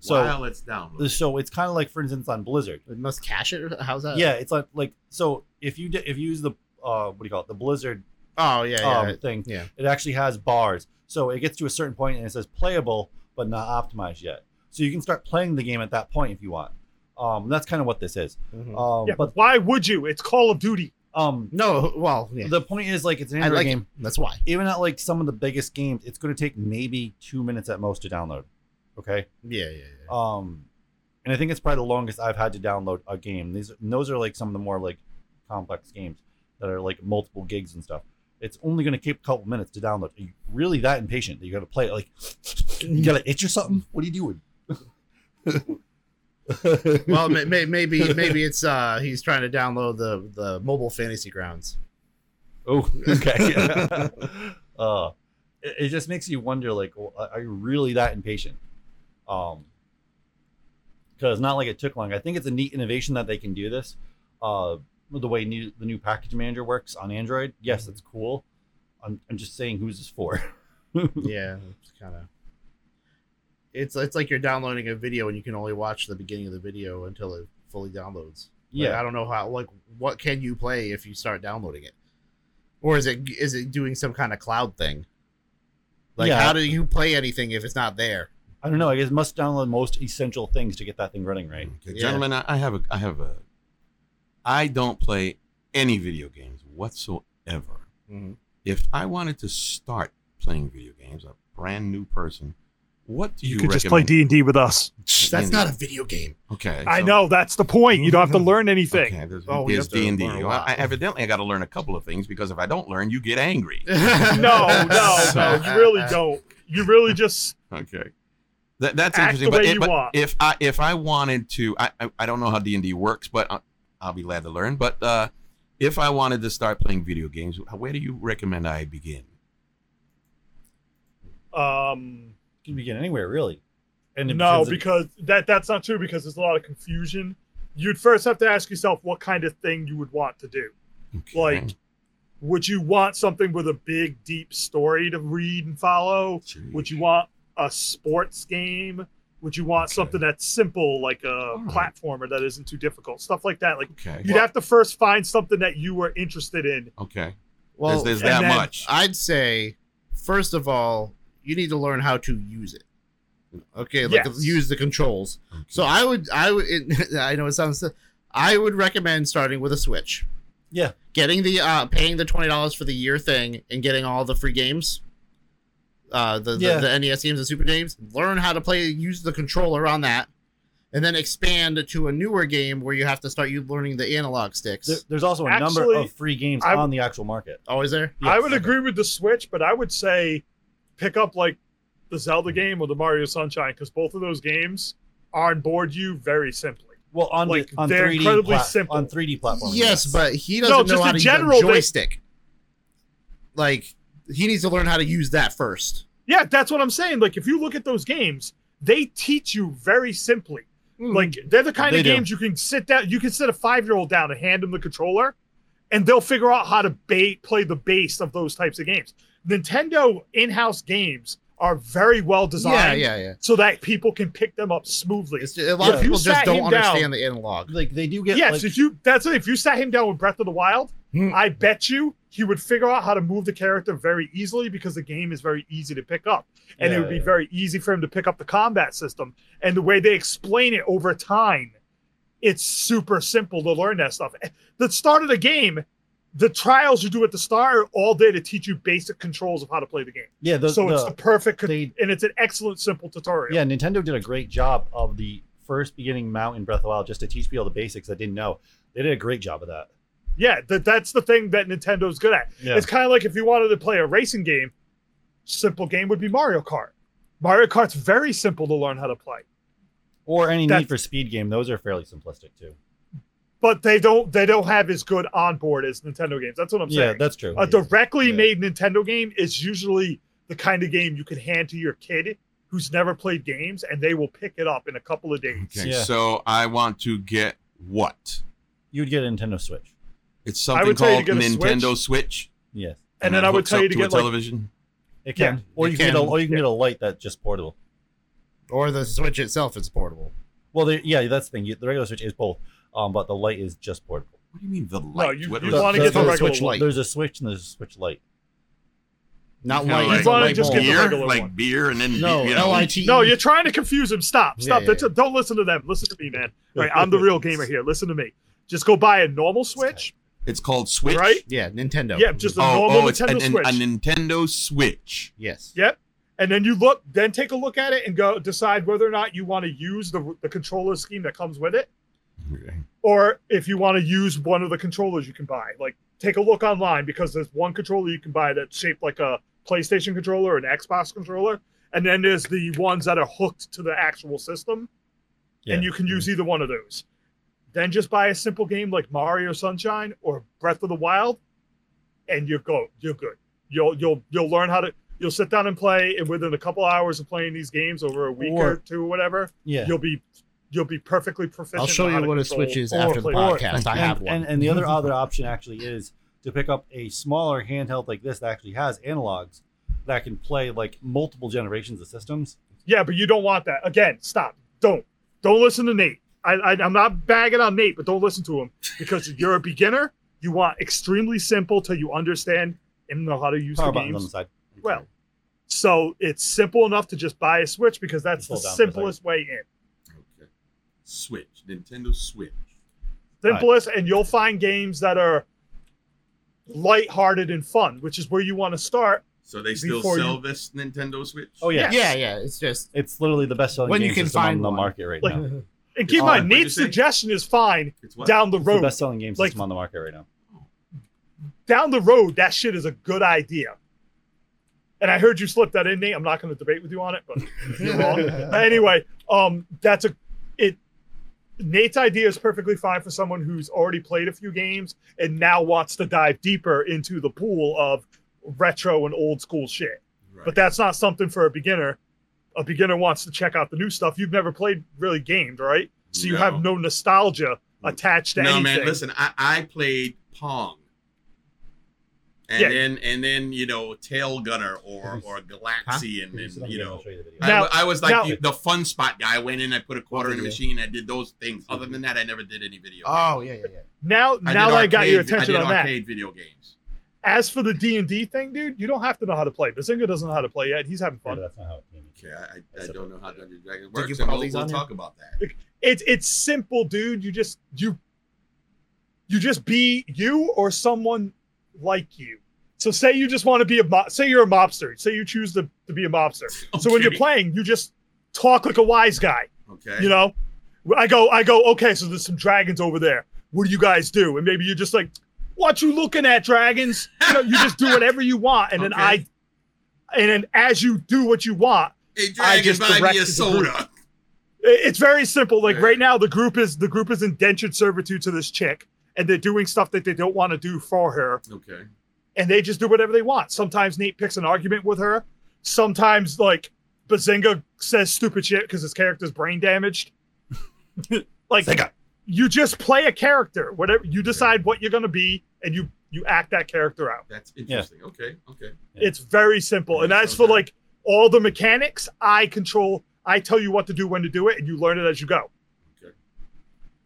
Speaker 2: So,
Speaker 4: While it's downloaded.
Speaker 2: so it's kind of like, for instance, on Blizzard.
Speaker 5: it must cache it. or- How's that?
Speaker 2: yeah, it's like like so if you di- if you use the uh what do you call it the Blizzard
Speaker 5: Oh yeah. Yeah.
Speaker 2: um, thing,
Speaker 5: yeah.
Speaker 2: it actually has bars. So it gets to a certain point and it says playable but not optimized yet. So you can start playing the game at that point if you want. Um, that's kind of what this is.
Speaker 5: Mhm.
Speaker 2: Um, but
Speaker 3: Yeah, Oh, but why would you? It's Call of Duty.
Speaker 2: um,
Speaker 5: no. Well, yeah.
Speaker 2: the point is like it's an
Speaker 5: I
Speaker 2: Android
Speaker 5: like
Speaker 2: game.
Speaker 5: it. That's why.
Speaker 2: Even at like some of the biggest games, it's going to take maybe two minutes at most to download. Okay.
Speaker 5: Yeah. Yeah. yeah.
Speaker 2: Um, and I think it's probably the longest I've had to download a game. These and those are like some of the more like complex games that are like multiple gigs and stuff. It's only going to take a couple minutes to download. Are you really that impatient that you got to play it? Like you got to itch or something? What are you doing?
Speaker 5: <laughs> well, may,
Speaker 2: <laughs>
Speaker 5: may, maybe maybe it's uh he's trying to download the the mobile
Speaker 2: <laughs>
Speaker 5: fantasy grounds.
Speaker 3: <laughs>
Speaker 2: Oh, okay. <laughs> uh, it, it just makes you wonder, like, well, are are you really that impatient? Um, because not like it took long. I think it's a neat innovation that they can do this. Uh, the way new, the new package manager works on Android, yes,
Speaker 3: Mm-hmm.
Speaker 2: that's cool. I'm, I'm just saying, who's this for? <laughs>
Speaker 5: yeah, it's kind of. It's it's like you're downloading a video and you can only watch the beginning of the video until it fully downloads. Like, I don't know how. Like, what can you play if you start downloading it? Or is it is it doing some kind of cloud thing? Like,
Speaker 2: Yeah.
Speaker 5: how do you play anything if it's not there?
Speaker 2: I don't know. I guess it must download most essential things to get that thing running right.
Speaker 6: Okay,
Speaker 5: Yeah.
Speaker 6: gentlemen, I, I have a, I have a, I don't play any video games whatsoever.
Speaker 5: Mhm.
Speaker 6: If I wanted to start playing video games, a brand new person, what do you,
Speaker 3: You, could just play
Speaker 6: recommend?
Speaker 3: D and D with us.
Speaker 5: That's not a video game. <laughs>
Speaker 6: okay.
Speaker 3: I
Speaker 6: so-
Speaker 3: know that's the point. You don't <laughs> have to learn anything.
Speaker 6: Okay, there's,
Speaker 5: Oh, we
Speaker 6: there's
Speaker 5: have to
Speaker 6: D and D.
Speaker 5: learn a
Speaker 6: Well,
Speaker 5: lot.
Speaker 6: I, evidently, I got to learn a couple of things because if I don't learn, you get angry.
Speaker 3: <laughs> <laughs> No, no, no. You really don't. You really just
Speaker 6: Okay. That, that's
Speaker 3: Act
Speaker 6: interesting.
Speaker 3: the
Speaker 6: But,
Speaker 3: way
Speaker 6: it-
Speaker 3: you
Speaker 6: but
Speaker 3: want.
Speaker 6: if I if I wanted to, I I, I don't know how D and D works, but I'll, I'll be glad to learn. But uh, if I wanted to start playing video games, where do you recommend I begin?
Speaker 3: um
Speaker 2: You can begin anywhere, really. And it
Speaker 3: no
Speaker 2: depends-
Speaker 3: because that that's not true because there's a lot of confusion. You'd first have to ask yourself what kind of thing you would want to do.
Speaker 6: Okay.
Speaker 3: Like, Would you want something with a big, deep story to read and follow?
Speaker 6: Jeez.
Speaker 3: Would you want a sports game? Would you want
Speaker 6: Okay.
Speaker 3: something that's simple, like a
Speaker 6: right.
Speaker 3: platformer that isn't too difficult? Stuff like that. Like
Speaker 6: okay
Speaker 3: you'd have to first find something that you were interested in.
Speaker 6: okay
Speaker 5: Well,
Speaker 6: there's, there's
Speaker 3: and
Speaker 6: that
Speaker 3: then-
Speaker 6: much
Speaker 5: I'd say, first of all, you need to learn how to use it. Okay, like
Speaker 3: Yes.
Speaker 5: use the controls. So I would, I would, it, <laughs> I know it sounds, I would recommend starting with a Switch.
Speaker 2: Yeah.
Speaker 5: Getting the, uh, paying the twenty dollars for the year thing and getting all the free games, uh, the, the-
Speaker 2: Yeah.
Speaker 5: the NES games and Super games. Learn how to play, use the controller on that, and then expand to a newer game where you have to start you learning the analog sticks.
Speaker 2: there- there's also a number
Speaker 3: Actually,
Speaker 2: of free games
Speaker 3: I-
Speaker 2: on the actual market.
Speaker 5: Always there.
Speaker 3: I
Speaker 2: Yes.
Speaker 3: would agree with the Switch, but I would say pick up like the Zelda game or the Mario Sunshine because both of those games onboard you very simply.
Speaker 2: Well, on the-
Speaker 3: like,
Speaker 2: on
Speaker 3: they're
Speaker 2: 3D
Speaker 3: incredibly
Speaker 2: plat-
Speaker 3: simple.
Speaker 2: on 3D platforms.
Speaker 5: Yes, but he
Speaker 3: No,
Speaker 5: doesn't know
Speaker 3: just
Speaker 5: how
Speaker 3: in
Speaker 5: to
Speaker 3: general,
Speaker 5: use a
Speaker 3: they-
Speaker 5: joystick. Like he needs to learn how to use that first.
Speaker 3: Yeah, that's what I'm saying. Like if you look at those games, they teach you very simply. Like they're the
Speaker 2: Hmm.
Speaker 3: kind
Speaker 2: They
Speaker 3: of
Speaker 2: do.
Speaker 3: games you can sit down, you can sit a five year old down and hand them the controller, and they'll figure out how to ba- play the base of those types of games. Nintendo in house games are very well designed
Speaker 5: Yeah, yeah, yeah.
Speaker 3: so that people can pick them up smoothly.
Speaker 5: It's, a lot
Speaker 3: Yeah.
Speaker 5: of people
Speaker 3: You
Speaker 5: just
Speaker 3: sat
Speaker 5: don't
Speaker 3: him down.
Speaker 5: understand the analog.
Speaker 2: like they do get.
Speaker 3: yes,
Speaker 2: like,
Speaker 3: if you that's it. If you sat him down with Breath of the Wild,
Speaker 5: Hmm.
Speaker 3: I bet you he would figure out how to move the character very easily because the game is very easy to pick up. And it would be
Speaker 2: Yeah.
Speaker 3: very easy for him to pick up the combat system. And the way they explain it over time, it's super simple to learn that stuff. The start of the game, the trials you do at the start are all there to teach you basic controls of how to play the game.
Speaker 2: yeah, the,
Speaker 3: so it's
Speaker 2: the-
Speaker 3: the perfect
Speaker 2: they-
Speaker 3: and it's an excellent simple tutorial.
Speaker 2: Yeah, Nintendo did a great job of the first beginning mount in Breath of the Wild just to teach people the basics I didn't know. They did a great job of that.
Speaker 3: Yeah, that that's the thing that Nintendo's good at.
Speaker 2: Yeah.
Speaker 3: It's kind of like if you wanted to play a racing game, simple game would be Mario Kart. Mario Kart's very simple to learn how to play,
Speaker 2: or any
Speaker 3: that-
Speaker 2: need for speed game, those are fairly simplistic too.
Speaker 3: but they don't they don't have as good onboard as Nintendo games. That's what I'm
Speaker 2: Yeah,
Speaker 3: saying. uh,
Speaker 2: that's true.
Speaker 3: a directly
Speaker 2: Yeah.
Speaker 3: made Nintendo game is usually the kind of game you can hand to your kid who's never played games, and they will pick it up in a couple of days.
Speaker 6: okay
Speaker 2: Yeah.
Speaker 6: so i want to get what
Speaker 2: you would get a Nintendo Switch.
Speaker 6: it's
Speaker 3: I
Speaker 6: something
Speaker 3: would tell you
Speaker 6: called
Speaker 3: to get a
Speaker 6: nintendo switch,
Speaker 2: Yes,
Speaker 3: And then I would
Speaker 6: hooks
Speaker 3: tell
Speaker 6: up
Speaker 3: you to
Speaker 6: a
Speaker 3: get, like-
Speaker 6: television
Speaker 2: it
Speaker 5: Yeah,
Speaker 2: can. or
Speaker 5: it
Speaker 2: you can, get a,
Speaker 5: can.
Speaker 2: or you can
Speaker 3: Yeah.
Speaker 2: get a light that's just portable.
Speaker 5: Or the Switch itself is portable.
Speaker 2: Well, they, yeah, that's the thing. You- The regular Switch is both, um, but the light is just portable.
Speaker 6: what do you mean the light
Speaker 3: you-
Speaker 6: What
Speaker 3: you
Speaker 6: was-
Speaker 3: wanna
Speaker 5: get the
Speaker 2: there's a
Speaker 5: regular
Speaker 2: Switch
Speaker 5: one.
Speaker 2: There's a Switch and there's a Switch light.
Speaker 5: Not
Speaker 6: Kinda
Speaker 5: like,
Speaker 6: like-
Speaker 5: it's
Speaker 3: You wanna
Speaker 5: like
Speaker 3: just get the
Speaker 5: bulb.
Speaker 6: beer
Speaker 3: regular
Speaker 6: like
Speaker 3: one.
Speaker 6: beer and then
Speaker 5: no
Speaker 6: you know
Speaker 5: L I T. E.
Speaker 3: No, you're trying to confuse him. Stop,
Speaker 5: Yeah,
Speaker 3: stop.
Speaker 5: yeah,
Speaker 3: That's-
Speaker 5: yeah.
Speaker 3: Don't listen to them. Listen to me, man. All right,
Speaker 2: <laughs>
Speaker 3: I'm the real gamer here. Listen to me. Just go buy a normal Switch,
Speaker 6: it's called switch
Speaker 3: right?
Speaker 5: yeah Nintendo.
Speaker 3: Yeah, just a
Speaker 6: oh,
Speaker 3: normal
Speaker 6: oh it's
Speaker 3: Nintendo
Speaker 6: an- an-
Speaker 3: Switch.
Speaker 6: a nintendo switch
Speaker 5: yes.
Speaker 3: Yep. And then you look, then take a look at it and go decide whether or not you want to use the, the controller scheme that comes with it, or if you want to use one of the controllers you can buy. Like, take a look online because there's one controller you can buy that's shaped like a PlayStation controller or an Xbox controller, and then there's the ones that are hooked to the actual system,
Speaker 2: Yeah.
Speaker 3: and you can use either one of those. Then just buy a simple game like Mario Sunshine or Breath of the Wild, and you're go you're good. You'll you'll you'll learn how to you'll sit down and play, and within a couple hours of playing these games over a week or,
Speaker 2: Or-
Speaker 3: two or whatever,
Speaker 2: Yeah.
Speaker 3: you'll be you'll be perfectly proficient.
Speaker 5: I'll show
Speaker 3: in how
Speaker 5: you
Speaker 3: to
Speaker 5: what a
Speaker 3: control
Speaker 5: switch is
Speaker 3: or
Speaker 5: after the
Speaker 3: play
Speaker 2: or-
Speaker 5: podcast. I
Speaker 2: and,
Speaker 5: have one.
Speaker 2: And, and
Speaker 3: <laughs>
Speaker 2: the other other option actually is to pick up a smaller handheld like this that actually has analogs that can play like multiple generations of systems.
Speaker 3: Yeah, but you don't want that. Again, stop. Don't. Don't listen to Nate. I, I, I'm not bagging on Nate, but don't listen to him because you're a beginner. You want extremely simple till you understand and know how to use
Speaker 2: Power
Speaker 3: the
Speaker 2: buttons on the
Speaker 3: games.
Speaker 2: side.
Speaker 3: Well, So it's simple enough to just buy a Switch because that's the
Speaker 2: Hold down for a second.
Speaker 3: simplest way in.
Speaker 4: Okay. Switch. Nintendo Switch.
Speaker 3: Simplest, and you'll find games that are lighthearted and fun, which is where you want to start.
Speaker 4: So they still
Speaker 3: Before
Speaker 4: sell
Speaker 3: you-
Speaker 4: this Nintendo Switch?
Speaker 2: oh yeah.
Speaker 5: yeah, yeah. It's just
Speaker 2: It's literally the best selling
Speaker 5: When you
Speaker 2: game
Speaker 5: can
Speaker 2: system on
Speaker 5: find
Speaker 2: the
Speaker 5: one.
Speaker 2: market right
Speaker 3: Like,
Speaker 2: now. It's
Speaker 3: And keep in
Speaker 4: Oh,
Speaker 3: mind,
Speaker 4: what'd you
Speaker 3: Nate's
Speaker 4: say?
Speaker 3: suggestion is fine
Speaker 4: It's what?
Speaker 3: down the
Speaker 2: the
Speaker 3: road.
Speaker 2: best selling game
Speaker 3: Like-
Speaker 2: system on the market right now.
Speaker 3: down the road, that shit is a good idea. And I heard you slip that in, Nate. I'm not going to debate with you on it, but <laughs>
Speaker 2: <laughs>
Speaker 3: you're wrong. <laughs> But anyway, um, that's a it. Nate's idea is perfectly fine for someone who's already played a few games and now wants to dive deeper into the pool of retro and old school shit.
Speaker 4: Right.
Speaker 3: But that's not something for a beginner. A beginner wants to check out the new stuff. You've never played really gamed, right? So you have no nostalgia attached to
Speaker 4: no
Speaker 3: anything.
Speaker 4: man listen i i played pong and
Speaker 3: Yeah.
Speaker 4: then and then you know tail gunner or or galaxy and
Speaker 2: Let
Speaker 4: then
Speaker 2: me
Speaker 4: you
Speaker 2: I'll
Speaker 4: know
Speaker 2: show you the video.
Speaker 4: I
Speaker 3: Now-
Speaker 4: wa- I, was like
Speaker 3: now-
Speaker 4: the, the fun spot guy. I went in, I put a quarter in the
Speaker 5: Video.
Speaker 4: machine, I did those things. Other than that, I never did any video.
Speaker 5: oh yeah, yeah, yeah.
Speaker 3: Now,
Speaker 4: did
Speaker 3: now that I got your
Speaker 4: arcade-
Speaker 3: attention
Speaker 4: I did
Speaker 3: on that.
Speaker 4: arcade video games.
Speaker 3: As for the D and D thing, dude, you don't have to know how to play. Bazinga doesn't know how to play yet. He's having
Speaker 2: Yeah, but
Speaker 3: fun.
Speaker 2: that's not how it came.
Speaker 4: Okay, I, I, I
Speaker 2: That's
Speaker 4: don't
Speaker 2: okay.
Speaker 4: know how Dungeons and Dragons
Speaker 5: you
Speaker 4: works.
Speaker 5: put
Speaker 4: And
Speaker 5: all
Speaker 4: we'll
Speaker 5: these
Speaker 4: we'll
Speaker 5: on
Speaker 4: talk about that.
Speaker 3: It's it's simple, dude. You just you you just be you or someone like you. So say you just want to be a mo- say you're a mobster. Say you choose to, to be a mobster. So when you're
Speaker 4: Okay.
Speaker 3: playing, you just talk like a wise guy.
Speaker 4: Okay.
Speaker 3: You know, I go I go okay. So there's some dragons over there. What do you guys do? And maybe you're just like, what you looking at, dragons? You know, you just do whatever you want, and then
Speaker 4: Okay.
Speaker 3: I. And then, as you do what you want,
Speaker 4: hey,
Speaker 3: I
Speaker 4: Dragon,
Speaker 3: just
Speaker 4: buy me a
Speaker 3: directed the
Speaker 4: soda.
Speaker 3: It- It's very simple. Like
Speaker 4: Yeah.
Speaker 3: right now, the group is the group is indentured servitude to this chick, and they're doing stuff that they don't want to do for her,
Speaker 4: Okay.
Speaker 3: and they just do whatever they want. Sometimes Nate picks an argument with her. Sometimes like Bazinga says stupid shit because his character's brain
Speaker 2: <laughs>
Speaker 3: damaged. like you just play a character, whatever you decide what you're gonna be, and you you act that character out.
Speaker 4: That's interesting. Okay. Okay.
Speaker 2: Yeah.
Speaker 3: It's very simple. And
Speaker 4: Yeah,
Speaker 3: as for
Speaker 4: okay.
Speaker 3: like all the mechanics, I control. I tell you what to do, when to do it, and you learn it as you go.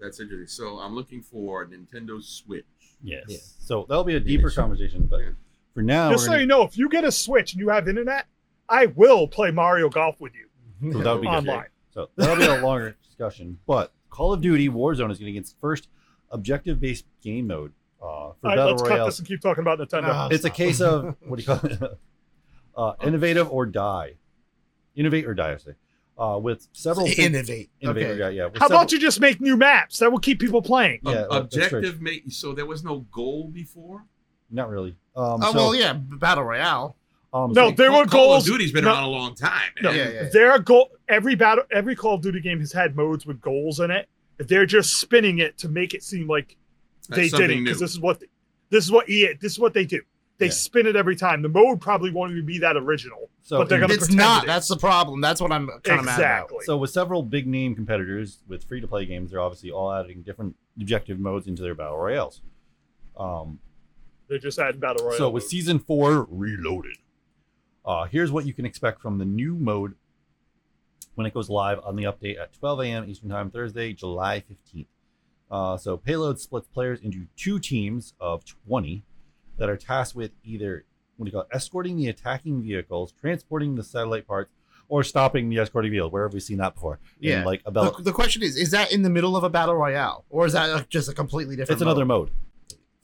Speaker 4: That's interesting. So I'm looking for a Nintendo Switch.
Speaker 2: Yes.
Speaker 5: Yeah.
Speaker 2: So that'll be a
Speaker 4: Yeah,
Speaker 2: deeper
Speaker 4: sure.
Speaker 2: conversation, but
Speaker 4: Yeah.
Speaker 2: for now,
Speaker 3: Just
Speaker 2: we're
Speaker 3: so you know, if you get a Switch and you have internet, I will play Mario Golf with you
Speaker 2: gonna- so <laughs> that would be good.
Speaker 3: online.
Speaker 2: So <laughs> that'll be a longer discussion. But Call of Duty Warzone is getting its first objective-based game mode uh, for
Speaker 3: All right,
Speaker 2: Battle
Speaker 3: let's cut
Speaker 2: Royale.
Speaker 3: this and keep talking about Nintendo.
Speaker 5: Ah.
Speaker 2: It's a case of what do you call it? <laughs> Uh, innovative or die. Innovate or die, I say. Uh, with several
Speaker 5: Say
Speaker 2: big-
Speaker 5: innovate.
Speaker 2: innovate or
Speaker 5: Okay.
Speaker 2: die, yeah. with
Speaker 3: How
Speaker 2: several-
Speaker 3: about you just make new maps? That will keep people playing.
Speaker 2: Yeah,
Speaker 4: Ob-
Speaker 2: well, that's true.
Speaker 4: objective make so there was no goal before.
Speaker 2: Not really. Um,
Speaker 5: Oh
Speaker 2: so,
Speaker 5: well, yeah, b- battle royale.
Speaker 2: um,
Speaker 3: No,
Speaker 2: so-
Speaker 3: there
Speaker 4: Call-
Speaker 3: were
Speaker 4: Call
Speaker 3: goals.
Speaker 4: of Duty's been
Speaker 3: No.
Speaker 4: around a long time.
Speaker 3: No.
Speaker 4: man.
Speaker 5: Yeah, yeah, yeah.
Speaker 3: There are goal. Every battle, every Call of Duty game has had modes with goals in it. They're just spinning it to make it seem like
Speaker 4: That's
Speaker 3: they did
Speaker 4: something
Speaker 3: it
Speaker 4: new.
Speaker 3: because this is what this is what EA, this is what they do. They
Speaker 2: Yeah.
Speaker 3: spin it every time. The mode probably won't even be that original.
Speaker 2: so
Speaker 3: but they're
Speaker 2: in-
Speaker 3: gonna
Speaker 5: It's
Speaker 3: pretend
Speaker 5: not.
Speaker 3: it is.
Speaker 5: That's the problem. That's what I'm kind of mad about.
Speaker 3: exactly.
Speaker 2: So with several big name competitors with free to play games, they're obviously all adding different objective modes into their battle royales. Um,
Speaker 3: They're just adding battle royale.
Speaker 2: so with
Speaker 3: modes.
Speaker 2: season four reloaded, uh, here's what you can expect from the new mode when it goes live on the update at 12 a.m. Eastern Time Thursday, July 15th. Uh, so payload splits players into two teams of 20 that are tasked with either what do you call it, escorting the attacking vehicles, transporting the satellite parts, or stopping the escorting vehicle. Where have we seen that before?
Speaker 5: Yeah.
Speaker 2: in like a
Speaker 5: The,
Speaker 2: Bel-
Speaker 5: the question is: Is that in the middle of a battle royale, or is that like, just a completely different?
Speaker 2: it's another mode.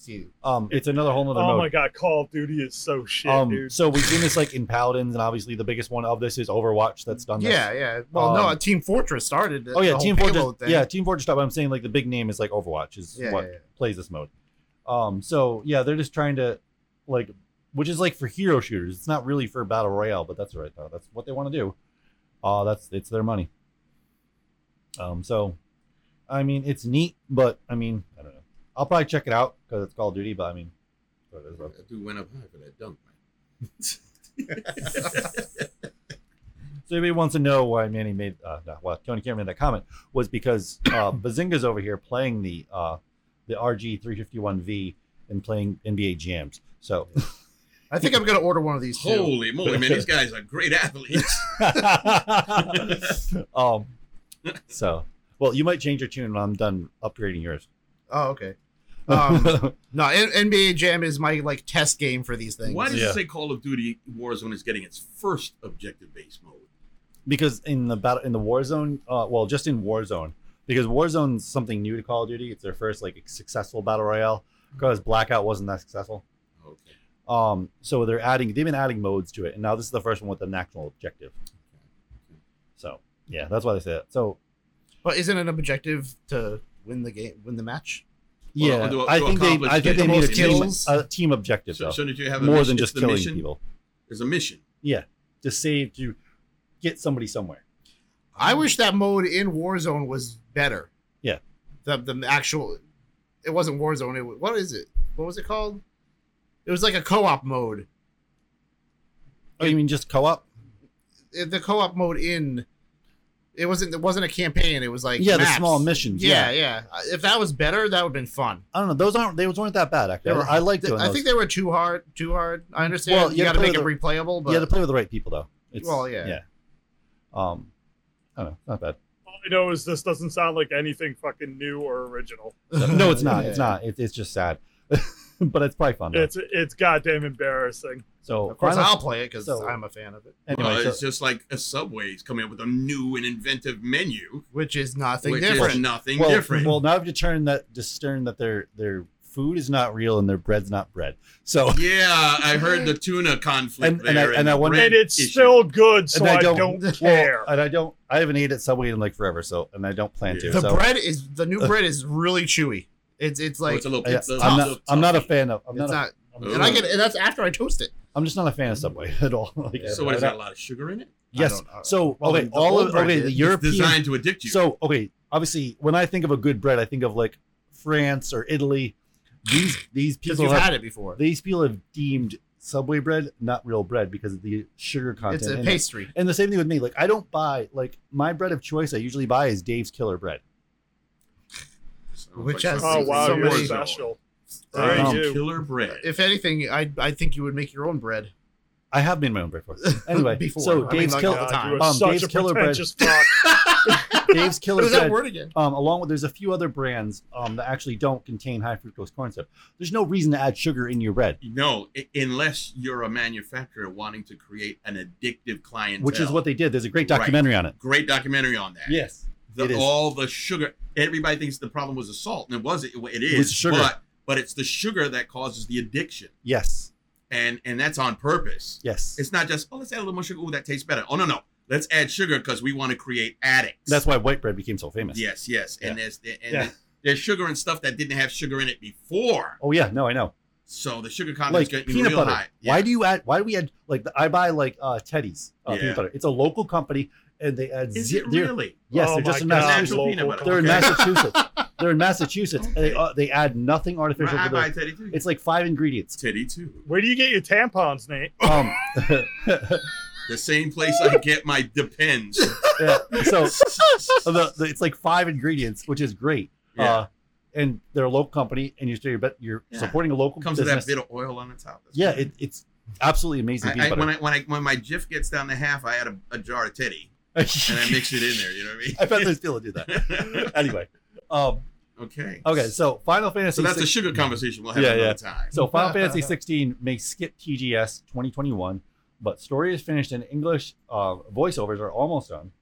Speaker 5: See,
Speaker 2: Um, it's another whole other
Speaker 3: oh my
Speaker 2: mode.
Speaker 3: god, Call of Duty is so <laughs> shit,
Speaker 2: um,
Speaker 3: dude.
Speaker 2: so we've seen this like in Paladins, and obviously the biggest one of this is Overwatch. That's done. This.
Speaker 5: Yeah, yeah. Well, no,
Speaker 2: Um,
Speaker 5: Team Fortress started. the-
Speaker 2: Oh
Speaker 5: the
Speaker 2: yeah,
Speaker 5: whole
Speaker 2: Team Fortress.
Speaker 5: payload thing.
Speaker 2: Yeah, Team Fortress. But I'm saying like the big name is like Overwatch is
Speaker 5: Yeah,
Speaker 2: what
Speaker 5: yeah, yeah.
Speaker 2: plays this mode. Um, so yeah, they're just trying to like, which is like for hero shooters. It's not really for battle royale, but that's all right though. That's what they want to do. Uh that's it's their money. Um, so, I mean, it's neat, but I mean, I don't know. I'll probably check it out because it's Call of Duty. But I mean, so it is, though.
Speaker 4: That dude went up high for that dunk, man.
Speaker 2: So anybody wants to know why Manny made uh, no, well Tony Cameron made that comment was because uh, Bazinga's over here playing the uh, the RG 351V and playing NBA jams. So
Speaker 5: I think I'm gonna order one of these too.
Speaker 6: Holy moly, man! These guys are great athletes.
Speaker 2: um, so well you might change your tune when I'm done upgrading yours.
Speaker 5: Oh, okay.
Speaker 2: <laughs>
Speaker 5: Um, no, N- NBA Jam is my like test game for these things.
Speaker 6: Why does
Speaker 2: Yeah.
Speaker 6: it say Call of Duty Warzone is getting its first objective-based mode?
Speaker 2: because in the battle in the Warzone, uh, well, just in Warzone, because Warzone's something new to Call of Duty. It's their first like successful battle royale because Blackout wasn't that successful.
Speaker 6: Okay.
Speaker 2: Um, so they're adding they've been adding modes to it, and now this is the first one with an actual objective. So yeah, that's why they say that. So
Speaker 5: But isn't it an objective to win the game, win the match?
Speaker 6: Well,
Speaker 2: yeah,
Speaker 6: to- to
Speaker 2: I think they
Speaker 6: accomplish
Speaker 2: I think
Speaker 6: the
Speaker 2: they need a
Speaker 5: most
Speaker 2: team, uh,
Speaker 5: kills.
Speaker 2: a team objective
Speaker 6: So,
Speaker 2: though,
Speaker 6: so did you have a
Speaker 2: more
Speaker 6: mission?
Speaker 2: than
Speaker 6: It's
Speaker 2: just
Speaker 6: the
Speaker 2: killing
Speaker 6: mission?
Speaker 2: people.
Speaker 6: There's a mission.
Speaker 2: Yeah, to save to get somebody somewhere.
Speaker 5: I wish that mode in Warzone was better.
Speaker 2: Yeah.
Speaker 5: The the actual, it wasn't Warzone. It wa- what is it? What was it called? It was like a co-op mode.
Speaker 2: Oh, you mean just co-op?
Speaker 5: It- The co-op mode in, it wasn't. It wasn't a campaign. It was like
Speaker 2: yeah, the
Speaker 5: maps.
Speaker 2: small missions. Yeah.
Speaker 5: Yeah, yeah. If that was better, that would have been fun.
Speaker 2: I don't know. Those aren't. They weren't that bad actually.
Speaker 5: They were-
Speaker 2: I like
Speaker 5: Th-
Speaker 2: doing.
Speaker 5: I
Speaker 2: those.
Speaker 5: think they were too hard. Too hard. I understand.
Speaker 2: Well,
Speaker 5: you,
Speaker 2: you
Speaker 5: got
Speaker 2: have
Speaker 5: to
Speaker 2: to
Speaker 5: make it
Speaker 2: play
Speaker 5: replayable, but
Speaker 2: you had to play with the right people though. It's,
Speaker 5: Well, yeah.
Speaker 2: yeah. Um, I don't know, not <laughs> bad.
Speaker 3: All I know is this doesn't sound like anything fucking new or original.
Speaker 2: <laughs> No, it's not.
Speaker 5: Yeah.
Speaker 2: It's not. It, it's just sad, <laughs> but it's probably fun. though.
Speaker 3: It's it's goddamn embarrassing.
Speaker 2: so
Speaker 5: <laughs> Of course,
Speaker 2: final-
Speaker 5: I'll play it because
Speaker 2: so-
Speaker 5: I'm a fan of it,
Speaker 2: anyway.
Speaker 6: well,
Speaker 2: so-
Speaker 6: it's just like a Subway's coming up with a new and inventive menu,
Speaker 5: which is nothing
Speaker 6: which
Speaker 5: different.
Speaker 6: is nothing
Speaker 2: well,
Speaker 6: different.
Speaker 2: well, now I've determined that discerned that their their food is not real and their bread's not bread. So
Speaker 6: yeah, I heard the tuna
Speaker 2: And-
Speaker 6: conflict there,
Speaker 2: and I- and I
Speaker 6: the
Speaker 2: wonder-
Speaker 6: bread
Speaker 3: And it's
Speaker 6: issue.
Speaker 3: still good, so
Speaker 2: and
Speaker 3: I don't, care.
Speaker 2: <laughs> Well, and I don't. I haven't eaten at Subway in like forever. So and I don't plan to.
Speaker 6: Yeah.
Speaker 5: the
Speaker 2: so
Speaker 5: bread is
Speaker 2: <laughs>
Speaker 5: the new bread is really chewy. It's it's
Speaker 6: Oh,
Speaker 5: like
Speaker 6: it's a little
Speaker 2: I,
Speaker 6: it's a
Speaker 2: am
Speaker 6: little
Speaker 2: not. I'm not a
Speaker 6: toughy.
Speaker 2: fan of. I'm
Speaker 5: it's
Speaker 2: not. a,
Speaker 5: not,
Speaker 6: not-
Speaker 2: I'm,
Speaker 5: and I get and that's after I toast it.
Speaker 2: I'm just not a fan of Subway at all. <laughs> Like,
Speaker 6: So
Speaker 2: I-
Speaker 6: what is
Speaker 2: I
Speaker 6: that? A
Speaker 2: don't-
Speaker 6: lot of sugar in it?
Speaker 2: Yes.
Speaker 5: don't-
Speaker 2: So
Speaker 5: well,
Speaker 2: okay,
Speaker 5: the
Speaker 2: all
Speaker 5: old
Speaker 2: of
Speaker 5: bread
Speaker 2: okay.
Speaker 5: did.
Speaker 2: The
Speaker 5: It's
Speaker 6: it's
Speaker 2: European
Speaker 6: designed to addict you.
Speaker 2: So okay, obviously, when I think of a good bread, I think of like France or Italy. These these
Speaker 5: Because
Speaker 2: people
Speaker 5: you've
Speaker 2: have,
Speaker 5: had it before.
Speaker 2: these people have deemed Subway bread not real bread because of the sugar content.
Speaker 5: It's a
Speaker 2: in it.
Speaker 5: pastry.
Speaker 2: And the same thing with me. Like I don't buy like my bread of choice. I usually buy is Dave's Killer Bread.
Speaker 6: So,
Speaker 5: Which
Speaker 6: like
Speaker 5: has-
Speaker 6: something-
Speaker 3: oh wow,
Speaker 5: so
Speaker 3: you're
Speaker 5: many-
Speaker 3: special.
Speaker 6: Very
Speaker 2: Um,
Speaker 3: you.
Speaker 6: killer bread.
Speaker 5: If anything, I I think you would make your own bread.
Speaker 2: I have made my own bread for it. Anyway,
Speaker 5: Before. I
Speaker 2: so
Speaker 5: mean,
Speaker 2: Dave's
Speaker 5: like,
Speaker 2: Killer
Speaker 5: all the
Speaker 3: God,
Speaker 5: time.
Speaker 3: you are
Speaker 2: Um,
Speaker 3: such
Speaker 2: Dave's
Speaker 3: a
Speaker 2: Killer Bread-
Speaker 3: pretentious fuck.
Speaker 2: <laughs> Dave's
Speaker 5: What
Speaker 2: Killer
Speaker 5: is that
Speaker 2: Bread.
Speaker 5: word again?
Speaker 2: Um, along with there's a few other brands um, that actually don't contain high fructose corn syrup. There's no reason to add sugar in your bread,
Speaker 6: No, i- unless you're a manufacturer wanting to create an addictive clientele,
Speaker 2: which is what they did. There's a great
Speaker 6: Right.
Speaker 2: documentary on it.
Speaker 6: great documentary on that.
Speaker 2: Yes,
Speaker 6: The-
Speaker 2: it is.
Speaker 6: all the sugar. Everybody thinks the problem was the salt, and it wasn't. It, it is
Speaker 2: was sugar.
Speaker 6: but but it's the sugar that causes the addiction,
Speaker 2: yes,
Speaker 6: and and that's on purpose.
Speaker 2: yes.
Speaker 6: It's not just oh, let's add a little more sugar. Oh, that tastes better. Oh no, no, let's add sugar because we want to create addicts.
Speaker 2: That's why white bread became so famous.
Speaker 6: yes, yes, and there's and
Speaker 3: Yeah.
Speaker 6: there's- there's sugar and stuff that didn't have sugar in it before,
Speaker 2: Oh yeah, no, I know.
Speaker 6: so the sugar content
Speaker 2: Like
Speaker 6: is going to be
Speaker 2: peanut
Speaker 6: real
Speaker 2: butter.
Speaker 6: high.
Speaker 2: Why do you add? Why do we add? Like the, I buy like uh Teddy's uh,
Speaker 6: Yeah.
Speaker 2: peanut butter. It's a local company, and they add.
Speaker 6: is
Speaker 2: ze-
Speaker 6: it
Speaker 2: they're-
Speaker 6: really?
Speaker 2: Yes,
Speaker 3: oh
Speaker 2: they're just
Speaker 3: my
Speaker 2: in
Speaker 3: God,
Speaker 6: Natural
Speaker 2: Massachusetts.
Speaker 3: local
Speaker 6: peanut butter.
Speaker 2: They're in
Speaker 6: Okay. <laughs>
Speaker 2: Massachusetts. they're in Massachusetts, and they uh, they add nothing artificial.
Speaker 6: I
Speaker 2: to
Speaker 6: buy
Speaker 2: their,
Speaker 6: Teddy too.
Speaker 2: it's like five ingredients.
Speaker 6: Teddy too.
Speaker 3: Where do you get your tampons, Nate?
Speaker 2: Um, <laughs>
Speaker 6: The same place I get my depends.
Speaker 2: yeah, so <laughs> the, the, it's like five ingredients, which is great.
Speaker 6: Yeah.
Speaker 2: Uh, and they're a local company, and you're you're, you're
Speaker 6: Yeah.
Speaker 2: supporting a local
Speaker 6: comes with
Speaker 2: business.
Speaker 6: that bit of oil on the top. That's
Speaker 2: yeah,
Speaker 6: good.
Speaker 2: it, it's absolutely amazing
Speaker 6: I,
Speaker 2: peanut
Speaker 6: I,
Speaker 2: butter. <laughs>
Speaker 6: when I when I when my GIF gets down to half, I add a, a jar of teddy and I mix it in there. You know
Speaker 2: I
Speaker 6: what
Speaker 2: bet there's people that do
Speaker 6: <laughs>
Speaker 2: that.
Speaker 6: I mean?
Speaker 2: <laughs> Anyway, um,
Speaker 6: okay.
Speaker 2: okay, so Final Fantasy.
Speaker 6: So that's a
Speaker 2: six-
Speaker 6: sugar conversation we'll have
Speaker 2: Yeah,
Speaker 6: another
Speaker 2: yeah.
Speaker 6: time.
Speaker 2: So Final Fantasy 16 may skip TGS 2021, but story is finished and English uh, voiceovers are almost done.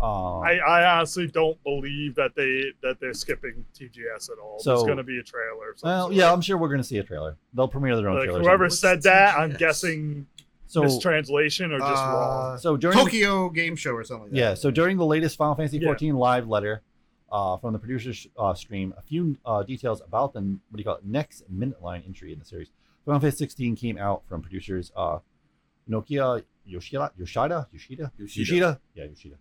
Speaker 2: Um,
Speaker 3: I, I honestly don't believe that they that they're skipping TGS at all. There's
Speaker 2: So-
Speaker 3: going to be a trailer. Or
Speaker 2: well,
Speaker 3: something.
Speaker 2: yeah, I'm sure we're going to see a trailer. They'll premiere their own
Speaker 3: Like,
Speaker 2: trailer.
Speaker 3: whoever
Speaker 6: What's
Speaker 3: said that, I'm
Speaker 6: TGS?
Speaker 3: guessing
Speaker 2: so,
Speaker 3: mistranslation or just wrong.
Speaker 5: Uh,
Speaker 2: so during
Speaker 5: Tokyo Game Show or something. like that.
Speaker 2: yeah, so during the latest Final Fantasy
Speaker 3: Yeah.
Speaker 2: 14 live letter uh, from the producer's uh, stream, a few uh, details about the what do you call it next minute line entry in the series. Final Fantasy 16 came out from producers uh, Nokia Yoshida Yoshida Yoshida
Speaker 6: Yoshida.
Speaker 2: Yoshida yeah Yoshida.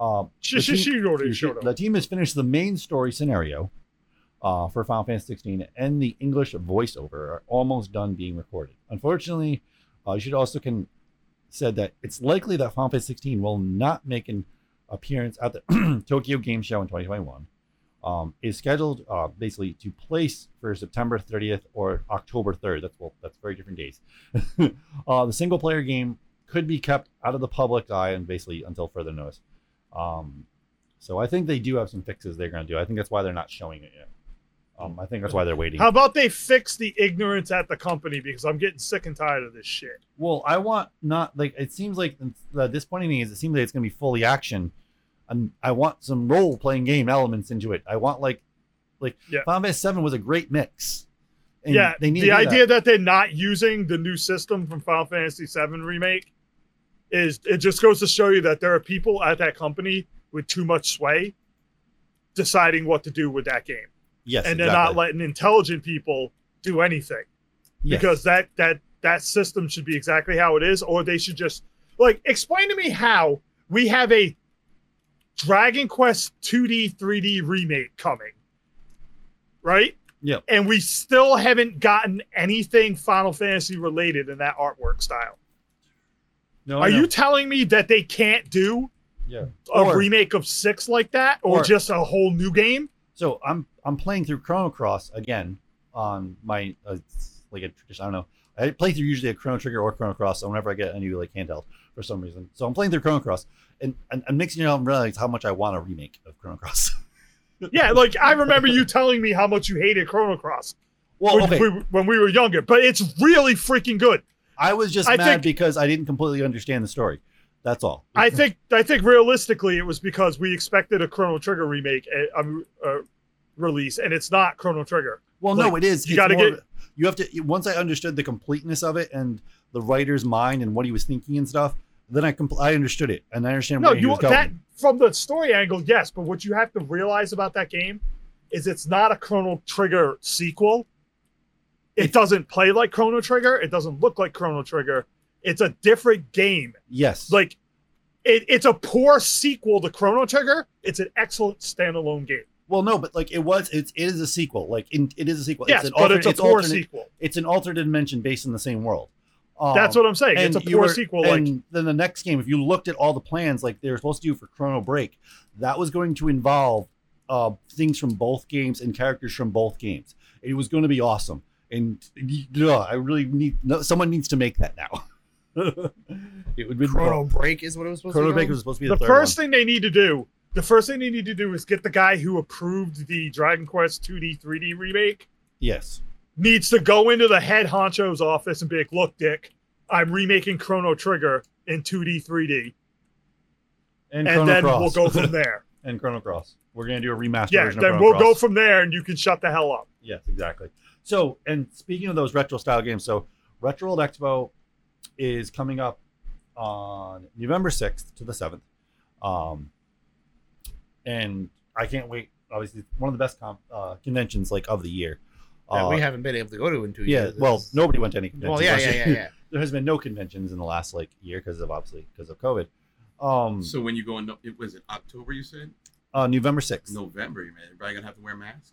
Speaker 2: Um,
Speaker 3: She, she, she already showed up.
Speaker 2: the team has finished the main story scenario uh, for Final Fantasy 16, and the English voiceover are almost done being recorded. Unfortunately, uh, you should also can said that it's likely that Final Fantasy 16 will not make an appearance at the <clears throat> Tokyo Game Show in 2021. Um, is scheduled uh, basically to place for September 30th or October 3rd. That's well, that's very different days. <laughs> uh, the single player game could be kept out of the public eye and basically until further notice. Um, so I think they do have some fixes they're going to do. I think that's why they're not showing it yet. Um, I think that's why they're waiting.
Speaker 3: How about they fix the ignorance at the company because I'm getting sick and tired of this shit.
Speaker 2: Well, I want not like it seems like uh, the disappointing thing is it seems like it's going to be fully action, and I want some role playing game elements into it. I want like like
Speaker 3: Yeah.
Speaker 2: Final Fantasy Seven was a great mix. And
Speaker 3: yeah,
Speaker 2: they need to
Speaker 3: the
Speaker 2: do that.
Speaker 3: idea that. they're not using the new system from Final Fantasy VII remake is it just goes to show you that there are people at that company with too much sway deciding what to do with that game,
Speaker 2: yes,
Speaker 3: and they're
Speaker 2: exactly.
Speaker 3: not letting intelligent people do anything
Speaker 2: Yes.
Speaker 3: because that that that system should be exactly how it is, or they should just like explain to me how we have a Dragon Quest 2D 3D remake coming, right?
Speaker 2: Yep.
Speaker 3: And we still haven't gotten anything Final Fantasy related in that artwork style.
Speaker 2: no, I
Speaker 3: Are
Speaker 2: know.
Speaker 3: you telling me that they can't do
Speaker 2: Yeah.
Speaker 3: a
Speaker 2: Or-
Speaker 3: remake of six like that, or,
Speaker 2: or-
Speaker 3: just a whole new game?
Speaker 2: So I'm I'm playing through Chrono Cross again on my uh, it's like a tradition. I don't know. I play through usually a Chrono Trigger or Chrono Cross so whenever I get a new like handheld for some reason. So I'm playing through Chrono Cross and and I'm mixing it up and realize how much I want a remake of Chrono Cross. <laughs>
Speaker 3: Yeah, like I remember you telling me how much you hated Chrono Cross
Speaker 2: well,
Speaker 3: when,
Speaker 2: okay.
Speaker 3: we, when we were younger, but it's really freaking good.
Speaker 2: I was just
Speaker 3: I
Speaker 2: mad
Speaker 3: think-
Speaker 2: because I didn't completely understand the story. That's all.
Speaker 3: I think I think realistically it was because we expected a Chrono Trigger remake uh, um, uh, release, and it's not Chrono Trigger.
Speaker 2: Well, no,
Speaker 3: Like,
Speaker 2: it is.
Speaker 3: you
Speaker 2: It's
Speaker 3: gotta
Speaker 2: more
Speaker 3: get-
Speaker 2: of- You have to. Once I understood the completeness of it and the writer's mind and what he was thinking and stuff, then I compl- I understood it and I understand
Speaker 3: No,
Speaker 2: where he
Speaker 3: you
Speaker 2: was going.
Speaker 3: that from the story angle, yes, but what you have to realize about that game is it's not a Chrono Trigger sequel. It doesn't play like Chrono Trigger. It doesn't look like Chrono Trigger. It's a different game.
Speaker 2: yes,
Speaker 3: Like, it, it's a poor sequel to Chrono Trigger. It's an excellent standalone game.
Speaker 2: Well, no, but like it was, it's, it is a sequel. Like in, it is a sequel.
Speaker 3: Yes,
Speaker 2: it's an
Speaker 3: but it's a poor
Speaker 2: alternate,
Speaker 3: sequel.
Speaker 2: It's an alternate dimension based in the same world. Um,
Speaker 3: That's what I'm saying.
Speaker 2: and
Speaker 3: It's a
Speaker 2: you
Speaker 3: poor
Speaker 2: were-
Speaker 3: sequel.
Speaker 2: And
Speaker 3: like,
Speaker 2: then the next game, if you looked at all the plans, like they were supposed to do for Chrono Break, that was going to involve uh, things from both games and characters from both games. It was going to be awesome. And yeah, I really need no, someone needs to make that now. <laughs> it would be
Speaker 5: Chrono Break is what it was supposed
Speaker 2: Chrono
Speaker 5: to be.
Speaker 2: Break
Speaker 5: called?
Speaker 2: was supposed to be the,
Speaker 3: the
Speaker 2: third
Speaker 3: first
Speaker 2: one.
Speaker 3: thing they need to do, the first thing they need to do is get the guy who approved the Dragon Quest 2D 3D remake
Speaker 2: Yes.
Speaker 3: needs to go into the head honcho's office and be like, "Look, Dick, I'm remaking Chrono Trigger in 2D 3D,
Speaker 2: And,
Speaker 3: and,
Speaker 2: Chrono
Speaker 3: then
Speaker 2: Cross.
Speaker 3: we'll go from there."
Speaker 2: and Chrono Cross. We're gonna do a remaster
Speaker 3: yeah,
Speaker 2: version
Speaker 3: then
Speaker 2: of Chrono
Speaker 3: we'll
Speaker 2: Cross.
Speaker 3: go from there, and you can shut the hell up.
Speaker 2: Yes, exactly. So, and speaking of those retro style games, so Retro World Expo is coming up on November 6th to the 7th. Um, and I can't wait. Obviously, it's one of the best com- uh, conventions like of the year.
Speaker 5: that
Speaker 2: Uh,
Speaker 5: we haven't been able to go to in two
Speaker 2: yeah,
Speaker 5: years.
Speaker 2: well,
Speaker 5: It's-
Speaker 2: nobody went to any conventions.
Speaker 5: Well, yeah,
Speaker 2: last
Speaker 5: yeah,
Speaker 2: year.
Speaker 5: yeah, yeah.
Speaker 2: <laughs> there has been no conventions in the last like year because of obviously because of COVID. Um,
Speaker 4: So when you go in, it was it October you said
Speaker 2: uh, November 6th.
Speaker 4: November, man. Everybody gonna have to wear masks.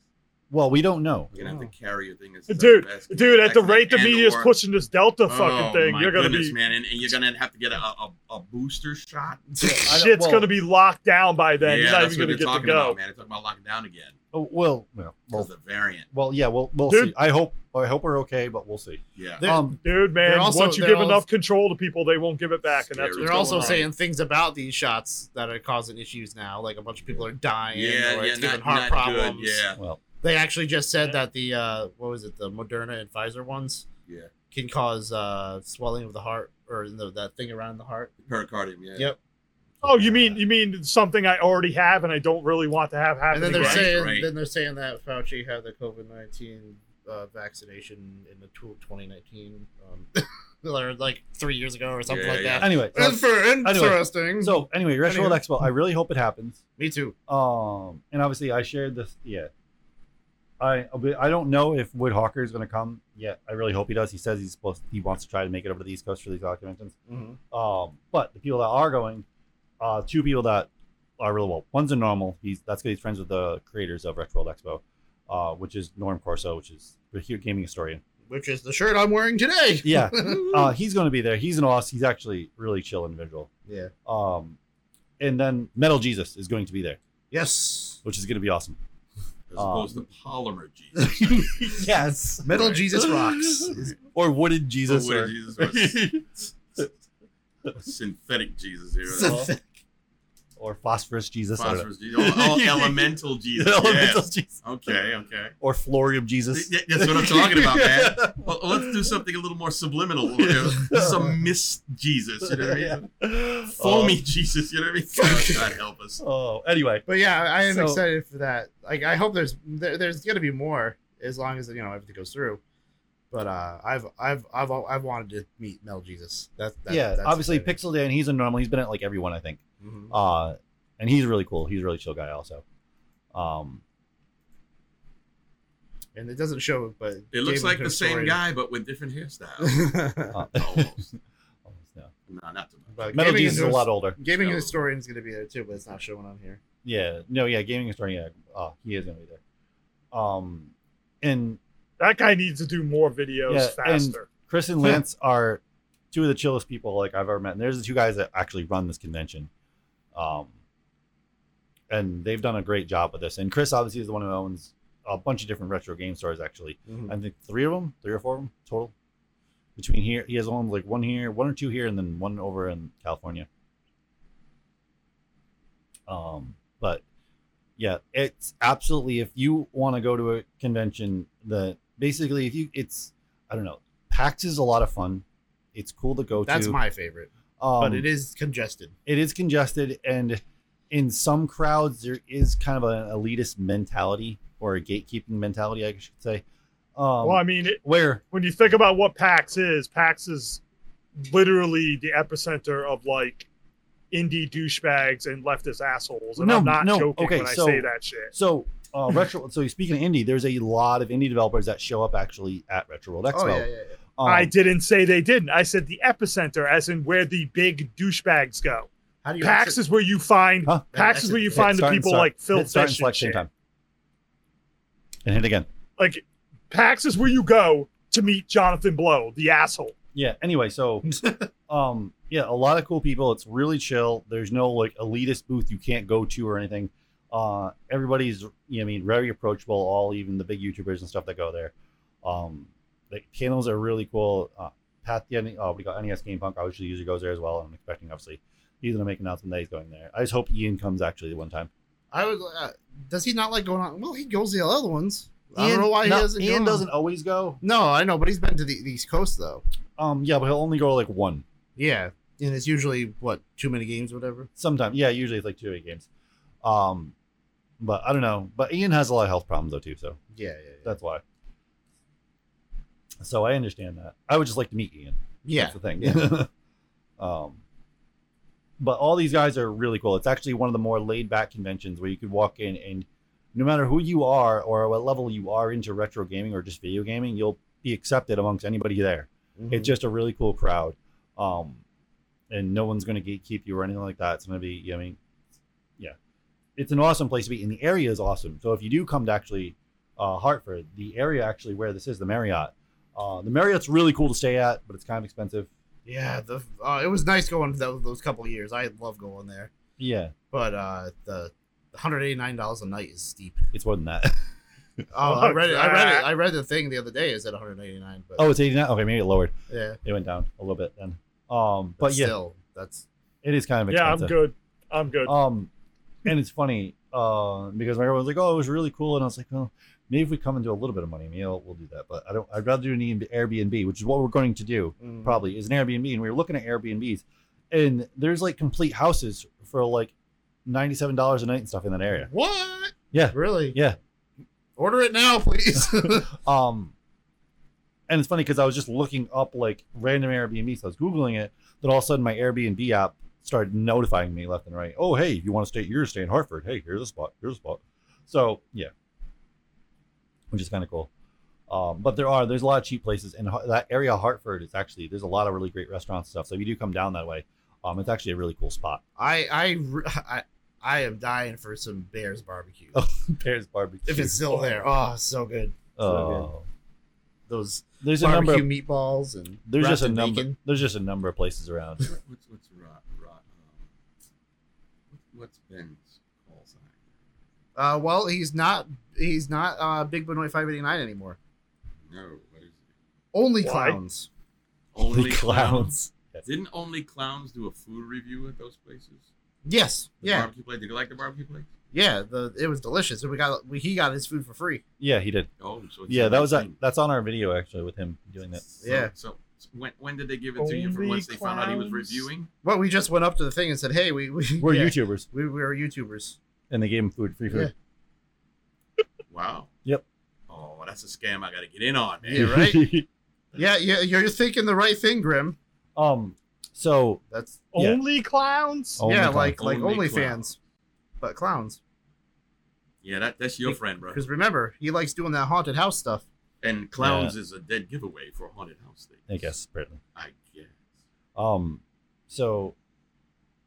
Speaker 2: Well, we don't
Speaker 5: <laughs>
Speaker 2: know.
Speaker 4: We're gonna have
Speaker 2: Oh.
Speaker 4: to carry a thing.
Speaker 3: Dude, Dude, at the rate the media is pushing this Delta
Speaker 6: Oh,
Speaker 3: fucking thing,
Speaker 4: Oh, my
Speaker 3: you're gonna
Speaker 4: goodness,
Speaker 3: be
Speaker 4: man, and, and you're gonna have to get a, a, a booster shot.
Speaker 2: I don't-
Speaker 3: shit's
Speaker 2: well-
Speaker 3: gonna be locked down by then.
Speaker 4: yeah,
Speaker 3: You're not
Speaker 4: that's
Speaker 3: even gonna
Speaker 4: what they're
Speaker 3: get to
Speaker 4: talking
Speaker 3: go.
Speaker 4: about, man. They're talking about locking down again.
Speaker 2: Oh, well, no.
Speaker 4: Because
Speaker 2: well,
Speaker 4: the variant.
Speaker 2: well, yeah, we'll we'll
Speaker 3: Dude.
Speaker 2: see. I hope I hope we're okay, but we'll see.
Speaker 4: Yeah.
Speaker 5: They're-
Speaker 2: <laughs> Um,
Speaker 3: Dude, man,
Speaker 5: They're also-
Speaker 3: once you
Speaker 5: they're
Speaker 3: give
Speaker 5: also-
Speaker 3: enough control to people, they won't give it back, and that's
Speaker 4: Scary.
Speaker 3: what's
Speaker 5: They're
Speaker 3: going
Speaker 5: also
Speaker 3: on.
Speaker 5: saying things about these shots that are causing issues now. Like a bunch of people are dying,
Speaker 4: yeah,
Speaker 5: or
Speaker 4: yeah,
Speaker 5: it's giving
Speaker 4: not,
Speaker 5: heart
Speaker 4: not
Speaker 5: problems.
Speaker 4: good. Yeah,
Speaker 2: well,
Speaker 5: They actually just said that the uh, what was it, the Moderna and Pfizer ones
Speaker 4: yeah.
Speaker 5: can cause uh, swelling of the heart or the, that thing around the heart.
Speaker 4: Pericardium. Yeah.
Speaker 5: Yep.
Speaker 3: Oh, you mean you mean something I already have and I don't really want to have happen
Speaker 5: And then they're
Speaker 3: again?
Speaker 4: Right,
Speaker 5: saying
Speaker 4: right.
Speaker 5: then they're saying that Fauci had the COVID nineteen uh, vaccination in the two- 2019, um, <laughs> or like three years ago or something
Speaker 4: Yeah,
Speaker 5: like
Speaker 4: yeah.
Speaker 5: that.
Speaker 2: Anyway,
Speaker 5: That's for interesting.
Speaker 2: so anyway, Retro World
Speaker 5: Anyway.
Speaker 2: Expo. I really hope it happens.
Speaker 5: me too.
Speaker 2: Um, and obviously, I shared this. Yeah, I I don't know if Wood Hawker is going to come yet. I really hope he does. He says he's supposed. He wants to try to make it over to the East Coast for these conventions. Um, but the people that are going, uh, two people that are really well. One's a normal. He's that's because he's friends with the creators of Retro World Expo, uh, which is Norm Corso, which is a huge gaming historian.
Speaker 5: which is the shirt I'm wearing today. <laughs>
Speaker 2: Yeah. Uh, he's going to be there. He's an awesome. He's actually really chill individual.
Speaker 5: Yeah.
Speaker 2: Um, and then Metal Jesus is going to be there,
Speaker 5: Yes.
Speaker 2: which is going to be awesome.
Speaker 6: As opposed to polymer Jesus.
Speaker 2: yes.
Speaker 5: Metal Jesus rocks.
Speaker 2: <laughs> Or Wooden Jesus.
Speaker 6: Or
Speaker 2: Or,
Speaker 6: Jesus or s- synthetic Jesus here.
Speaker 2: Synthetic or Phosphorus Jesus. I don't know.
Speaker 6: Phosphorus Jesus. Oh, oh, elemental
Speaker 2: <laughs>
Speaker 6: Jesus.
Speaker 2: Elemental
Speaker 6: yes.
Speaker 2: Jesus.
Speaker 6: Okay, okay.
Speaker 2: Or Florium Jesus.
Speaker 6: Th- That's what I'm talking about, man.
Speaker 2: <laughs>
Speaker 6: Well, let's do something a little more subliminal. you know, Some mist Jesus, you know what I
Speaker 2: <laughs>
Speaker 6: mean?
Speaker 2: Yeah.
Speaker 6: Foamy Jesus, you know what I mean? <laughs> Oh, God help us.
Speaker 2: Oh, anyway.
Speaker 5: But yeah, I am
Speaker 2: So-
Speaker 5: excited for that. Like, I hope there's there, there's gonna be more as long as you know everything goes through. But uh, I've I've I've al- I've wanted to meet Mel Jesus. That's that,
Speaker 2: yeah,
Speaker 5: that's
Speaker 2: obviously
Speaker 5: exciting.
Speaker 2: Pixel Dan, he's a normal. He's been at like everyone, I think.
Speaker 5: Mhm.
Speaker 2: Uh, and he's really cool. He's a really chill guy also. Um,
Speaker 5: and it doesn't show, but
Speaker 6: It looks
Speaker 5: David
Speaker 6: like the
Speaker 5: Cook's
Speaker 6: same
Speaker 5: story-
Speaker 6: guy, but with different hairstyles.
Speaker 5: <laughs>
Speaker 2: uh,
Speaker 6: Almost.
Speaker 2: almost, no.
Speaker 6: No, not too much.
Speaker 5: But
Speaker 2: oh, Metal
Speaker 5: Gaming
Speaker 2: Jesus is a
Speaker 5: Indus-
Speaker 2: lot older.
Speaker 5: Gaming
Speaker 6: No.
Speaker 5: historian's gonna be there too, but it's not showing on here.
Speaker 2: Yeah. No, yeah, gaming historian, yeah. Uh, he is gonna be there. Um and
Speaker 3: That guy needs to do more videos
Speaker 2: Yeah, and-
Speaker 3: faster.
Speaker 2: Chris and Lance are two of the chillest people like I've ever met. And there's the two guys that actually run this convention. Um, and they've done a great job with this. And Chris obviously is the one who owns a bunch of different retro game stores. Actually, I think three of them, three or four of them total. Between here, he has owned like one here, one or two here, and then one over in California. Um, but yeah, it's absolutely if you want to go to a convention that basically if you it's I don't know. PAX is a lot of fun. It's cool to go
Speaker 5: That's
Speaker 2: to.
Speaker 5: my favorite,
Speaker 2: um,
Speaker 5: but it is congested.
Speaker 2: it is congested and in some crowds there is kind of an elitist mentality or a gatekeeping mentality, I should say. Um,
Speaker 3: well, I mean, it,
Speaker 2: where
Speaker 3: when you think about what PAX is, PAX is literally the epicenter of like indie douchebags and leftist assholes. And
Speaker 2: No,
Speaker 3: I'm not
Speaker 2: no,
Speaker 3: joking
Speaker 2: okay,
Speaker 3: when
Speaker 2: so-
Speaker 3: I say that shit.
Speaker 2: so uh, retro. so speaking of indie, there's a lot of indie developers that show up actually at Retro World Expo.
Speaker 5: Oh yeah, yeah, yeah.
Speaker 2: Um,
Speaker 3: I didn't say they didn't. I said the epicenter, as in where the big douchebags go.
Speaker 5: How do you
Speaker 3: PAX
Speaker 5: exit-
Speaker 3: is where you find
Speaker 2: Huh?
Speaker 3: PAX is where you
Speaker 2: Hit
Speaker 3: find the
Speaker 2: start and
Speaker 3: people
Speaker 2: start.
Speaker 3: like Phil
Speaker 2: Hit start and
Speaker 3: Fish and
Speaker 2: select same
Speaker 3: shit.
Speaker 2: time. And hit again.
Speaker 3: Like PAX is where you go to meet Jonathan Blow, the asshole.
Speaker 2: Yeah. Anyway, so
Speaker 5: <laughs>
Speaker 2: um yeah, a lot of cool people. It's really chill. There's no like elitist booth you can't go to or anything. Uh everybody's you know, I mean very approachable, all even the big YouTubers and stuff that go there. Um the channels are really cool. Uh Pat the N- uh, we got NES Game Punk obviously usually goes there as well. I'm expecting obviously he's gonna make an announcement that he's going there. I just hope Ian comes actually one time.
Speaker 5: I was. Uh, does he not like going on? Well, he goes to the other ones. I
Speaker 2: Ian-
Speaker 5: don't know why
Speaker 2: no,
Speaker 5: he doesn't.
Speaker 2: Ian
Speaker 5: go
Speaker 2: doesn't always go.
Speaker 5: No, I know, but he's been to the, the East Coast though.
Speaker 2: Um yeah, but he'll only go like one.
Speaker 5: Yeah, and it's usually what too many games, or whatever.
Speaker 2: Sometimes, yeah, usually it's like two eight games. Um, but I don't know. But Ian has a lot of health problems though too, so
Speaker 5: Yeah, yeah, yeah.
Speaker 2: that's why. So I understand that. I would just like to meet Ian.
Speaker 5: yeah.
Speaker 2: That's the thing. <laughs> um, but all these guys are really cool. It's actually one of the more laid back conventions where you could walk in and no matter who you are or what level you are into retro gaming or just video gaming, you'll be accepted amongst anybody there. It's just a really cool crowd. Um, and no one's going to gatekeep you or anything like that. It's going to be, you know, I mean, yeah, it's an awesome place to be. And the area is awesome. So if you do come to actually uh, Hartford, the area actually where this is, the Marriott, uh, the Marriott's really cool to stay at, but it's kind of expensive.
Speaker 5: yeah. The uh, it was nice going those, those couple of years. I love going there,
Speaker 2: Yeah,
Speaker 5: but uh, the one hundred eighty nine dollars a night is steep.
Speaker 2: it's more than that. <laughs>
Speaker 5: Oh, I
Speaker 3: Fuck
Speaker 5: read it. I read
Speaker 3: that.
Speaker 5: it. I read the thing the other day. Is at one hundred eighty nine, but
Speaker 2: oh, it's 89. Okay, maybe it lowered.
Speaker 5: yeah,
Speaker 2: It went down a little bit then. Um, but yeah,
Speaker 5: still, that's
Speaker 2: it is kind of
Speaker 3: Yeah, I'm
Speaker 2: expensive.
Speaker 3: good. I'm good.
Speaker 2: Um, and it's funny uh, because my girl was like, "Oh, it was really cool," and I was like, "Well, maybe if we come and do a little bit of money, maybe I'll- we'll do that." But I don't. I'd rather do an E Airbnb, which is what we're going to do
Speaker 5: mm,
Speaker 2: probably is an Airbnb. And we were looking at Airbnbs, and there's like complete houses for like ninety seven dollars a night and stuff in that area.
Speaker 5: what?
Speaker 2: Yeah.
Speaker 5: really?
Speaker 2: Yeah.
Speaker 5: Order it
Speaker 2: <laughs>
Speaker 5: now, please. <laughs>
Speaker 2: Um, and it's funny because I was just looking up like random Airbnbs. I was googling it. Then all of a sudden, my Airbnb app started notifying me left and right. Oh, hey, if you want to stay, you're gonna stay in Hartford. Hey, here's a spot. Here's a spot. So yeah, which is kind of cool. Um, but there are there's a lot of cheap places, and Har- that area of Hartford is actually there's a lot of really great restaurants and stuff. So if you do come down that way, um, it's actually a really cool <laughs> spot.
Speaker 5: I, I, re- I, I am dying for some Bears barbecue.
Speaker 2: <laughs> Oh, Bears Barbecue.
Speaker 5: If it's still there, oh, so good.
Speaker 2: oh,
Speaker 5: Those
Speaker 2: There's a number.
Speaker 5: barbecue
Speaker 2: Of,
Speaker 5: meatballs and
Speaker 2: there's
Speaker 5: wrapped
Speaker 2: just a
Speaker 5: in
Speaker 2: number.
Speaker 5: bacon.
Speaker 2: There's just a number of places around.
Speaker 4: What's what's rot, rot, um, what's Ben's call sign?
Speaker 5: Uh, well, he's not he's not uh, Big Benoit five eighty nine anymore.
Speaker 4: No, what is it?
Speaker 5: Only
Speaker 3: Why?
Speaker 5: clowns.
Speaker 2: <laughs> <laughs> Holy clowns!
Speaker 4: Didn't only clowns do a food review at those places?
Speaker 5: Yes.
Speaker 4: The
Speaker 5: yeah.
Speaker 4: barbecue place. Did you like the barbecue place?
Speaker 5: Yeah. The it was delicious, and we got we, he got his food for free.
Speaker 2: Yeah, he did.
Speaker 4: Oh, so it's
Speaker 2: Yeah,
Speaker 4: the
Speaker 2: that
Speaker 4: right
Speaker 2: was a,
Speaker 4: thing.
Speaker 2: that's on our video actually with him doing that.
Speaker 4: So-
Speaker 5: Yeah.
Speaker 4: So, so when when did they give it to you? From
Speaker 3: Only
Speaker 4: once they found out he was
Speaker 3: clowns.
Speaker 4: reviewing.
Speaker 5: Well, we just went up to the thing and said, "Hey, we we
Speaker 2: We're
Speaker 5: <laughs> yeah,
Speaker 2: YouTubers,
Speaker 5: We, we are YouTubers."
Speaker 2: and they gave him food, free <laughs> food.
Speaker 4: Wow.
Speaker 2: Yep.
Speaker 4: Oh, that's a scam. I got to get in on, man.
Speaker 5: Yeah, right? Yeah, yeah, you're thinking the right thing, Grim.
Speaker 2: <laughs> um. So
Speaker 5: That's
Speaker 2: Yeah.
Speaker 3: Only clowns?
Speaker 2: Only
Speaker 5: yeah,
Speaker 2: clowns.
Speaker 5: like like
Speaker 4: Only
Speaker 5: OnlyFans,
Speaker 4: clowns.
Speaker 5: but clowns.
Speaker 4: Yeah, that, that's your friend, bro.
Speaker 5: Because remember, he likes doing that haunted house stuff.
Speaker 4: And clowns is a dead giveaway for haunted house things.
Speaker 2: I guess apparently.
Speaker 4: I guess.
Speaker 5: <laughs>
Speaker 2: Um, so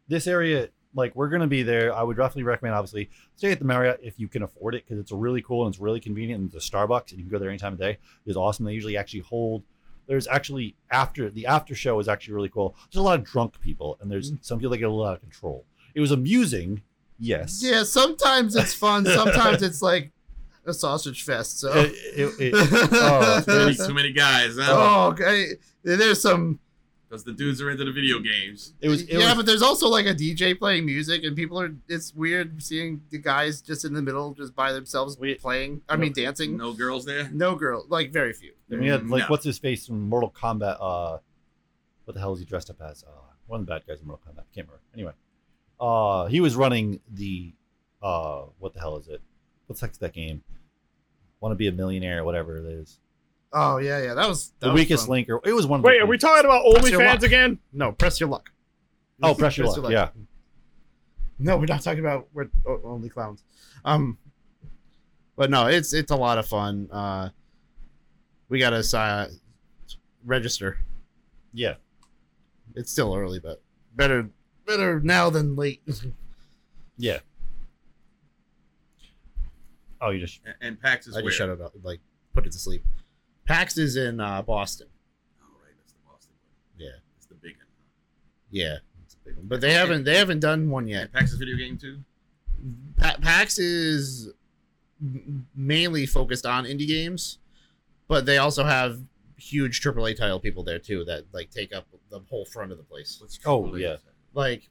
Speaker 2: this area, like we're gonna be there. I would roughly recommend, obviously, stay at the Marriott if you can afford it because it's really cool and it's really convenient. And the Starbucks, and you can go there any time of day. It's awesome. They usually actually hold. There's actually after the after show is actually really cool. There's a lot of drunk people, and there's
Speaker 5: Mm.
Speaker 2: some people that get a little out of control. It was amusing, yes.
Speaker 5: Yeah, sometimes it's fun. Sometimes it's like a sausage fest. So,
Speaker 2: It- it- it-
Speaker 5: <laughs>
Speaker 2: oh,
Speaker 4: Too many, too many guys, huh?
Speaker 5: oh, okay. There's some.
Speaker 4: Because the dudes are into the video games.
Speaker 2: it was. It
Speaker 5: yeah,
Speaker 2: was
Speaker 5: but there's also like a DJ playing music, and people are. It's weird seeing the guys just in the middle, just by themselves
Speaker 2: We-
Speaker 5: playing. I mean, dancing. No,
Speaker 4: No girls there.
Speaker 5: girl, like very few.
Speaker 2: we had like
Speaker 4: No.
Speaker 2: what's his face from Mortal Kombat. Uh, what the hell is he dressed up as? Uh, one of the bad guys in Mortal Kombat. I can't remember. Anyway, uh, he was running the uh, what the hell is it? What's the heck's that game? Want to be a millionaire, whatever it is.
Speaker 5: Oh yeah, yeah. That was that
Speaker 2: the
Speaker 5: was
Speaker 2: weakest
Speaker 5: fun.
Speaker 2: link, or it was one. Of
Speaker 3: Wait,
Speaker 2: the
Speaker 3: are we talking about OnlyFans
Speaker 5: luck.
Speaker 3: again?
Speaker 5: No, press your luck.
Speaker 2: Oh, press
Speaker 5: <laughs>
Speaker 2: your luck. Yeah,
Speaker 5: No, we're not talking about we're o- only clowns. Um, but no, it's it's a lot of fun. Uh, we gotta uh, register.
Speaker 2: yeah.
Speaker 5: It's still early, but better better now than late. <laughs>
Speaker 2: Yeah. Oh, you just
Speaker 4: And, and PAX is
Speaker 5: I
Speaker 4: where?
Speaker 5: just shut it up, like put it to sleep. Pax is in uh, Boston.
Speaker 4: Oh, right, that's the Boston one.
Speaker 5: Yeah,
Speaker 4: That's the big one.
Speaker 5: yeah, it's a big one. but they haven't they haven't done one yet.
Speaker 4: And PAX is video game too.
Speaker 5: Pa- PAX is m- mainly focused on indie games, but they also have huge AAA title people there too that like take up the whole front of the place.
Speaker 4: What's
Speaker 2: Oh,
Speaker 4: AAA?
Speaker 2: yeah.
Speaker 5: Like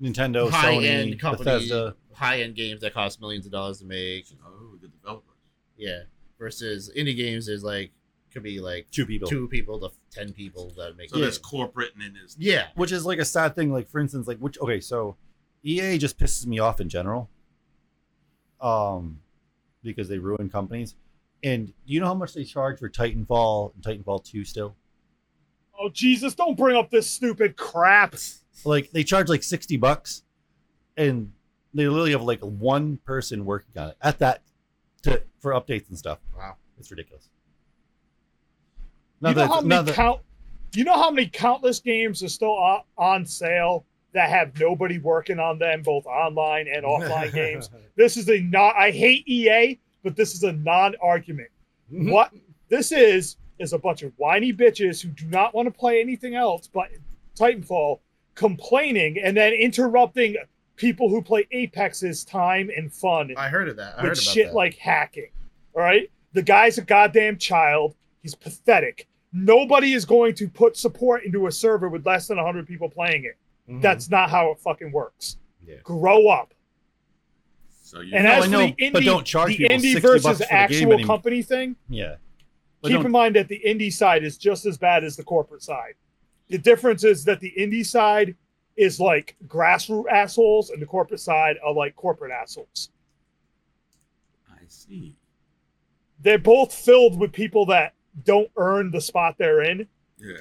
Speaker 2: Nintendo,
Speaker 5: high
Speaker 2: Sony,
Speaker 5: end companies,
Speaker 2: Bethesda.
Speaker 5: high end games that cost millions of dollars to make.
Speaker 4: Oh, the developers.
Speaker 5: Yeah, versus indie games is like could be like
Speaker 2: Two people.
Speaker 5: two people to ten people that make.
Speaker 4: So
Speaker 5: it.
Speaker 4: there's corporate and then there's
Speaker 5: yeah.
Speaker 2: which is like a sad thing. Like for instance, like which okay, so EA just pisses me off in general, um, because they ruin companies. And do you know how much they charge for Titanfall and Titanfall Two still?
Speaker 3: Oh, Jesus, don't bring up this stupid crap.
Speaker 2: Like they charge like sixty bucks, and they literally have like one person working on it at that to for updates and stuff.
Speaker 5: Wow.
Speaker 2: it's ridiculous. Not
Speaker 3: You know,
Speaker 2: that,
Speaker 3: how
Speaker 2: it's- not
Speaker 3: many
Speaker 2: that
Speaker 3: count, you know how many countless games are still o- on sale that have nobody working on them, both online
Speaker 2: <laughs>
Speaker 3: and offline games? This is a not, I hate EA, but this is a non argument.
Speaker 2: Mm-hmm.
Speaker 3: What this is, is a bunch of whiny bitches who do not want to play anything else but Titanfall complaining and then interrupting people who play Apex's time and fun
Speaker 5: I heard of that. I heard
Speaker 3: with
Speaker 5: about
Speaker 3: shit
Speaker 5: that.
Speaker 3: like hacking. All right. The guy's a goddamn child. He's pathetic. Nobody is going to put support into a server with less than 100 people playing it.
Speaker 2: Mm-hmm.
Speaker 5: Mhm.
Speaker 3: That's not how it fucking works.
Speaker 5: Yeah.
Speaker 3: Grow up.
Speaker 4: so you
Speaker 3: And
Speaker 2: No,
Speaker 3: as
Speaker 2: I
Speaker 3: for
Speaker 2: know,
Speaker 3: the indie,
Speaker 2: but don't charge
Speaker 3: the
Speaker 2: people
Speaker 3: indie
Speaker 2: 60 bucks
Speaker 3: versus
Speaker 2: for the game
Speaker 3: actual
Speaker 2: anymore.
Speaker 3: company thing,
Speaker 2: yeah. But
Speaker 3: keep
Speaker 2: don't-
Speaker 3: in mind that the indie side is just as bad as the corporate side. The difference is that the indie side is like grassroots assholes and the corporate side are like corporate assholes.
Speaker 4: I see.
Speaker 3: They're both filled with people that don't earn the spot they're in.
Speaker 4: Yeah.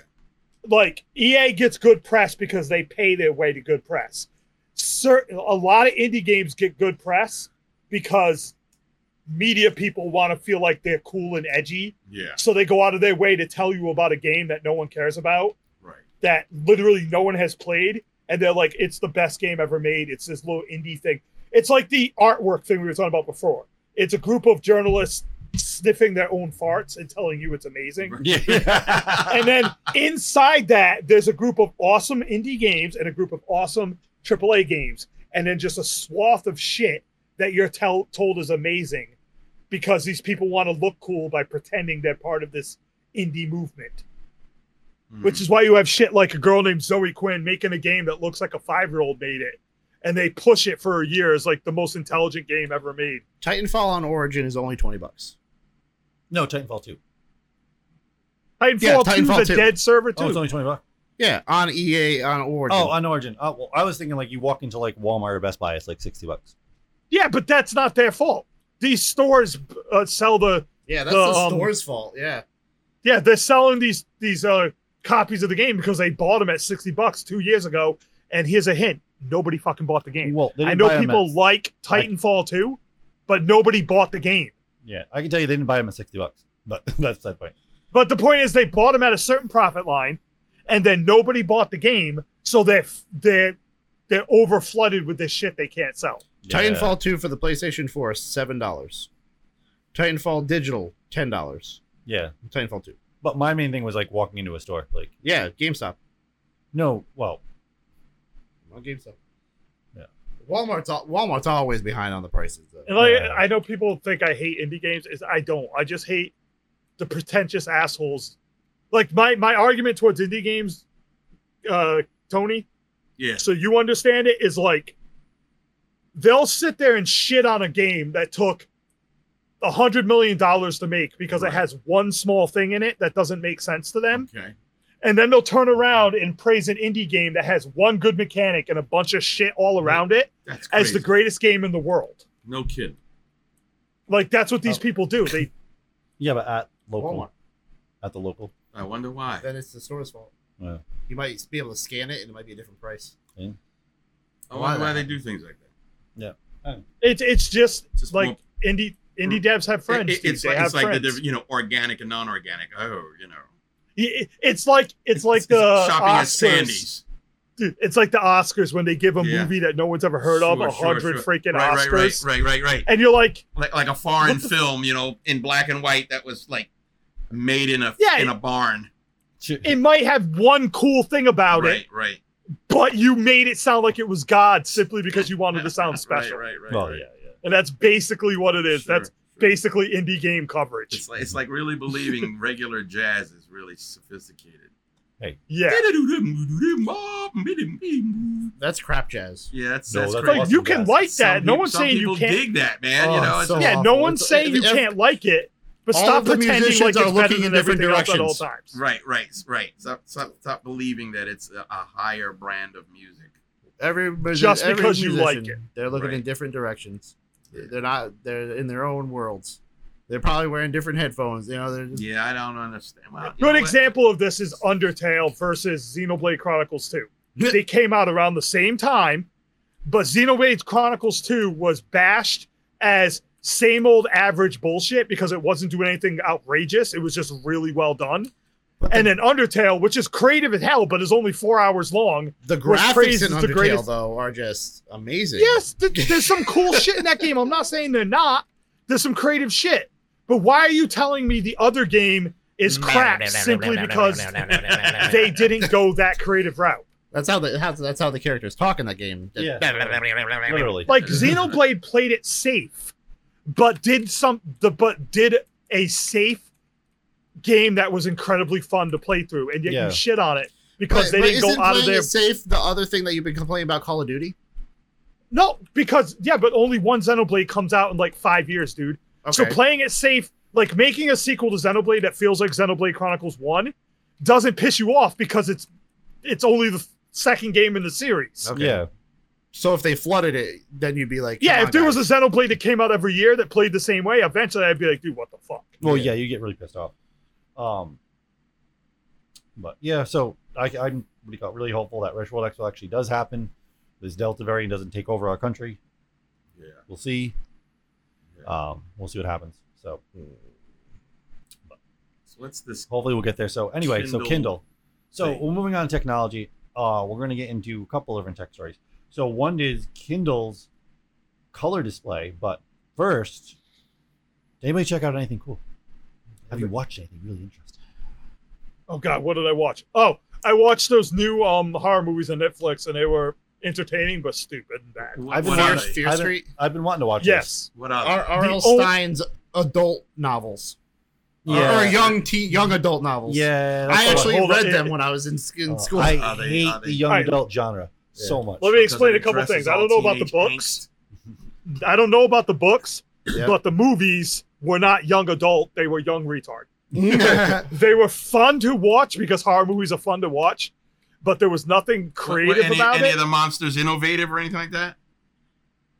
Speaker 3: like EA gets good press because they pay their way to good press. Certain a lot of indie games get good press because media people want to feel like they're cool and edgy,
Speaker 4: Yeah.
Speaker 3: so they go out of their way to tell you about a game that no one cares about,
Speaker 4: Right.
Speaker 3: that literally no one has played, and they're like, "It's the best game ever made." It's this little indie thing. It's like the artwork thing we were talking about before. It's a group of journalists sniffing their own farts and telling you it's amazing.
Speaker 2: <laughs> Yeah.
Speaker 3: And then inside that, there's a group of awesome indie games and a group of awesome AAA games, and then just a swath of shit that you're tell- told is amazing because these people want to look cool by pretending they're part of this indie movement. Which is why you have shit like a girl named Zoe Quinn making a game that looks like a five year old made it. And they push it for a year as like the most intelligent game ever made.
Speaker 5: Titanfall on Origin is only twenty bucks.
Speaker 2: no, Titanfall 2.
Speaker 3: Titanfall, 2
Speaker 5: Yeah, Titanfall
Speaker 3: is a
Speaker 5: 2.
Speaker 3: dead server too.
Speaker 2: Oh, it's only 20 bucks.
Speaker 5: Yeah, on EA on Origin.
Speaker 2: Oh, on Origin. Oh, well, I was thinking like you walk into like Walmart or Best Buy, it's like 60 bucks.
Speaker 3: yeah, but that's not their fault. These stores uh, sell the
Speaker 5: yeah, that's
Speaker 3: the,
Speaker 5: the,
Speaker 3: um,
Speaker 5: store's fault. Yeah,
Speaker 3: yeah, they're selling these these uh, copies of the game because they bought them at sixty bucks two years ago. And here's a hint: nobody fucking bought the game.
Speaker 2: Well, they didn't
Speaker 3: I know
Speaker 2: buy 'em
Speaker 3: people
Speaker 2: at-
Speaker 3: like Titanfall 2, but nobody bought the game.
Speaker 2: yeah, I can tell you they didn't buy them at 60 bucks, but <laughs> that's that point.
Speaker 3: But the point is, they bought them at a certain profit line, and then nobody bought the game, so they're f- they're they're over flooded with this shit they can't sell.
Speaker 5: Titanfall two for the PlayStation Four is seven dollars. Titanfall Digital ten dollars.
Speaker 2: Yeah. yeah.
Speaker 5: Titanfall two.
Speaker 2: But my main thing was like walking into a store. Like,
Speaker 5: Yeah, GameStop.
Speaker 2: no, well,
Speaker 5: On GameStop.
Speaker 2: Yeah.
Speaker 5: Walmart's al- Walmart's always behind on the prices though.
Speaker 3: And like,
Speaker 2: Yeah.
Speaker 3: I know people think I hate indie games. Is I don't. I just hate the pretentious assholes. Like my my argument towards indie games, uh, Tony.
Speaker 4: Yeah.
Speaker 3: So you understand it is like they'll sit there and shit on a game that took a hundred million dollars to make because
Speaker 4: Right.
Speaker 3: it has one small thing in it that doesn't make sense to them,
Speaker 4: Okay.
Speaker 3: and then they'll turn around and praise an indie game that has one good mechanic and a bunch of shit all around it
Speaker 4: That's crazy.
Speaker 3: as the greatest game in the world.
Speaker 4: no kidding.
Speaker 3: Like that's what these
Speaker 2: Oh.
Speaker 3: people do. They
Speaker 2: yeah, but at local,
Speaker 5: Walmart.
Speaker 2: at the local.
Speaker 4: I wonder why.
Speaker 5: Then it's the store's fault.
Speaker 2: Yeah.
Speaker 5: You might be able to scan it and it might be a different price.
Speaker 4: I wonder why they do things like that.
Speaker 3: it's it's just,
Speaker 4: It's just
Speaker 3: like
Speaker 4: more-
Speaker 3: indie indie devs have friends.
Speaker 4: It- it-
Speaker 3: dude.
Speaker 4: it's
Speaker 3: They
Speaker 4: like,
Speaker 3: have
Speaker 4: it's like the
Speaker 3: friends.
Speaker 4: diff- you know organic and non-organic. Oh, you know.
Speaker 3: Y- it- it's like it's like the
Speaker 4: shopping
Speaker 3: Oscars.
Speaker 4: at Sandy's.
Speaker 3: Dude, It's like the Oscars when they give a
Speaker 4: Yeah.
Speaker 3: movie that no one's ever heard of
Speaker 4: Sure,
Speaker 3: a
Speaker 4: sure,
Speaker 3: hundred
Speaker 4: sure.
Speaker 3: freaking
Speaker 4: right,
Speaker 3: Oscars,
Speaker 4: Right, right, right, right,
Speaker 3: <laughs>
Speaker 4: right.
Speaker 3: and you're like,
Speaker 4: Like, like a foreign
Speaker 3: What the-
Speaker 4: film, you know, in black and white that was like made in a
Speaker 3: Yeah,
Speaker 4: in a barn.
Speaker 3: it might have one cool thing about
Speaker 4: right,
Speaker 3: it,
Speaker 4: right.
Speaker 3: but you made it sound like it was God simply because you
Speaker 4: <laughs>
Speaker 3: wanted to sound special,
Speaker 4: Right, right, right.
Speaker 2: well,
Speaker 4: right.
Speaker 2: yeah, yeah.
Speaker 3: and that's basically what it is.
Speaker 4: Sure,
Speaker 3: That's
Speaker 4: sure.
Speaker 3: basically indie game coverage.
Speaker 4: It's like it's like
Speaker 3: <laughs>
Speaker 4: really believing regular jazz is really sophisticated.
Speaker 3: Yeah,
Speaker 5: That's crap jazz.
Speaker 4: Yeah, that's
Speaker 2: No,
Speaker 4: that's
Speaker 2: that's
Speaker 4: crazy.
Speaker 3: like you can
Speaker 2: Yes.
Speaker 3: like
Speaker 4: Some
Speaker 3: that. No
Speaker 4: peop-
Speaker 3: one's
Speaker 4: some
Speaker 3: saying you
Speaker 4: people
Speaker 3: can't.
Speaker 4: dig that, man.
Speaker 5: Oh,
Speaker 4: you know, it's
Speaker 5: so
Speaker 4: just-
Speaker 3: yeah,
Speaker 5: awful.
Speaker 3: no one's
Speaker 5: It's-
Speaker 3: saying
Speaker 5: it-
Speaker 3: you
Speaker 5: it-
Speaker 3: can't like it, but
Speaker 5: all
Speaker 3: stop
Speaker 5: of the
Speaker 3: pretending like
Speaker 5: musicians
Speaker 3: it's
Speaker 5: are
Speaker 3: better
Speaker 5: looking
Speaker 3: than
Speaker 5: in different
Speaker 3: everything else at all
Speaker 5: directions.
Speaker 3: times.
Speaker 4: right, right, right. Stop, stop, stop believing that it's a, a higher brand of music.
Speaker 5: Every musi-
Speaker 3: Just
Speaker 5: every
Speaker 3: because you like
Speaker 5: musician, they're looking in
Speaker 4: Right.
Speaker 5: different directions. They're not. They're in their own worlds. They're probably wearing different headphones. You know, they're just,
Speaker 4: Yeah, I don't understand. Well, you know
Speaker 3: Good
Speaker 4: what?
Speaker 3: example of this is Undertale versus Xenoblade Chronicles 2. they came out around the same time, but Xenoblade Chronicles 2 was bashed as same old average bullshit because it wasn't doing anything outrageous. It was just really well done.
Speaker 5: But
Speaker 3: And then Undertale, which is creative as hell, but is only four hours long.
Speaker 5: the
Speaker 3: we're praised
Speaker 5: graphics in
Speaker 3: as the
Speaker 5: Undertale
Speaker 3: greatest-
Speaker 5: though are just amazing.
Speaker 3: Yes, th- there's some cool shit in that game. I'm not saying they're not. There's some creative shit. But why are you telling me the other game is crap simply <laughs> because they didn't go that creative route?
Speaker 5: that's how the how, that's how the characters talk in that game. That-
Speaker 2: Yeah. Literally.
Speaker 3: like Xenoblade played it safe, but did some the but did a safe game that was incredibly fun to play through, and yet
Speaker 2: Yeah.
Speaker 3: you shit on it because
Speaker 5: But-
Speaker 3: they
Speaker 5: but
Speaker 3: didn't
Speaker 5: isn't
Speaker 3: go out of
Speaker 5: playing
Speaker 3: their
Speaker 5: it safe. The other thing that you've been complaining about, Call of Duty.
Speaker 3: no because yeah, but only one Xenoblade comes out in like five years, dude.
Speaker 5: Okay.
Speaker 3: So playing it safe, like making a sequel to Xenoblade that feels like Xenoblade Chronicles One, doesn't piss you off because it's it's only the second game in the series.
Speaker 5: Okay.
Speaker 2: Yeah.
Speaker 5: so if they flooded it, then you'd be like,
Speaker 3: Yeah,
Speaker 5: come
Speaker 3: if
Speaker 5: on,
Speaker 3: there was a
Speaker 5: guys.
Speaker 3: Xenoblade that came out every year that played the same way, eventually I'd be like, dude, what the fuck?
Speaker 2: Well,
Speaker 5: Yeah.
Speaker 2: yeah, you get really pissed off. Um, but yeah, so I, I'm what do you call it, really hopeful that Rush World Expo actually does happen. This Delta variant doesn't take over our country.
Speaker 4: Yeah.
Speaker 2: We'll see.
Speaker 4: Yeah.
Speaker 2: Um, we'll see what happens. So
Speaker 4: So what's this?
Speaker 2: hopefully we'll get there. So anyway, so
Speaker 4: Kindle
Speaker 2: Kindle. So
Speaker 4: thing.
Speaker 2: we're moving on to technology. Uh, we're going to get into a couple different tech stories. So one is Kindle's color display, but first, Anybody check out anything cool? Have you watched anything really interesting?
Speaker 3: Oh god, what did I watch? Oh, I watched those new um horror movies on Netflix, and they were entertaining but stupid and bad.
Speaker 4: What,
Speaker 2: I've been
Speaker 4: what
Speaker 2: on
Speaker 5: Fear,
Speaker 4: are
Speaker 2: it.
Speaker 4: they?
Speaker 5: Fear
Speaker 2: I haven't-
Speaker 5: Street,
Speaker 2: I've been wanting to watch. this.
Speaker 3: Yes,
Speaker 4: What are they?
Speaker 5: R. R. L.
Speaker 3: The only-
Speaker 5: Stein's adult novels,
Speaker 6: Yeah.
Speaker 5: or young teen, young adult novels.
Speaker 2: Yeah, that's
Speaker 5: I
Speaker 2: what
Speaker 5: actually
Speaker 3: Hold on,
Speaker 5: read
Speaker 3: it-
Speaker 5: them when I was in, sc- in
Speaker 2: Oh,
Speaker 5: school. <laughs>
Speaker 2: I <laughs>
Speaker 4: Are they-
Speaker 2: hate
Speaker 4: are they-
Speaker 2: the young
Speaker 3: I-
Speaker 2: adult genre so much.
Speaker 3: Let me
Speaker 4: Because
Speaker 3: explain
Speaker 4: it
Speaker 3: a couple
Speaker 4: addresses
Speaker 3: things. I
Speaker 4: all
Speaker 3: don't know about the
Speaker 4: teenage
Speaker 3: books. I don't know about the books,
Speaker 5: Yeah.
Speaker 3: but the movies were not young adult; they were young retard. They were fun to watch because horror movies are fun to watch, but there was nothing
Speaker 4: What- what-
Speaker 3: creative
Speaker 4: any,
Speaker 3: about
Speaker 4: any
Speaker 3: it.
Speaker 4: of the monsters innovative or anything like that?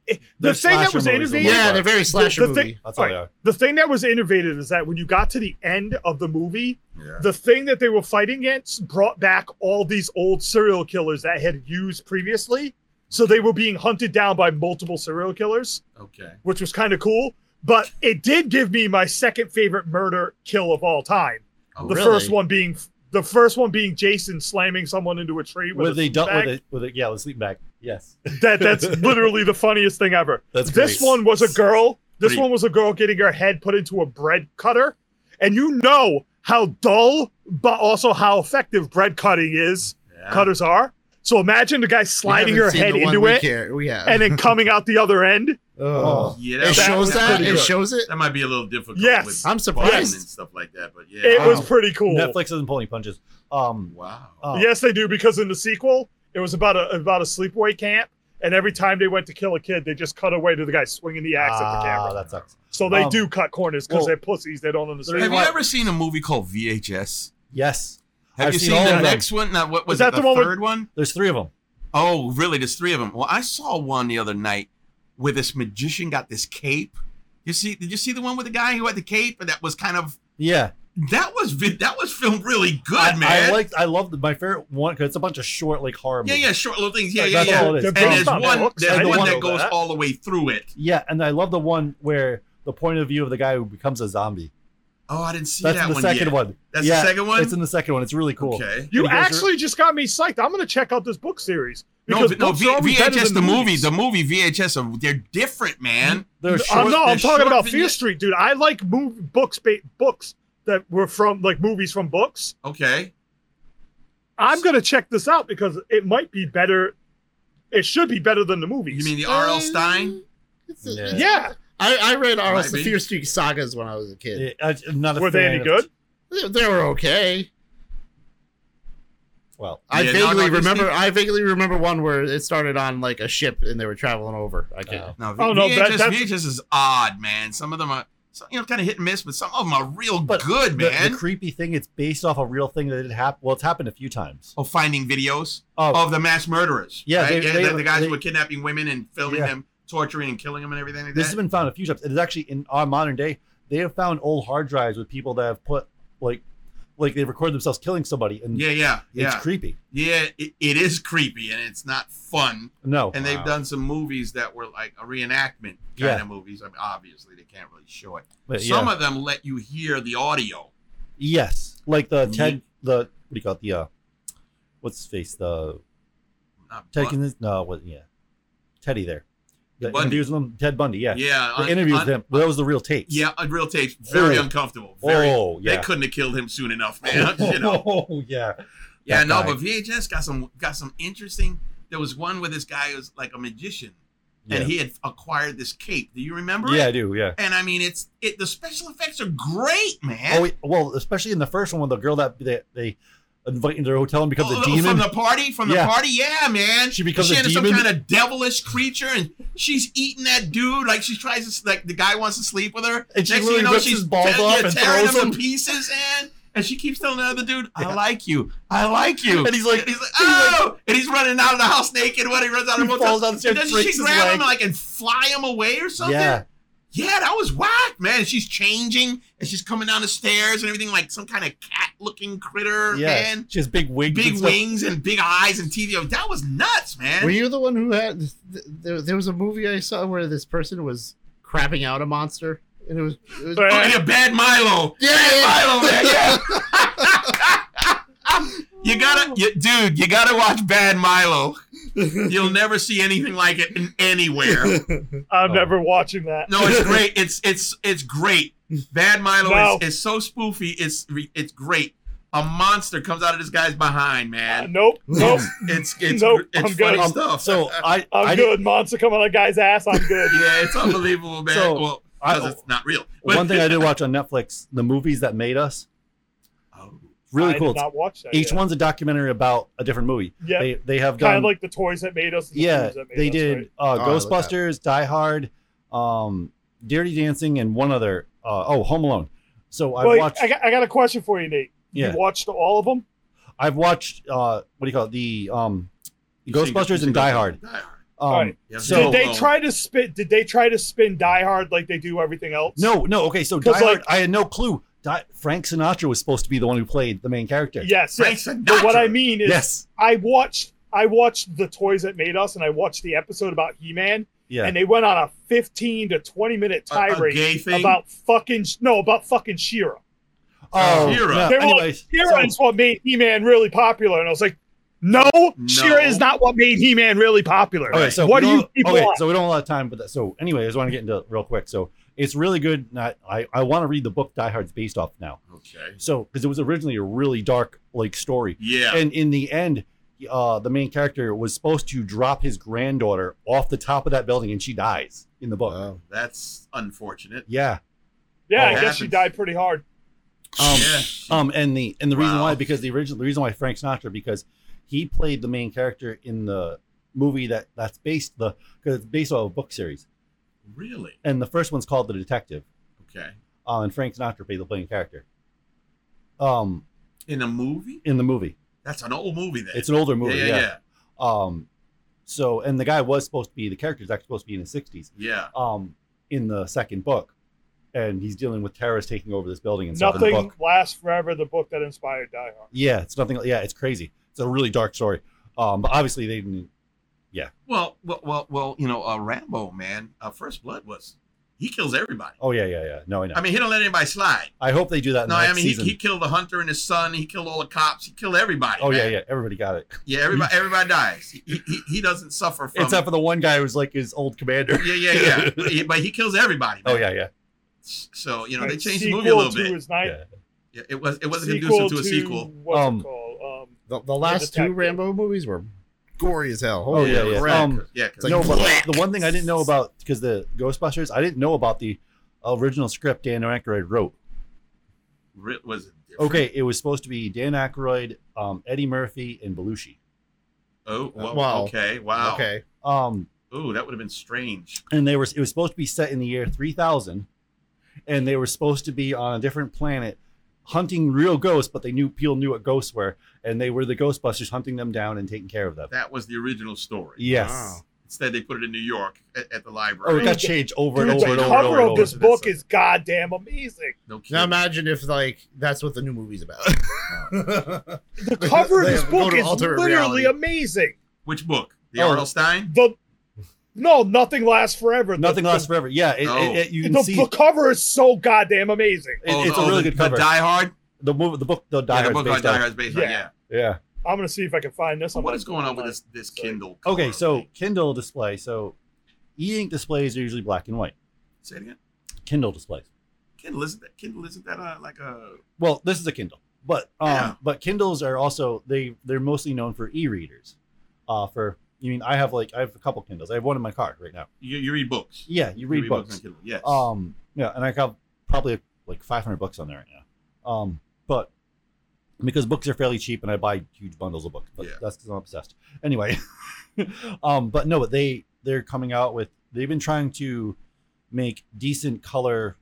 Speaker 3: The
Speaker 2: They're
Speaker 3: thing that
Speaker 2: slasher movies
Speaker 3: was
Speaker 2: a
Speaker 3: innovative,
Speaker 2: lot.
Speaker 5: yeah, they're very slasher
Speaker 3: the
Speaker 5: movie.
Speaker 3: thing-
Speaker 2: That's all they are.
Speaker 3: the thing that was innovative is that when you got to the end of the movie,
Speaker 4: Yeah.
Speaker 3: the thing that they were fighting against brought back all these old serial killers that had used previously. So they were being hunted down by multiple serial killers,
Speaker 4: Okay.
Speaker 3: which was kind of cool. But it did give me my second favorite murder kill of all time.
Speaker 4: Oh,
Speaker 3: the
Speaker 5: really?
Speaker 3: first one being the first one being Jason slamming someone into a tree with,
Speaker 2: With
Speaker 3: a
Speaker 2: the dump
Speaker 3: bag.
Speaker 2: with it with it. Yeah, let's sleep back.
Speaker 3: <laughs>
Speaker 2: Yes,
Speaker 3: that that's literally the funniest thing ever.
Speaker 2: that's
Speaker 3: This
Speaker 2: great.
Speaker 3: one was a girl. This
Speaker 4: Pretty-
Speaker 3: one was a girl getting her head put into a bread cutter, and you know how dull, but also how effective bread cutting is.
Speaker 4: Yeah.
Speaker 3: Cutters are. So imagine the guy
Speaker 5: We
Speaker 3: sliding
Speaker 5: haven't
Speaker 3: her
Speaker 5: seen
Speaker 3: head
Speaker 5: the one
Speaker 3: into
Speaker 5: we
Speaker 3: it
Speaker 5: care- we have.
Speaker 3: and then coming out the other end.
Speaker 6: Oh.
Speaker 5: Ugh.
Speaker 4: Yeah,
Speaker 5: it
Speaker 4: that-
Speaker 5: shows
Speaker 4: that might
Speaker 5: that.
Speaker 4: be
Speaker 5: It
Speaker 4: good.
Speaker 5: shows it.
Speaker 4: That might be a little difficult.
Speaker 3: Yes.
Speaker 4: with
Speaker 5: I'm
Speaker 4: buttons
Speaker 5: surprised.
Speaker 4: and stuff like that. But yeah, Oh,
Speaker 3: It was Oh,
Speaker 5: Wow.
Speaker 3: pretty cool.
Speaker 2: Netflix doesn't pull any punches. Um,
Speaker 4: wow.
Speaker 2: uh,
Speaker 3: Yes, they do because in the sequel, it was about a about a sleepaway camp, and every time they went to kill a kid, they just cut away to the guy swinging the axe at
Speaker 2: ah,
Speaker 3: the camera.
Speaker 2: That sucks.
Speaker 3: So they
Speaker 2: um,
Speaker 3: do cut corners because
Speaker 2: well,
Speaker 3: they're pussies. They don't understand.
Speaker 6: Have you
Speaker 3: why-
Speaker 6: ever seen a movie called VHS?
Speaker 2: Yes,
Speaker 6: Have
Speaker 2: I've
Speaker 6: you
Speaker 2: seen
Speaker 6: seen,
Speaker 2: all
Speaker 6: the
Speaker 2: of them.
Speaker 6: next one? Now, what was
Speaker 3: that
Speaker 6: it,
Speaker 3: the one with-
Speaker 6: third one?
Speaker 2: there's three of them.
Speaker 6: Oh, really? There's three of them. Well, I saw one the other night where this magician got this cape. You see? Did you see the one with the guy who had the cape? That was kind of
Speaker 2: Yeah,
Speaker 6: that was vi- that was filmed really good,
Speaker 2: I,
Speaker 6: man.
Speaker 2: I liked. I loved my favorite one because it's a bunch of short like horror.
Speaker 6: yeah,
Speaker 2: movies.
Speaker 6: yeah, short little things. Yeah, yeah,
Speaker 2: That's
Speaker 6: yeah.
Speaker 2: all it is.
Speaker 3: They're
Speaker 2: And
Speaker 6: And
Speaker 3: based
Speaker 6: there's
Speaker 3: on
Speaker 6: one,
Speaker 3: books. I
Speaker 6: there's
Speaker 2: the
Speaker 3: didn't
Speaker 6: one
Speaker 2: one-
Speaker 3: know
Speaker 6: that goes
Speaker 3: that.
Speaker 6: all the way through it.
Speaker 2: Yeah, and I love the one where the point of view of the guy who becomes a zombie.
Speaker 6: Oh, I didn't see
Speaker 2: That's
Speaker 6: that
Speaker 2: the
Speaker 6: one
Speaker 2: second
Speaker 6: yet.
Speaker 2: one.
Speaker 6: That's
Speaker 2: Yeah,
Speaker 6: the second one.
Speaker 2: It's in the second one. It's really cool.
Speaker 6: Okay.
Speaker 2: And he
Speaker 3: You
Speaker 2: goes through-
Speaker 3: actually just got me psyched. I'm gonna check out this book series
Speaker 6: No,
Speaker 3: because
Speaker 6: v- no
Speaker 3: books
Speaker 6: v-
Speaker 3: are always better
Speaker 6: VHS
Speaker 3: than
Speaker 6: the movie,
Speaker 3: movies.
Speaker 6: the movie VHS. Are, they're different, man.
Speaker 2: They're
Speaker 3: Uh,
Speaker 2: short.
Speaker 3: no, I'm
Speaker 6: they're
Speaker 3: talking about
Speaker 6: short
Speaker 3: Fear
Speaker 6: vignette-
Speaker 3: Street, dude. I like movie books, ba- books that were from like movies from books.
Speaker 6: Okay.
Speaker 3: I'm gonna check this out because it might be better. It should be better than the movies.
Speaker 6: You mean the R.L. Stein?
Speaker 5: It's a-
Speaker 2: Yeah.
Speaker 5: it's-
Speaker 3: yeah?
Speaker 5: I, I read R. L.
Speaker 6: Might be.
Speaker 5: Fear Street sagas when I was a kid.
Speaker 2: Yeah, I- I'm not a
Speaker 3: Were they
Speaker 2: fan
Speaker 3: any
Speaker 2: of-
Speaker 3: good?
Speaker 5: They, they were okay.
Speaker 2: Well,
Speaker 5: I
Speaker 6: Yeah, no,
Speaker 5: vaguely
Speaker 6: no, these
Speaker 5: remember.
Speaker 6: things-
Speaker 5: I vaguely remember one where it started on like a ship and they were traveling over. I can't.
Speaker 2: Oh.
Speaker 6: No, v-
Speaker 3: Oh, no, that-
Speaker 6: VHS,
Speaker 3: that's-
Speaker 6: VHS is odd, man. Some of them are, some, you know, kind of hit and miss, but some of them are real
Speaker 2: But
Speaker 6: good,
Speaker 2: the,
Speaker 6: man.
Speaker 2: the creepy thing. It's based off a real thing that did happen. Well, it's happened a few times.
Speaker 6: oh, finding videos
Speaker 2: Oh,
Speaker 6: of the mass murderers.
Speaker 2: Yeah,
Speaker 6: right?
Speaker 2: they-
Speaker 6: yeah,
Speaker 2: they-
Speaker 6: the, the guys
Speaker 2: they-
Speaker 6: who were kidnapping women and filming
Speaker 2: Yeah.
Speaker 6: them, torturing and killing them, and everything like
Speaker 2: this has
Speaker 6: that.
Speaker 2: been found a few times. It is actually in our modern day. They have found old hard drives with people that have put like, like they record themselves killing somebody, and
Speaker 6: yeah, yeah,
Speaker 2: it's
Speaker 6: yeah,
Speaker 2: creepy.
Speaker 6: yeah. It, it is creepy and it's not fun.
Speaker 2: No,
Speaker 6: And they've done some movies that were like a reenactment kind
Speaker 2: Yeah.
Speaker 6: of movies. I mean, obviously, they can't really show it.
Speaker 2: But yeah.
Speaker 6: Some of them let you hear the audio.
Speaker 2: yes, like the
Speaker 6: Ye-
Speaker 2: Ted, the what do you call it? The uh, what's his face? The
Speaker 6: Not
Speaker 2: taking this? No, what? Yeah, Teddy there. The
Speaker 6: Bundy.
Speaker 2: interviews with him, Ted Bundy. Yeah,
Speaker 6: fun. yeah,
Speaker 2: the
Speaker 6: un-
Speaker 2: interviews
Speaker 6: un-
Speaker 2: with him. That was the real tapes. <laughs>
Speaker 6: Yeah, on real tapes, very
Speaker 2: Oh.
Speaker 6: uncomfortable. Very,
Speaker 2: oh yeah.
Speaker 6: They couldn't have killed him soon
Speaker 2: <laughs>
Speaker 6: enough, man. you know.
Speaker 2: Oh yeah.
Speaker 6: Yeah,
Speaker 2: That
Speaker 6: no,
Speaker 2: guy.
Speaker 6: but VHS got some got some interesting. There was one where this guy was like a magician,
Speaker 2: Yeah.
Speaker 6: and he had acquired this cape. Do you remember?
Speaker 2: yeah, I
Speaker 6: It?
Speaker 2: do. Yeah.
Speaker 6: And I mean, it's it. The special effects are great, man.
Speaker 2: Oh wait, well, especially in the first one, with the girl that they, they invite into their hotel and becomes
Speaker 6: Oh,
Speaker 2: a
Speaker 6: oh,
Speaker 2: demon.
Speaker 6: from the party. From the
Speaker 2: Yeah.
Speaker 6: party, yeah, man.
Speaker 2: She becomes a
Speaker 6: she into
Speaker 2: demon.
Speaker 6: some kind of devilish creature, and she's eating that dude. Like she tries to s- like the guy wants to sleep with her.
Speaker 2: And she
Speaker 6: Next thing
Speaker 2: literally
Speaker 6: you know,
Speaker 2: rips
Speaker 6: she's
Speaker 2: his balls
Speaker 6: te-
Speaker 2: off
Speaker 6: yeah,
Speaker 2: and
Speaker 6: tearing
Speaker 2: throws
Speaker 6: him
Speaker 2: them.
Speaker 6: to pieces, and and she keeps telling the other dude, "I like you, I like you."
Speaker 2: And he's like-
Speaker 6: and he's like,
Speaker 2: he's like-
Speaker 6: "Oh!" and he's running out of the house naked. What he runs out
Speaker 2: He
Speaker 6: of the motel.
Speaker 2: falls down the stairs,
Speaker 6: Doesn't
Speaker 2: breaks
Speaker 6: she
Speaker 2: his
Speaker 6: grab
Speaker 2: leg.
Speaker 6: him like and fly him away or something?
Speaker 2: Yeah.
Speaker 6: Yeah, that was whack, man. And she's changing and she's coming down the stairs and everything like some kind of cat-looking critter,
Speaker 2: yeah.
Speaker 6: man.
Speaker 2: She has big wigs. and
Speaker 6: Big
Speaker 2: stuff.
Speaker 6: wings and big eyes and TV. That was nuts, man.
Speaker 5: Were you the one who had? th- There, there was a movie I saw where this person was crapping out a monster, and it was. It was
Speaker 6: oh, and a bad Milo.
Speaker 5: yeah,
Speaker 6: Milo, man. Yeah. <laughs> you gotta, you, dude. You gotta watch Bad Milo. You'll never see anything like it in anywhere.
Speaker 3: I'm
Speaker 2: Oh.
Speaker 3: never watching that.
Speaker 6: No,
Speaker 3: <laughs>
Speaker 6: it's great. It's it's it's great. Bad Milo
Speaker 3: No.
Speaker 6: is, is so spoofy. It's re- it's great. A monster comes out of this guy's behind,
Speaker 3: Uh,
Speaker 6: man.
Speaker 3: nope,
Speaker 2: <laughs>
Speaker 3: nope.
Speaker 6: It's it's
Speaker 3: Nope,
Speaker 6: it's
Speaker 3: I'm
Speaker 6: funny
Speaker 3: good.
Speaker 6: stuff.
Speaker 2: Um, So I,
Speaker 3: I'm
Speaker 2: I didn't-
Speaker 3: good. Monster coming out of guy's ass. I'm good.
Speaker 6: <laughs> yeah, it's unbelievable, man.
Speaker 2: So,
Speaker 6: well,
Speaker 2: I-
Speaker 6: because it's not real. But-
Speaker 2: one thing I did watch on Netflix, the movies that made us,
Speaker 6: Oh,
Speaker 2: <laughs> really
Speaker 3: I
Speaker 2: cool.
Speaker 3: Did not watch that.
Speaker 2: Each
Speaker 3: yeah.
Speaker 2: one's a documentary about a different movie.
Speaker 3: Yeah,
Speaker 2: They they have
Speaker 3: kind
Speaker 2: done
Speaker 3: of like the toys that made us. and the
Speaker 2: yeah,
Speaker 3: foods that made
Speaker 2: they
Speaker 3: us,
Speaker 2: did
Speaker 3: right?
Speaker 2: uh,
Speaker 5: Oh, I love that.
Speaker 2: Ghostbusters, Die Hard, um, Dirty Dancing, and one other. Uh, oh, Home Alone. So I've
Speaker 3: Well,
Speaker 2: watched.
Speaker 3: I got, I got a question for you, Nate.
Speaker 2: yeah,
Speaker 3: You watched all of them?
Speaker 2: I've watched. Uh, what do you call it? The um,
Speaker 6: you've seen- you've
Speaker 2: Ghostbusters
Speaker 6: seen
Speaker 2: and Die Hard.
Speaker 6: Die Hard.
Speaker 2: Um,
Speaker 3: Alright.
Speaker 6: Yeah,
Speaker 2: So- um,
Speaker 6: Home
Speaker 3: did they
Speaker 6: Alone.
Speaker 3: try to spin? Did they try to spin Die Hard like they do everything else?
Speaker 2: No, no. Okay, so Die
Speaker 3: 'Cause,
Speaker 2: Hard.
Speaker 3: like-
Speaker 2: I had no clue. Di- Frank Sinatra was supposed to be the one who played the main character.
Speaker 3: Yes. yes.
Speaker 6: Frank
Speaker 3: But what
Speaker 6: Sinatra.
Speaker 3: I mean is,
Speaker 2: Yes.
Speaker 3: I watched I watched the toys that made us, and I watched the episode about He Man,
Speaker 2: Yeah.
Speaker 3: and they went on a fifteen to twenty minute
Speaker 6: A- a,
Speaker 3: tirade
Speaker 6: gay thing.
Speaker 3: about fucking no about fucking Shira.
Speaker 2: oh,
Speaker 6: Hero.
Speaker 2: yeah.
Speaker 3: They were like,
Speaker 2: Anyways,
Speaker 3: Shira
Speaker 2: so-
Speaker 3: is what made He Man really popular, and I was like, no, Shira is not what made He Man really popular.
Speaker 2: Okay, so
Speaker 3: what
Speaker 2: we
Speaker 3: do you
Speaker 2: don't-
Speaker 3: people
Speaker 2: okay,
Speaker 3: want?
Speaker 2: so we don't have a lot of time, but that, so anyway, I just want to get into it real quick. So it's really good. and I I, I want to read the book Die Hard's based off now.
Speaker 6: Okay.
Speaker 2: So because it was originally a really dark like story,
Speaker 6: Yeah.
Speaker 2: and in the end, uh, the main character was supposed to drop his granddaughter off the top of that building, and she dies in the book.
Speaker 5: Wow.
Speaker 6: That's unfortunate.
Speaker 2: Yeah.
Speaker 3: yeah, I
Speaker 6: Oh,
Speaker 3: guess she
Speaker 6: happens.
Speaker 3: died pretty hard.
Speaker 2: Um,
Speaker 6: yeah.
Speaker 2: Um, and the and the reason
Speaker 6: Wow.
Speaker 2: why because the original the reason why Frank Sinatra because he played the main character in the movie that that's based the because it's based on a book series,
Speaker 6: Really?
Speaker 2: and the first one's called The Detective.
Speaker 6: Okay.
Speaker 2: uh, and Frank Sinatra played the playing character. Um,
Speaker 6: In a movie?
Speaker 2: in the movie,
Speaker 6: That's an old movie. Then
Speaker 2: it's an older movie, yeah.
Speaker 6: Yeah, yeah,
Speaker 2: Um, so and the guy was supposed to be the character is actually supposed to be in his sixties.
Speaker 6: yeah.
Speaker 2: Um, in the second book, and he's dealing with terrorists taking over this building and stuff. in the
Speaker 3: Nothing
Speaker 2: book.
Speaker 3: lasts forever. The book that inspired Die Hard.
Speaker 2: Yeah, it's nothing. Yeah, it's crazy. It's a really dark story. Um, but obviously they didn't.
Speaker 6: Well, well, well, well. You know, uh, Rambo, man. Uh, First Blood was he kills everybody.
Speaker 2: Oh yeah, yeah, yeah. No, I know.
Speaker 6: I mean, he don't let anybody slide.
Speaker 2: I hope they do that. In
Speaker 6: No,
Speaker 2: the
Speaker 6: I
Speaker 2: next
Speaker 6: mean, he,
Speaker 2: season.
Speaker 6: he killed the hunter and his son. He killed all the cops. He killed everybody.
Speaker 2: oh yeah,
Speaker 6: man.
Speaker 2: yeah. Everybody got
Speaker 6: <laughs>
Speaker 2: it,
Speaker 6: yeah. Everybody, everybody dies. He, he- he, he doesn't suffer from.
Speaker 2: except for the one guy who's like his old commander.
Speaker 6: yeah, yeah, yeah. But
Speaker 2: <laughs>
Speaker 6: he- but he kills everybody.
Speaker 2: Oh <laughs>
Speaker 6: man.
Speaker 2: yeah, yeah.
Speaker 6: So you know, they
Speaker 3: Right,
Speaker 6: changed the
Speaker 3: sequel
Speaker 6: movie a little
Speaker 3: to
Speaker 6: bit.
Speaker 3: his ninth-
Speaker 2: Yeah.
Speaker 6: Yeah, It was it wasn't
Speaker 3: sequel
Speaker 6: conducive to a sequel.
Speaker 3: What's
Speaker 2: Um,
Speaker 3: it called? Um,
Speaker 5: The, the last two
Speaker 3: detective.
Speaker 5: Rambo movies were gory as hell.
Speaker 2: Oh,
Speaker 5: Holy
Speaker 2: yeah,
Speaker 6: it was
Speaker 2: yeah.
Speaker 6: rad.
Speaker 2: Um,
Speaker 6: yeah. 'cause-
Speaker 5: like-
Speaker 2: no, but
Speaker 5: black.
Speaker 2: the one thing I didn't know about because the Ghostbusters, I didn't know about the original script Dan Aykroyd wrote.
Speaker 6: Re- was it different?
Speaker 2: Okay, it was supposed to be Dan Aykroyd, um, Eddie Murphy, and Belushi.
Speaker 6: Oh, well,
Speaker 5: Wow.
Speaker 6: okay. Wow. Okay.
Speaker 5: Okay.
Speaker 2: Um,
Speaker 6: Ooh, that would have been strange.
Speaker 2: and they were it was supposed to be set in the year three thousand, and they were supposed to be on a different planet, hunting real ghosts. But they knew Peel knew what ghosts were, and they were the Ghostbusters hunting them down and taking care of them.
Speaker 6: That was the original story.
Speaker 2: Yes.
Speaker 5: Wow.
Speaker 6: Instead, they put it in New York at, at the
Speaker 2: Oh,
Speaker 6: library.
Speaker 2: it got changed over
Speaker 3: Dude,
Speaker 2: and over and
Speaker 3: the
Speaker 2: over and
Speaker 3: cover
Speaker 2: over. And
Speaker 3: of
Speaker 2: over.
Speaker 3: this book is goddamn amazing.
Speaker 6: no kidding.
Speaker 5: Now imagine if like that's what the new movie's about.
Speaker 2: <laughs>
Speaker 3: The cover of
Speaker 5: They
Speaker 3: this
Speaker 5: have to go
Speaker 3: book
Speaker 5: to
Speaker 3: is
Speaker 5: alternate
Speaker 3: literally
Speaker 5: reality.
Speaker 3: amazing.
Speaker 6: Which book? The
Speaker 2: Oh.
Speaker 6: Arnold Stein?
Speaker 3: The no, nothing lasts forever. The-
Speaker 2: Nothing
Speaker 3: the,
Speaker 2: lasts forever. Yeah, it,
Speaker 6: No.
Speaker 2: it, it- you
Speaker 3: The,
Speaker 2: can see
Speaker 3: the cover is so goddamn amazing.
Speaker 2: It- it's
Speaker 6: oh,
Speaker 2: a really
Speaker 6: the,
Speaker 2: good cover.
Speaker 6: The Die Hard?
Speaker 2: the movie, the book, the Die
Speaker 6: yeah, the
Speaker 2: Hard's
Speaker 6: book on
Speaker 2: based
Speaker 6: Die
Speaker 2: on.
Speaker 6: Hard's based on,
Speaker 3: Yeah.
Speaker 6: yeah.
Speaker 2: Yeah.
Speaker 3: I'm gonna see if I can find this.
Speaker 6: So
Speaker 3: on
Speaker 6: what
Speaker 3: my-
Speaker 6: is going on with this, this
Speaker 3: Sorry.
Speaker 6: Kindle? cover
Speaker 2: Okay, so
Speaker 6: thing?
Speaker 2: Kindle display. So e-ink displays are usually black and white.
Speaker 6: Say it again.
Speaker 2: Kindle displays.
Speaker 6: Kindle isn't that, Kindle isn't that uh, like a.
Speaker 2: Well, this is a Kindle, but um,
Speaker 6: Yeah.
Speaker 2: but Kindles are also they they're mostly known for e-readers. Uh, for you mean I have like I have a couple Kindles. I have one in my car right now.
Speaker 6: You, you read books.
Speaker 2: Yeah, you read,
Speaker 6: you read
Speaker 2: books.
Speaker 6: on Kindle, yes.
Speaker 2: Um, yeah, and I got probably like 500 bucks on there right now. Um, but because books are fairly cheap and I buy huge bundles of books, but
Speaker 6: Yeah.
Speaker 2: that's because I'm obsessed. Anyway, <laughs> um, but no, but they they're coming out with they've been trying to make decent color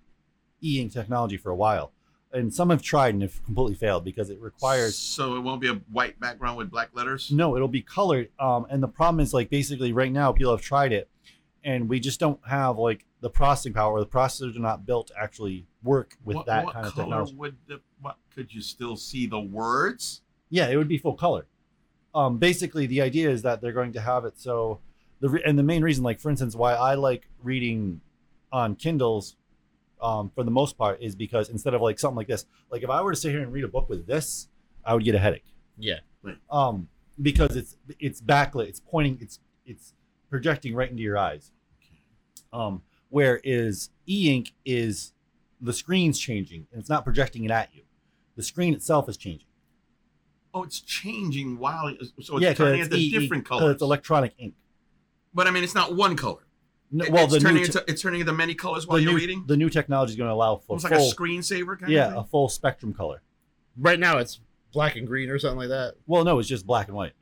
Speaker 2: e-ink technology for a while, and some have tried and have completely failed because it requires
Speaker 6: So it won't be a white background with black letters?
Speaker 2: no, it'll be colored. Um, and the problem is like basically right now people have tried it, and we just don't have like the processing power. The processors are not built to actually work with
Speaker 6: what,
Speaker 2: that
Speaker 6: what
Speaker 2: kind of
Speaker 6: color
Speaker 2: technology.
Speaker 6: Would the, what, could you still see the words?
Speaker 2: Yeah, it would be full color. Um, basically, the idea is that they're going to have it so the re- and the main reason, like for instance, why I like reading on Kindles, um, for the most part, is because instead of like something like this, like if I were to sit here and read a book with this, I would get a headache.
Speaker 5: Yeah.
Speaker 6: Right.
Speaker 2: Um, because it's it's backlit. It's pointing. It's it's projecting right into your eyes. Um, whereas e-ink is the screen's changing and it's not projecting it at you. The screen itself is changing.
Speaker 4: Oh, it's changing while so it's
Speaker 2: Yeah, 'cause
Speaker 4: turning into
Speaker 2: e-ink,
Speaker 4: different
Speaker 2: 'cause
Speaker 4: colors.
Speaker 2: It's electronic ink.
Speaker 6: But I mean, it's not one color.
Speaker 2: No,
Speaker 4: It-
Speaker 2: well,
Speaker 4: it's
Speaker 2: the
Speaker 4: turning
Speaker 2: new te-
Speaker 4: into it's turning into many colors
Speaker 2: the
Speaker 4: while you're
Speaker 2: new,
Speaker 4: reading.
Speaker 2: the new technology is going to allow for
Speaker 4: Almost
Speaker 2: full,
Speaker 4: like a screensaver kind
Speaker 2: yeah, a
Speaker 4: of
Speaker 2: full spectrum color.
Speaker 5: Right now, it's black and green or something like that.
Speaker 2: Well, no, it's just black and white,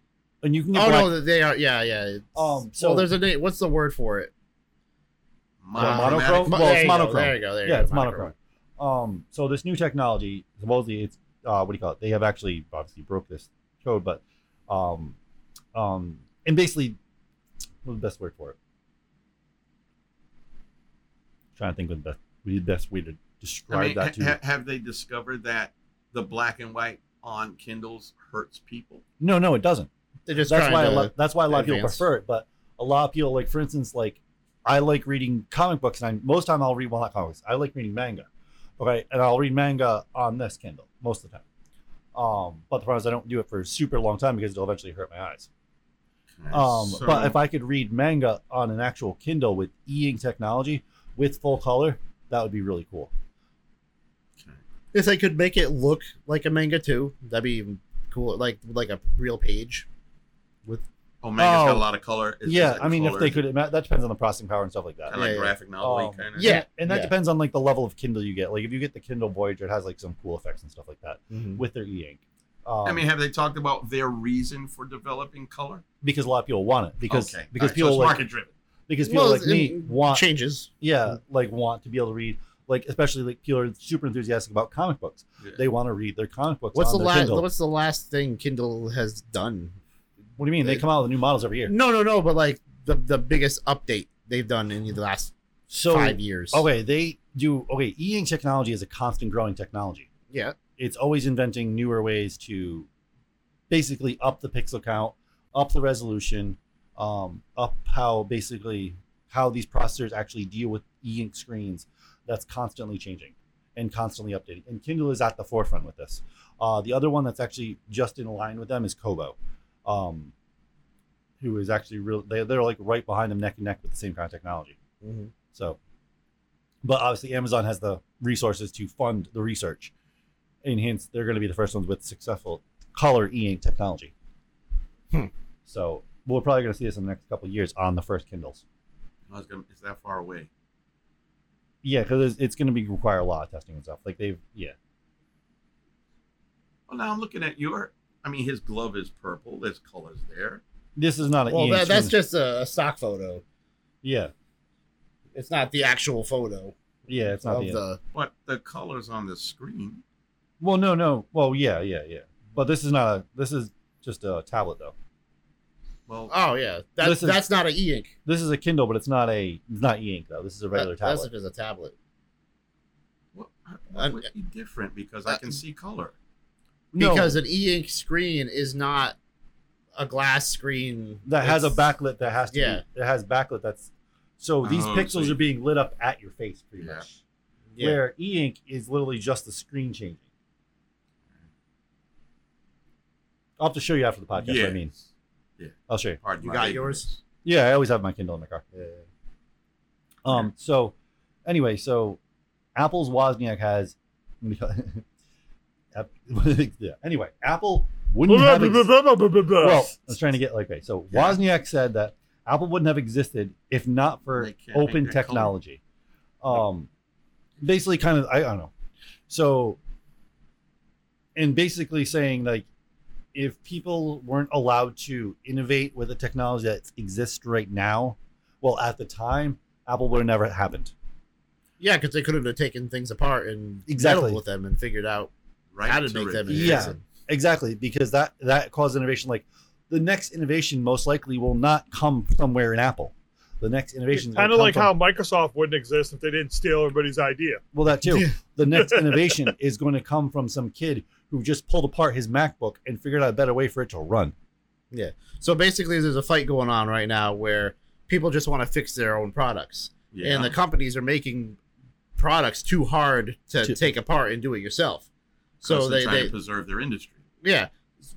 Speaker 2: and you can get
Speaker 5: oh
Speaker 2: black.
Speaker 5: no, they are. Yeah, yeah. It's,
Speaker 2: Um, so-
Speaker 5: well, there's a name. What's the word for it?
Speaker 4: thing.
Speaker 2: Well,
Speaker 4: Monochromatic.
Speaker 2: monochrome?
Speaker 5: Mo-
Speaker 2: Well,
Speaker 5: there
Speaker 2: it's
Speaker 5: you go,
Speaker 2: monochrome.
Speaker 5: There you go. There you
Speaker 2: yeah,
Speaker 5: go,
Speaker 2: it's monochrome. Um, so this new technology, supposedly, it's uh, what do you call it? They have actually obviously broke this code, but um, um, and basically, what's the best word for it? trying to think of the best, the best way to describe
Speaker 4: I mean,
Speaker 2: that. To
Speaker 4: ha- ha- have they discovered that the black and white on Kindles hurts people?
Speaker 2: no, no, it doesn't.
Speaker 5: They're just
Speaker 2: that's
Speaker 5: trying
Speaker 2: why
Speaker 5: to.
Speaker 2: a lot, that's why a lot of people
Speaker 5: advance.
Speaker 2: prefer it. But a lot of people, like for instance, like I like reading comic books, and I most time I'll read well not comics. I like reading manga, okay, and I'll read manga on this Kindle most of the time. Um, but the problem is I don't do it for a super long time because it'll eventually hurt my eyes. Um,
Speaker 4: So-
Speaker 2: but if I could read manga on an actual Kindle with e-ink technology with full color, that would be really cool.
Speaker 5: If they could make it look like a manga too, that'd be even cool. Like like a real page.
Speaker 4: Omega's got
Speaker 2: Oh.
Speaker 4: a lot of color. It's
Speaker 2: yeah,
Speaker 4: just
Speaker 2: I mean, if they could,
Speaker 4: colored,
Speaker 2: that depends on the processing power and stuff like that.
Speaker 4: kinda like
Speaker 5: Yeah, yeah.
Speaker 4: graphic novel
Speaker 2: Um,
Speaker 4: kind of.
Speaker 5: yeah.
Speaker 2: and that
Speaker 5: yeah.
Speaker 2: depends on like the level of Kindle you get. Like if you get the Kindle Voyager, it has like some cool effects and stuff like that with their e-ink. Um,
Speaker 4: I mean, have they talked about their reason for developing color?
Speaker 2: because a lot of people want it because
Speaker 4: Okay.
Speaker 2: because
Speaker 4: All right, so
Speaker 2: people
Speaker 4: it's
Speaker 2: like
Speaker 4: market driven.
Speaker 2: because people
Speaker 5: Well,
Speaker 2: like me
Speaker 5: it-
Speaker 2: want
Speaker 5: Changes.
Speaker 2: yeah like want to be able to read like especially like people are super enthusiastic about comic books.
Speaker 4: Yeah.
Speaker 2: They want to read their comic books.
Speaker 5: What's
Speaker 2: on
Speaker 5: the
Speaker 2: their
Speaker 5: last?
Speaker 2: Kindle.
Speaker 5: What's the last thing Kindle has done?
Speaker 2: What do you mean? They come out with new models every year.
Speaker 5: No, no, no. But like the the biggest update they've done in the last
Speaker 2: So
Speaker 5: five years.
Speaker 2: okay, they do okay. E-ink technology is a constant growing technology.
Speaker 5: Yeah.
Speaker 2: it's always inventing newer ways to basically up the pixel count, up the resolution, um, up how basically how these processors actually deal with e-ink screens. That's constantly changing and constantly updating. And Kindle is at the forefront with this. Uh, the other one that's actually just in line with them is Kobo, um, who is actually real. They, they're like right behind them, neck and neck with the same kind of technology.
Speaker 5: Mhm.
Speaker 2: So, but obviously, Amazon has the resources to fund the research, and hence they're going to be the first ones with successful color e-ink technology.
Speaker 5: Hmm.
Speaker 2: So we're probably going to see this in the next couple of years on the first Kindles.
Speaker 4: I was gonna, it's that far away.
Speaker 2: Yeah, because it's, it's going to be require a lot of testing and stuff. Like they've yeah.
Speaker 4: Well, now I'm looking at your. I mean, his glove is purple. There's colors there.
Speaker 2: This is not an
Speaker 5: Well,
Speaker 2: e-ink.
Speaker 5: that, that's
Speaker 2: screen.
Speaker 5: just a, a stock photo.
Speaker 2: yeah,
Speaker 5: It's not the actual photo
Speaker 2: yeah. It's not
Speaker 5: of
Speaker 2: the, E
Speaker 5: the.
Speaker 4: But the colors on the screen.
Speaker 2: well, no, no. Well, yeah, yeah, yeah. But this is not a. This is just a tablet though.
Speaker 4: Well,
Speaker 2: Uh,
Speaker 5: Oh yeah, that's
Speaker 2: This is-
Speaker 5: that's not an e-ink.
Speaker 2: This is a Kindle, but it's not a. It's not e-ink though. This is a regular
Speaker 5: That-
Speaker 2: tablet.
Speaker 5: That's just a tablet.
Speaker 4: what,
Speaker 5: I-
Speaker 2: uh,
Speaker 4: what would be different because I can see color.
Speaker 2: No.
Speaker 5: Because an e-ink screen is not a glass screen
Speaker 2: that has a
Speaker 5: It's-
Speaker 2: backlit that has to
Speaker 5: Yeah.
Speaker 2: be, it has backlit that's so these
Speaker 4: Oh,
Speaker 2: pixels
Speaker 4: so
Speaker 2: are being lit up at your face pretty
Speaker 4: Yeah.
Speaker 2: much
Speaker 5: Yeah.
Speaker 2: where e-ink is literally just the screen changing i'll have to show you after the podcast what i mean i'll show you
Speaker 4: Pardon
Speaker 5: You
Speaker 4: my
Speaker 5: got
Speaker 4: ignorance.
Speaker 5: yours?
Speaker 2: yeah i always have my kindle in my car um so anyway so apple's wozniak has <laughs> App- <laughs> yeah. anyway apple wouldn't have ex- well, I was trying to get like okay. So
Speaker 4: Yeah.
Speaker 2: Wozniak said that Apple wouldn't have existed if not for
Speaker 4: They can't make
Speaker 2: open
Speaker 4: their
Speaker 2: technology. Um, basically, kind of I, I don't know. So, and basically saying like, if people weren't allowed to innovate with the technology that exists right now, well, at the time, Apple would have never happened.
Speaker 5: Yeah, because they could have taken things apart and
Speaker 2: Exactly.
Speaker 5: meddled with them and figured out
Speaker 4: Right
Speaker 5: how to
Speaker 4: to
Speaker 5: make them. and
Speaker 4: it.
Speaker 2: Yeah.
Speaker 5: fix them.
Speaker 2: Exactly, because that that caused innovation. Like, the next innovation most likely will not come somewhere in Apple. The next innovation
Speaker 3: Kind of like how Microsoft wouldn't exist if they didn't steal everybody's idea.
Speaker 2: Well, that too.
Speaker 5: Yeah.
Speaker 2: The next innovation is going to come from some kid who just pulled apart his MacBook and figured out a better way for it to run.
Speaker 5: So basically, there's a fight going on right now where people just want to fix their own products,
Speaker 4: Yeah.
Speaker 5: and the companies are making products too hard to,
Speaker 2: To-
Speaker 5: take apart and do it yourself. So
Speaker 4: Because they're
Speaker 5: they,
Speaker 4: trying
Speaker 5: they
Speaker 4: to preserve their industry.
Speaker 5: yeah,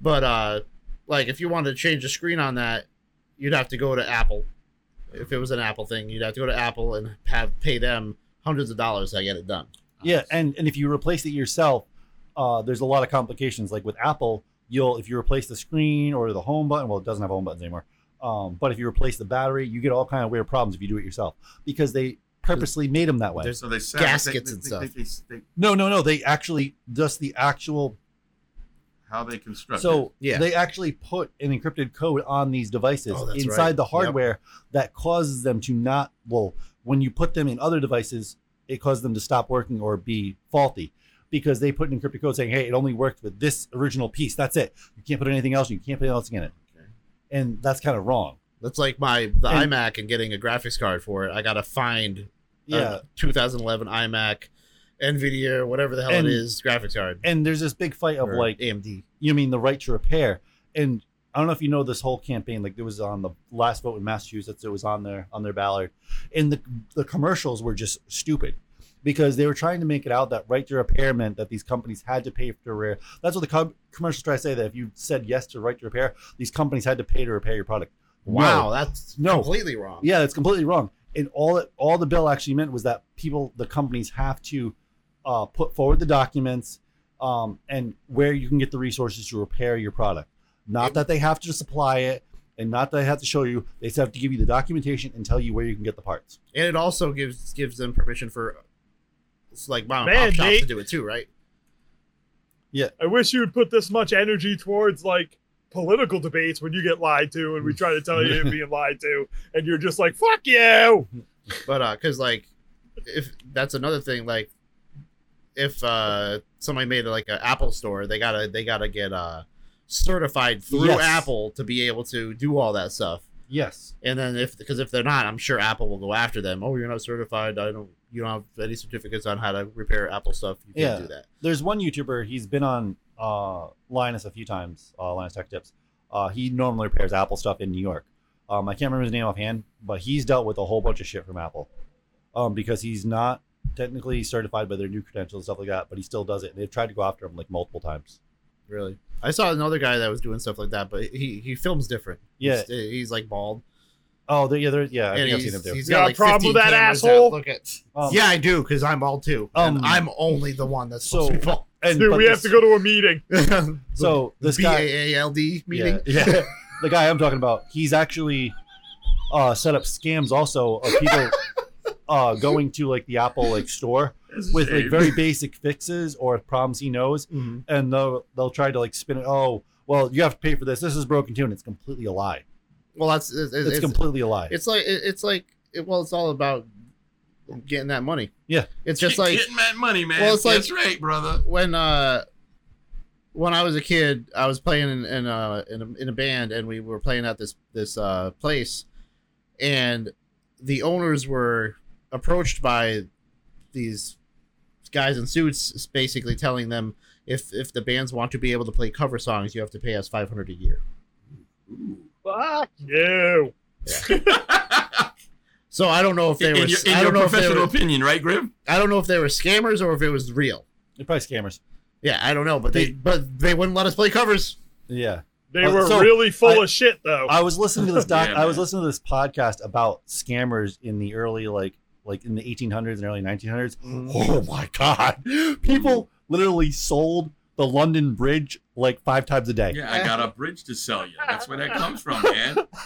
Speaker 5: but uh, like if you wanted to change the screen on that, you'd have to go to Apple. If it was an Apple thing, you'd have to go to Apple and have pay them hundreds of dollars to get it done.
Speaker 2: Yeah,
Speaker 4: Uh,
Speaker 2: and and if you replace it yourself, uh, there's a lot of complications. Like with Apple, you'll if you replace the screen or the home button, well, it doesn't have home buttons anymore. Um, but if you replace the battery, you get all kind of weird problems if you do it yourself because they purposely made them that way.
Speaker 4: so they sell
Speaker 5: gaskets and stuff.
Speaker 4: they,
Speaker 2: No, no, no. They actually just the actual.
Speaker 4: how they construct. it.
Speaker 2: So
Speaker 5: Yeah.
Speaker 2: they actually put an encrypted code on these devices
Speaker 5: Oh, that's
Speaker 2: inside
Speaker 5: right.
Speaker 2: the
Speaker 5: Yep.
Speaker 2: hardware that causes them to not. Well, when you put them in other devices, it causes them to stop working or be faulty because they put an encrypted code saying, "Hey, it only worked with this original piece. That's it. You can't put anything else. You can't put anything else in it."
Speaker 4: Okay.
Speaker 2: And that's kind of wrong.
Speaker 5: That's like my the
Speaker 2: And-
Speaker 5: iMac and getting a graphics card for it. I gotta find
Speaker 2: Yeah.
Speaker 5: a 2011 iMac, Nvidia, or whatever the hell
Speaker 2: And-
Speaker 5: it is, graphics card
Speaker 2: and there's this big fight of
Speaker 5: or
Speaker 2: like
Speaker 5: AMD.
Speaker 2: you mean the right to repair and i don't know if you know this whole campaign like there was on the last vote in massachusetts it was on their on their ballot and the the commercials were just stupid because they were trying to make it out that right to repair meant that these companies had to pay for repair. That's what the com- commercials try to say that if you said yes to right to repair, these companies had to pay to repair your product.
Speaker 5: Wow, that's
Speaker 2: No.
Speaker 5: completely wrong.
Speaker 2: Yeah, that's completely wrong. And all it, all the bill actually meant was that people, the companies, have to uh, put forward the documents um, and where you can get the resources to repair your product. Not that they have to supply it, and not that they have to show you. They just have to give you the documentation and tell you where you can get the parts.
Speaker 5: and it also gives gives them permission for it's like mom and
Speaker 3: Man,
Speaker 5: pop shops
Speaker 3: they-
Speaker 5: to do it too, right?
Speaker 3: I wish you would put this much energy towards like political debates when you get lied to and we try to tell you you're being lied to and you're just like fuck you.
Speaker 5: But uh, cause like if that's another thing, like if uh somebody made like an Apple store, they gotta they gotta get uh certified through
Speaker 2: Yes.
Speaker 5: Apple to be able to do all that stuff.
Speaker 2: Yes.
Speaker 5: And then if because if they're not, I'm sure Apple will go after them. Oh, you're not certified. I don't. You don't have any certificates on how to repair Apple stuff. You
Speaker 2: Yeah.
Speaker 5: can't do that.
Speaker 2: There's one YouTuber. He's been on uh, Linus a few times. Uh, Linus Tech Tips. Uh, he normally repairs Apple stuff in New York. Um, I can't remember his name offhand, but he's dealt with a whole bunch of shit from Apple um, because he's not technically certified by their new credentials and stuff like that, but he still does it. And they've tried to go after him like multiple times.
Speaker 5: Really. I saw another guy that was doing stuff like that, but he he films different.
Speaker 2: Yeah.
Speaker 5: He's, he's like bald.
Speaker 2: Oh, there, yeah, there, yeah. I
Speaker 5: and
Speaker 2: think I've
Speaker 5: he's,
Speaker 2: seen him too.
Speaker 5: he's
Speaker 3: You
Speaker 5: got
Speaker 3: got a
Speaker 5: like
Speaker 3: problem
Speaker 5: 15
Speaker 3: with that
Speaker 5: cameras
Speaker 3: asshole?
Speaker 5: out. Look at.
Speaker 2: Um,
Speaker 5: yeah, I do, because I'm bald too. and
Speaker 2: Um,
Speaker 5: I'm only the one that's
Speaker 2: so-
Speaker 5: so bald.
Speaker 2: And,
Speaker 3: Dude,
Speaker 2: but
Speaker 3: we have
Speaker 2: this-
Speaker 3: to go to a meeting.
Speaker 2: <laughs>
Speaker 5: <laughs>
Speaker 2: So this guy,
Speaker 5: B-A-A-L-D meeting.
Speaker 2: Yeah,
Speaker 5: <laughs>
Speaker 2: yeah. the guy I'm talking about, he's actually uh, set up scams also of
Speaker 3: <laughs>
Speaker 2: people uh, going to like the Apple like store
Speaker 4: It's a
Speaker 2: with like
Speaker 4: shame.
Speaker 2: very basic fixes or problems he knows,
Speaker 5: Mhm.
Speaker 2: and they'll they'll try to like spin it. Oh, well, you have to pay for this. This is broken too, and it's completely a lie.
Speaker 5: Well, that's it's,
Speaker 2: It's,
Speaker 5: it's, it's,
Speaker 2: completely a lie.
Speaker 5: it's like it- it's like it, well, it's all about getting that money.
Speaker 2: Yeah.
Speaker 5: it's just like
Speaker 6: getting that money, man.
Speaker 5: Well, it's like-
Speaker 6: that's right, <laughs> brother.
Speaker 5: when uh when I was a kid, I was playing in, in uh in a, in a band, and we were playing at this this uh place, and the owners were approached by these guys in suits, basically telling them if if the bands want to be able to play cover songs, you have to pay us five hundred a year.
Speaker 3: Fuck you.
Speaker 5: So I don't know if they
Speaker 6: In,
Speaker 5: were
Speaker 6: in your, in
Speaker 5: I
Speaker 6: your
Speaker 5: don't know if they
Speaker 6: professional
Speaker 5: were,
Speaker 6: opinion, right, Grim?
Speaker 5: I don't know if they were scammers or if it was real.
Speaker 2: They're probably scammers.
Speaker 5: Yeah, I don't know, but they but they wouldn't let us play covers.
Speaker 2: Yeah.
Speaker 3: They
Speaker 2: Uh,
Speaker 3: were
Speaker 2: so,
Speaker 3: really full
Speaker 2: I-
Speaker 3: of shit though.
Speaker 2: I was listening to
Speaker 6: <laughs>
Speaker 2: this doc.
Speaker 6: Yeah,
Speaker 2: I was
Speaker 6: man.
Speaker 2: listening to this podcast about scammers in the early like like in the 1800s and early 1900s. Oh my god, people literally sold the London Bridge like five times a day.
Speaker 6: Yeah, I got a bridge to sell you. That's where that comes from, man. <laughs>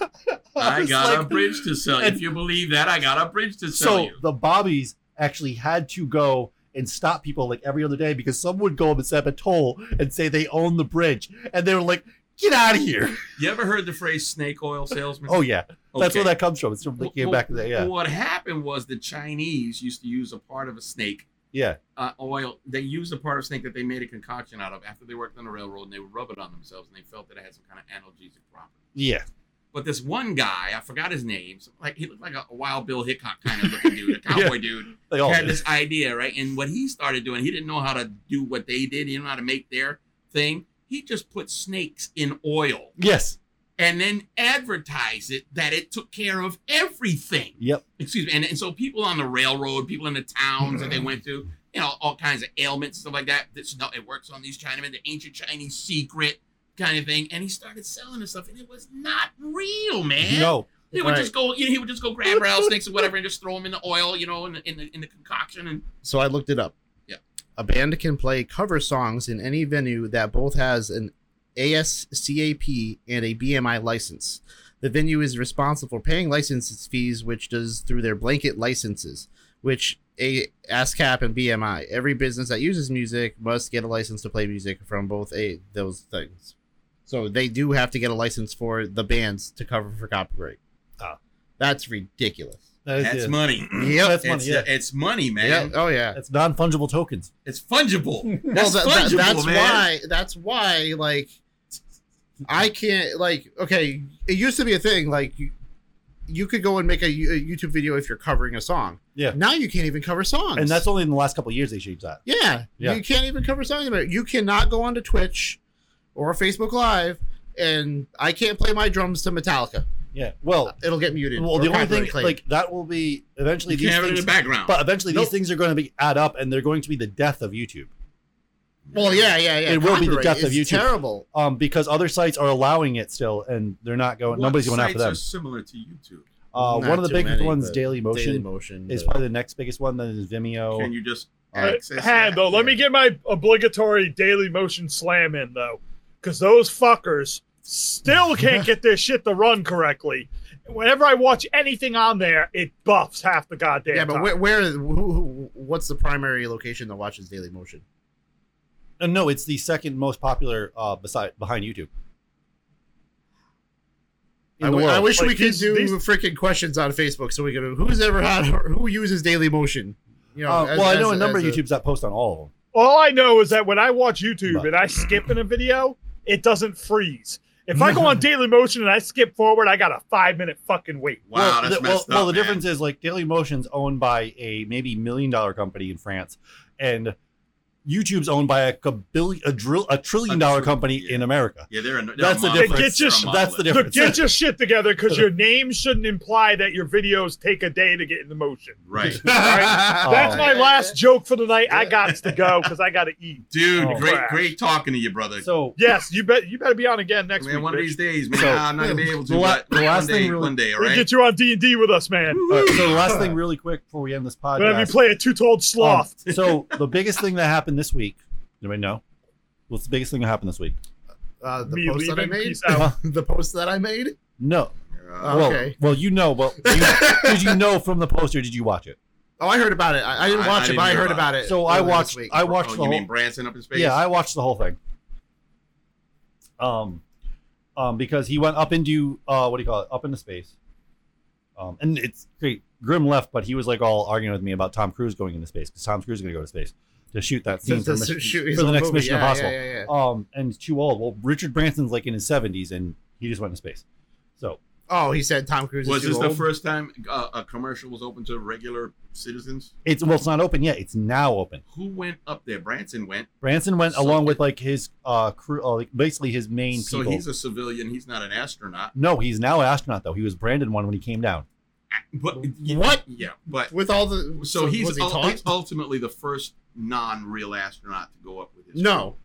Speaker 2: <laughs>
Speaker 6: I
Speaker 2: was
Speaker 6: got a
Speaker 2: like-
Speaker 6: bridge to sell. you.
Speaker 2: and-
Speaker 6: If you believe that, I got a bridge to sell
Speaker 2: So
Speaker 6: you.
Speaker 2: the bobbies actually had to go and stop people like every other day because someone would go up and set up a toll and say they own the bridge, and they were like, "Get out of here!"
Speaker 6: You ever heard the phrase snake oil salesman?
Speaker 2: Oh yeah, that's
Speaker 6: Okay.
Speaker 2: where that comes from. It's from
Speaker 6: Well,
Speaker 2: came
Speaker 6: well,
Speaker 2: back in the yeah
Speaker 6: What happened was the Chinese used to use a part of a snake
Speaker 2: yeah
Speaker 6: uh, oil. They used a part of snake that they made a concoction out of after they worked on the railroad, and they would rub it on themselves, and they felt that it had some kind of analgesic property.
Speaker 2: yeah.
Speaker 6: But this one guy, I forgot his name, so, like he looked like a, a Wild Bill Hickok kind of looking dude, a cowboy dude.
Speaker 2: They all
Speaker 6: had
Speaker 2: did.
Speaker 6: this idea, right? And what he started doing, he didn't know how to do what they did. He didn't know how to make their thing. He just put snakes in oil
Speaker 2: yes
Speaker 6: and then advertised it that it took care of everything.
Speaker 2: yep
Speaker 6: Excuse me. And, and so people on the railroad, people in the towns that they went to, you know, all kinds of ailments, stuff like that. This, no, it works on these Chinamen, the ancient Chinese secret
Speaker 4: kind of thing, and he started selling this stuff, and it was not real, man.
Speaker 2: No,
Speaker 4: He would
Speaker 5: Right.
Speaker 4: just go. You know, he would just go grab rattlesnakes or whatever, and just throw them in the oil, you know, in the in the, in the concoction, and
Speaker 5: So I looked it up.
Speaker 4: Yeah.
Speaker 5: A band can play cover songs in any venue that both has an ASCAP and a BMI license. The venue is responsible for paying license fees, which does through their blanket licenses, which a ASCAP and BMI. Every business that uses music must get a license to play music from both a those things. So they do have to get a license for the bands to cover for copyright.
Speaker 2: Ah.
Speaker 5: That's ridiculous.
Speaker 2: that is
Speaker 4: that's
Speaker 2: it.
Speaker 4: money.
Speaker 5: Yep.
Speaker 2: That's money. <clears throat>
Speaker 4: It's,
Speaker 2: yeah.
Speaker 4: it's money, man.
Speaker 5: Yeah. Oh yeah.
Speaker 2: That's non fungible tokens. <laughs>
Speaker 4: It's fungible.
Speaker 5: Well,
Speaker 4: That's
Speaker 5: tha- tha-
Speaker 4: fungible,
Speaker 5: that's
Speaker 4: man.
Speaker 5: why. That's why. Like, I can't. Like, okay, it used to be a thing. Like, you, you could go and make a, Yo- a YouTube video if you're covering a song.
Speaker 2: Yeah.
Speaker 5: Now you can't even cover songs.
Speaker 2: And that's only in the last couple of years they changed that.
Speaker 5: Yeah.
Speaker 2: Yeah.
Speaker 5: You can't even cover songs. About it. You cannot go onto Twitch or Facebook Live, and I can't play my drums to Metallica.
Speaker 2: Yeah. Well,
Speaker 5: It'll get muted.
Speaker 2: well,
Speaker 5: or
Speaker 2: the only
Speaker 5: copyright
Speaker 2: thing
Speaker 5: claim.
Speaker 2: like that will be eventually
Speaker 4: You
Speaker 2: these
Speaker 4: can't have it in
Speaker 2: things,
Speaker 4: the background.
Speaker 2: but eventually
Speaker 4: Nope.
Speaker 2: these things are going to be add up, and they're going to be the death of YouTube.
Speaker 5: well, yeah, yeah, yeah.
Speaker 2: it will be the
Speaker 5: Copyright
Speaker 2: death of
Speaker 5: is
Speaker 2: YouTube.
Speaker 5: Terrible.
Speaker 2: Um, because other sites are allowing it still, and they're not going.
Speaker 4: What
Speaker 2: nobody's going after
Speaker 4: sites
Speaker 2: them.
Speaker 4: Are similar to YouTube.
Speaker 2: Uh,
Speaker 5: Not
Speaker 2: one of the
Speaker 5: too
Speaker 2: big
Speaker 5: many,
Speaker 2: ones,
Speaker 5: but
Speaker 2: Daily Motion,
Speaker 5: Daily Motion
Speaker 2: is
Speaker 5: but-
Speaker 2: probably the next biggest one. Then is Vimeo.
Speaker 4: Can you just
Speaker 5: Uh,
Speaker 4: access?
Speaker 3: Hand
Speaker 4: that?
Speaker 3: though, let me get my obligatory daily motion slam in though, because those fuckers
Speaker 2: <laughs>
Speaker 3: still can't get their shit to run correctly. Whenever I watch anything on there, it buffs half the goddamn
Speaker 5: yeah, but
Speaker 3: time.
Speaker 5: where, where who, who, what's the primary location that watches Daily Motion?
Speaker 2: Uh, no, it's the second most popular uh, beside behind YouTube. In
Speaker 5: I
Speaker 2: the
Speaker 5: wi- I
Speaker 2: world.
Speaker 5: wish we
Speaker 3: Like,
Speaker 5: could
Speaker 3: these-
Speaker 5: do
Speaker 3: these-
Speaker 5: freaking questions on Facebook so we could who's ever had <laughs> who uses Daily Motion. You know,
Speaker 2: Uh,
Speaker 5: as-
Speaker 2: well, I
Speaker 5: as-
Speaker 2: know a number of
Speaker 5: as
Speaker 2: YouTubes that post on all of them.
Speaker 3: All I know is that when I watch YouTube
Speaker 2: But-
Speaker 3: and I skip in a video, it doesn't freeze. If I go
Speaker 4: <laughs>
Speaker 3: on Daily Motion and I skip forward, I got a five minute fucking wait.
Speaker 4: Wow, that's
Speaker 2: the,
Speaker 4: messed
Speaker 2: well, well,
Speaker 4: up.
Speaker 2: the
Speaker 4: man.
Speaker 2: difference is like Daily Motion's owned by a maybe million dollar company in France, and YouTube's owned by a cabil- a, drill, a trillion
Speaker 4: A
Speaker 2: dollar
Speaker 4: trillion,
Speaker 2: company
Speaker 4: yeah.
Speaker 2: in America.
Speaker 4: Yeah, they're, they're
Speaker 2: That's the
Speaker 4: monolith.
Speaker 2: difference.
Speaker 4: They're a
Speaker 3: Just-
Speaker 2: that's the
Speaker 4: monolith.
Speaker 3: So
Speaker 2: difference.
Speaker 3: get your shit together because
Speaker 4: <laughs>
Speaker 3: your name shouldn't imply that your videos take a day to get into motion.
Speaker 4: Right,
Speaker 2: Oh. <laughs>
Speaker 3: That's my last joke for the night. I
Speaker 5: Yeah.
Speaker 3: got to go because I got to eat.
Speaker 4: dude.
Speaker 2: Oh,
Speaker 4: great,
Speaker 3: crap.
Speaker 4: great talking to you, <laughs> brother.
Speaker 2: So
Speaker 3: Yes, you bet. You better be on again next
Speaker 4: man,
Speaker 3: week.
Speaker 4: one of
Speaker 3: bitch.
Speaker 4: these days, man.
Speaker 2: So-
Speaker 4: I'm not gonna be able to.
Speaker 2: The la-
Speaker 4: but
Speaker 2: the last one day,
Speaker 4: thing, one day, all
Speaker 3: We'll
Speaker 4: right?
Speaker 3: get you on D and D with us, man.
Speaker 2: all right,
Speaker 3: <laughs>
Speaker 2: so the last thing, really quick, before we end this podcast.
Speaker 3: Whenever you play a two-toed <laughs> sloth,
Speaker 2: Um, so the biggest thing that happened this week. Anybody know? What's the biggest thing that happened this week?
Speaker 5: uh, the
Speaker 3: me
Speaker 5: post that I
Speaker 3: leaving,
Speaker 5: made.
Speaker 3: peace out.
Speaker 5: <laughs> the post that I made.
Speaker 2: No.
Speaker 4: Uh,
Speaker 5: Oh, okay.
Speaker 2: Well, well, you know. Well, you, did you know from the poster? Did you watch
Speaker 5: <laughs>
Speaker 2: it?
Speaker 5: Oh, I heard about it. I, I didn't
Speaker 4: I-
Speaker 5: watch
Speaker 4: I
Speaker 5: it,
Speaker 4: didn't
Speaker 5: but I
Speaker 4: hear
Speaker 5: heard
Speaker 4: about
Speaker 5: about it.
Speaker 2: So I
Speaker 5: earlier this
Speaker 2: watched.
Speaker 5: week.
Speaker 2: I watched
Speaker 4: oh,
Speaker 2: the
Speaker 4: you
Speaker 2: whole.
Speaker 4: mean Branson up in space?
Speaker 2: Yeah, I watched the whole thing. Um, um, because he went up into uh, what do you call it? Up into space. Um, and it's great. Grim left, but he was like all arguing with me about Tom Cruise going into space because Tom Cruise is going to go to space to shoot that scene
Speaker 5: To-
Speaker 2: for,
Speaker 5: to
Speaker 2: mission,
Speaker 5: shoot his
Speaker 2: for the
Speaker 5: own
Speaker 2: next
Speaker 5: movie.
Speaker 2: Mission
Speaker 5: Yeah,
Speaker 2: Impossible.
Speaker 5: Yeah, yeah, yeah.
Speaker 2: Um, and he's too old. Well, Richard Branson's like in his seventies, and he just went into space. So
Speaker 5: Oh, he said Tom Cruise
Speaker 4: Was
Speaker 5: is
Speaker 4: this
Speaker 5: too
Speaker 4: the
Speaker 5: old?
Speaker 4: first time uh, a commercial was open to regular citizens?
Speaker 2: it's well, it's not open yet. It's now open.
Speaker 4: Who went up there? Branson went.
Speaker 2: Branson went
Speaker 4: So-
Speaker 2: along with like his uh crew, uh, like, basically his main
Speaker 4: So
Speaker 2: people.
Speaker 4: he's a civilian. He's not an astronaut.
Speaker 2: no, he's now an astronaut though. He was branded one when he came down.
Speaker 4: But
Speaker 5: What?
Speaker 4: Yeah, but
Speaker 5: with all the.
Speaker 4: so he's,
Speaker 5: was he
Speaker 4: ul-
Speaker 5: tall?
Speaker 4: he's ultimately the first non-real astronaut to go up with his.
Speaker 5: No,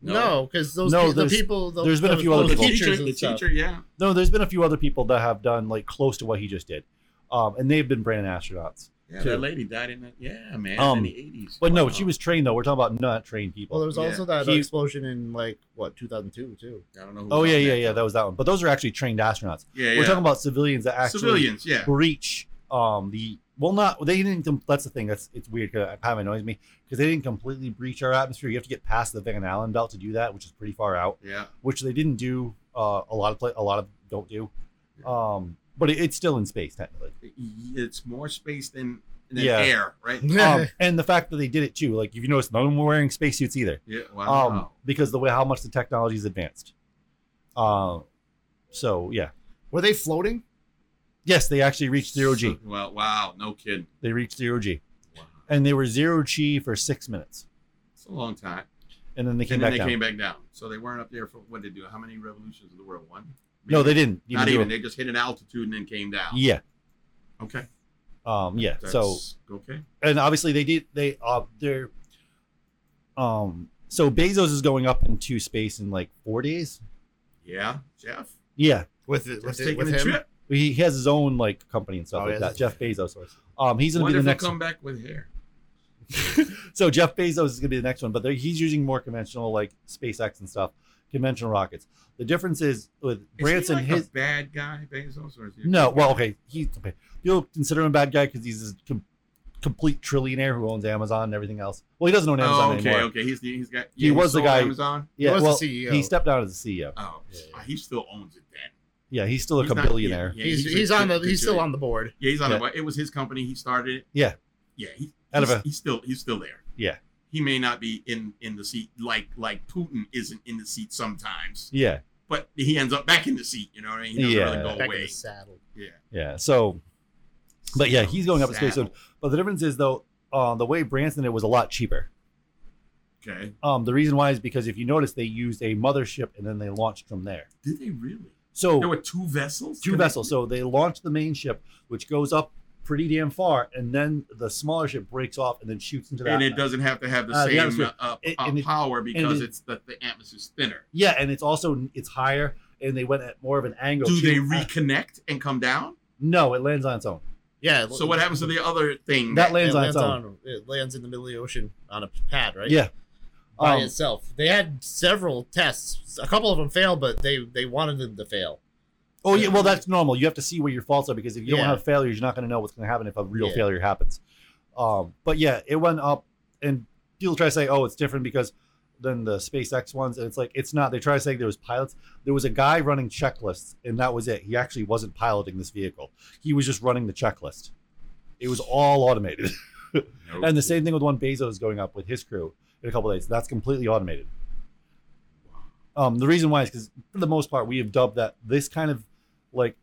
Speaker 5: no, because those
Speaker 2: No,
Speaker 5: pe- the
Speaker 2: there's-
Speaker 5: people. The,
Speaker 2: there's been a
Speaker 5: those-
Speaker 2: few other
Speaker 5: those
Speaker 4: the
Speaker 2: people.
Speaker 5: teachers
Speaker 4: teacher,
Speaker 5: and
Speaker 4: the
Speaker 5: stuff.
Speaker 4: teacher, yeah.
Speaker 2: No, there's been a few other people that have done like close to what he just did, um, and they've been branded astronauts.
Speaker 4: Yeah,
Speaker 2: Two.
Speaker 4: that lady died in the yeah, man,
Speaker 2: Um,
Speaker 4: in the eighties.
Speaker 2: But no, she was trained though. We're talking about not trained people.
Speaker 5: Well, there was
Speaker 4: Yeah.
Speaker 5: also that
Speaker 2: He-
Speaker 5: explosion in like what 2002 too.
Speaker 4: I don't know. Who
Speaker 2: oh
Speaker 4: was
Speaker 2: yeah,
Speaker 4: on
Speaker 2: yeah,
Speaker 4: that.
Speaker 2: yeah. That was that one. But those are actually trained astronauts.
Speaker 4: yeah, yeah.
Speaker 2: We're talking about civilians that actually
Speaker 4: civilians. Yeah,
Speaker 2: breach um the well not they didn't com- that's the thing that's it's weird because it kind of annoys me because they didn't completely breach our atmosphere you have to get past the van allen belt to do that which is pretty far out
Speaker 4: yeah.
Speaker 2: which they didn't do uh a lot of pla a lot of don't do um but it, it's still in space technically
Speaker 4: It's more space than than
Speaker 2: Yeah.
Speaker 4: air, right?
Speaker 2: <laughs>
Speaker 5: <laughs>
Speaker 2: um and the fact that they did it too like if you notice none of them were wearing spacesuits either
Speaker 4: Yeah. Wow.
Speaker 2: um because the way how much the technology is advanced uh so yeah
Speaker 5: Were they floating?
Speaker 2: yes they actually reached zero g
Speaker 4: Well, wow. No kidding.
Speaker 2: they reached zero g
Speaker 4: Wow.
Speaker 2: and they were zero g for six minutes
Speaker 4: It's a long time.
Speaker 2: and then they came
Speaker 4: and then
Speaker 2: back
Speaker 4: they
Speaker 2: down
Speaker 4: came back down. So they weren't up there for what did they do? How many revolutions of the world? One.
Speaker 2: No, they
Speaker 4: Maybe.
Speaker 2: didn't.
Speaker 4: Not
Speaker 2: do
Speaker 4: even.
Speaker 2: it.
Speaker 4: They just hit an altitude and then came down.
Speaker 2: Yeah.
Speaker 4: Okay.
Speaker 2: Um. Yeah.
Speaker 4: That's
Speaker 2: So
Speaker 4: okay.
Speaker 2: and obviously they did. They uh. They're. Um. So Bezos is going up into space in like four days,
Speaker 4: Yeah, Jeff.
Speaker 2: Yeah,
Speaker 5: with it-
Speaker 4: Jeff's
Speaker 5: with, it,
Speaker 4: taking
Speaker 5: with
Speaker 4: a
Speaker 5: him.
Speaker 4: trip.
Speaker 2: he has his own like company and stuff
Speaker 5: Oh,
Speaker 2: like
Speaker 5: yeah.
Speaker 2: that. Jeff Bezos. Um, he's gonna
Speaker 4: Wonderful
Speaker 2: be the next.
Speaker 4: comeback with hair.
Speaker 2: <laughs> so Jeff Bezos is gonna be the next one, but they're- he's using more conventional like SpaceX and stuff, conventional rockets. The difference is with
Speaker 4: Is he
Speaker 2: Branson,
Speaker 4: like
Speaker 2: his
Speaker 4: a bad guy, Bezos, or is he? a
Speaker 2: no.
Speaker 4: good
Speaker 2: Well,
Speaker 4: guy?
Speaker 2: okay, he's okay. You'll consider him a bad guy because he's a com- complete trillionaire who owns Amazon and everything else. Well, he doesn't own Amazon
Speaker 4: Oh, okay,
Speaker 2: anymore.
Speaker 4: okay. He's the he's got.
Speaker 2: He was the
Speaker 4: sold
Speaker 2: guy-
Speaker 4: Amazon.
Speaker 2: Yeah,
Speaker 5: was the
Speaker 2: well,
Speaker 4: E
Speaker 5: CEO.
Speaker 2: he stepped down as the CEO.
Speaker 4: Oh,
Speaker 2: Yeah, yeah.
Speaker 4: he still owns it then.
Speaker 2: Yeah, he's still like
Speaker 4: He's
Speaker 2: a
Speaker 4: not- yeah,
Speaker 2: billionaire.
Speaker 4: yeah,
Speaker 5: he's he's,
Speaker 4: a
Speaker 5: on the
Speaker 4: good-
Speaker 5: he's
Speaker 4: good
Speaker 5: still
Speaker 4: guy.
Speaker 5: on the board.
Speaker 4: Yeah, he's on
Speaker 2: Yeah.
Speaker 4: the board. It was his company. He started it.
Speaker 2: Yeah.
Speaker 4: Yeah. He,
Speaker 2: Out of
Speaker 4: he's,
Speaker 2: a-
Speaker 4: he's still he's still there.
Speaker 2: Yeah.
Speaker 4: He may not be in in the seat like like Putin isn't in the seat sometimes,
Speaker 2: Yeah,
Speaker 4: but he ends up back in the seat. You know what I mean? He doesn't
Speaker 2: Yeah.
Speaker 4: really go
Speaker 5: Back in
Speaker 4: away.
Speaker 5: the saddle.
Speaker 4: Yeah.
Speaker 2: yeah. So But yeah, he's going up in space, so-
Speaker 4: Saddle.
Speaker 2: But the difference is though, uh, the way Branson did it was a lot cheaper.
Speaker 4: Okay.
Speaker 2: Um, the reason why is because if you notice, they used a mothership and then they launched from there.
Speaker 4: Did they really? There
Speaker 2: So
Speaker 4: were two vessels.
Speaker 2: two vessels. So they launched the main ship, which goes up pretty damn far, and then the smaller ship breaks off and then shoots into that.
Speaker 4: And it doesn't have to have the
Speaker 2: Uh, the
Speaker 4: same
Speaker 2: atmosphere.
Speaker 4: uh,
Speaker 2: It-
Speaker 4: uh,
Speaker 2: and it-
Speaker 4: power because
Speaker 2: it-
Speaker 4: it's the, the atmosphere's thinner.
Speaker 2: Yeah, and it's also it's higher, and they went at more of an angle.
Speaker 4: Do they
Speaker 2: shooting at-
Speaker 4: reconnect and come down?
Speaker 2: No, it lands on its own.
Speaker 5: Yeah.
Speaker 4: So what happens to the other thing?
Speaker 2: That
Speaker 5: It
Speaker 2: lands on
Speaker 5: lands
Speaker 2: its own.
Speaker 5: on it lands in the middle of the ocean on a pad, right?
Speaker 2: Yeah.
Speaker 5: by
Speaker 2: Um,
Speaker 5: itself. They had several tests. A couple of them failed, but they they wanted them to fail.
Speaker 2: Oh yeah, well that's normal. You have to see where your faults are because if you don't
Speaker 5: Yeah.
Speaker 2: have failures, you're not going to know what's going to happen if a real
Speaker 5: Yeah.
Speaker 2: failure happens. Um, but yeah, it went up, and people try to say, "Oh, it's different because than the SpaceX ones," and it's like it's not. They try to say there was pilots. There was a guy running checklists, and that was it. He actually wasn't piloting this vehicle. He was just running the checklist. It was all automated, and the same thing with one Bezos going up with his crew in a couple days. That's completely automated. Um, the reason why is because for the most part, we have dubbed that this kind of like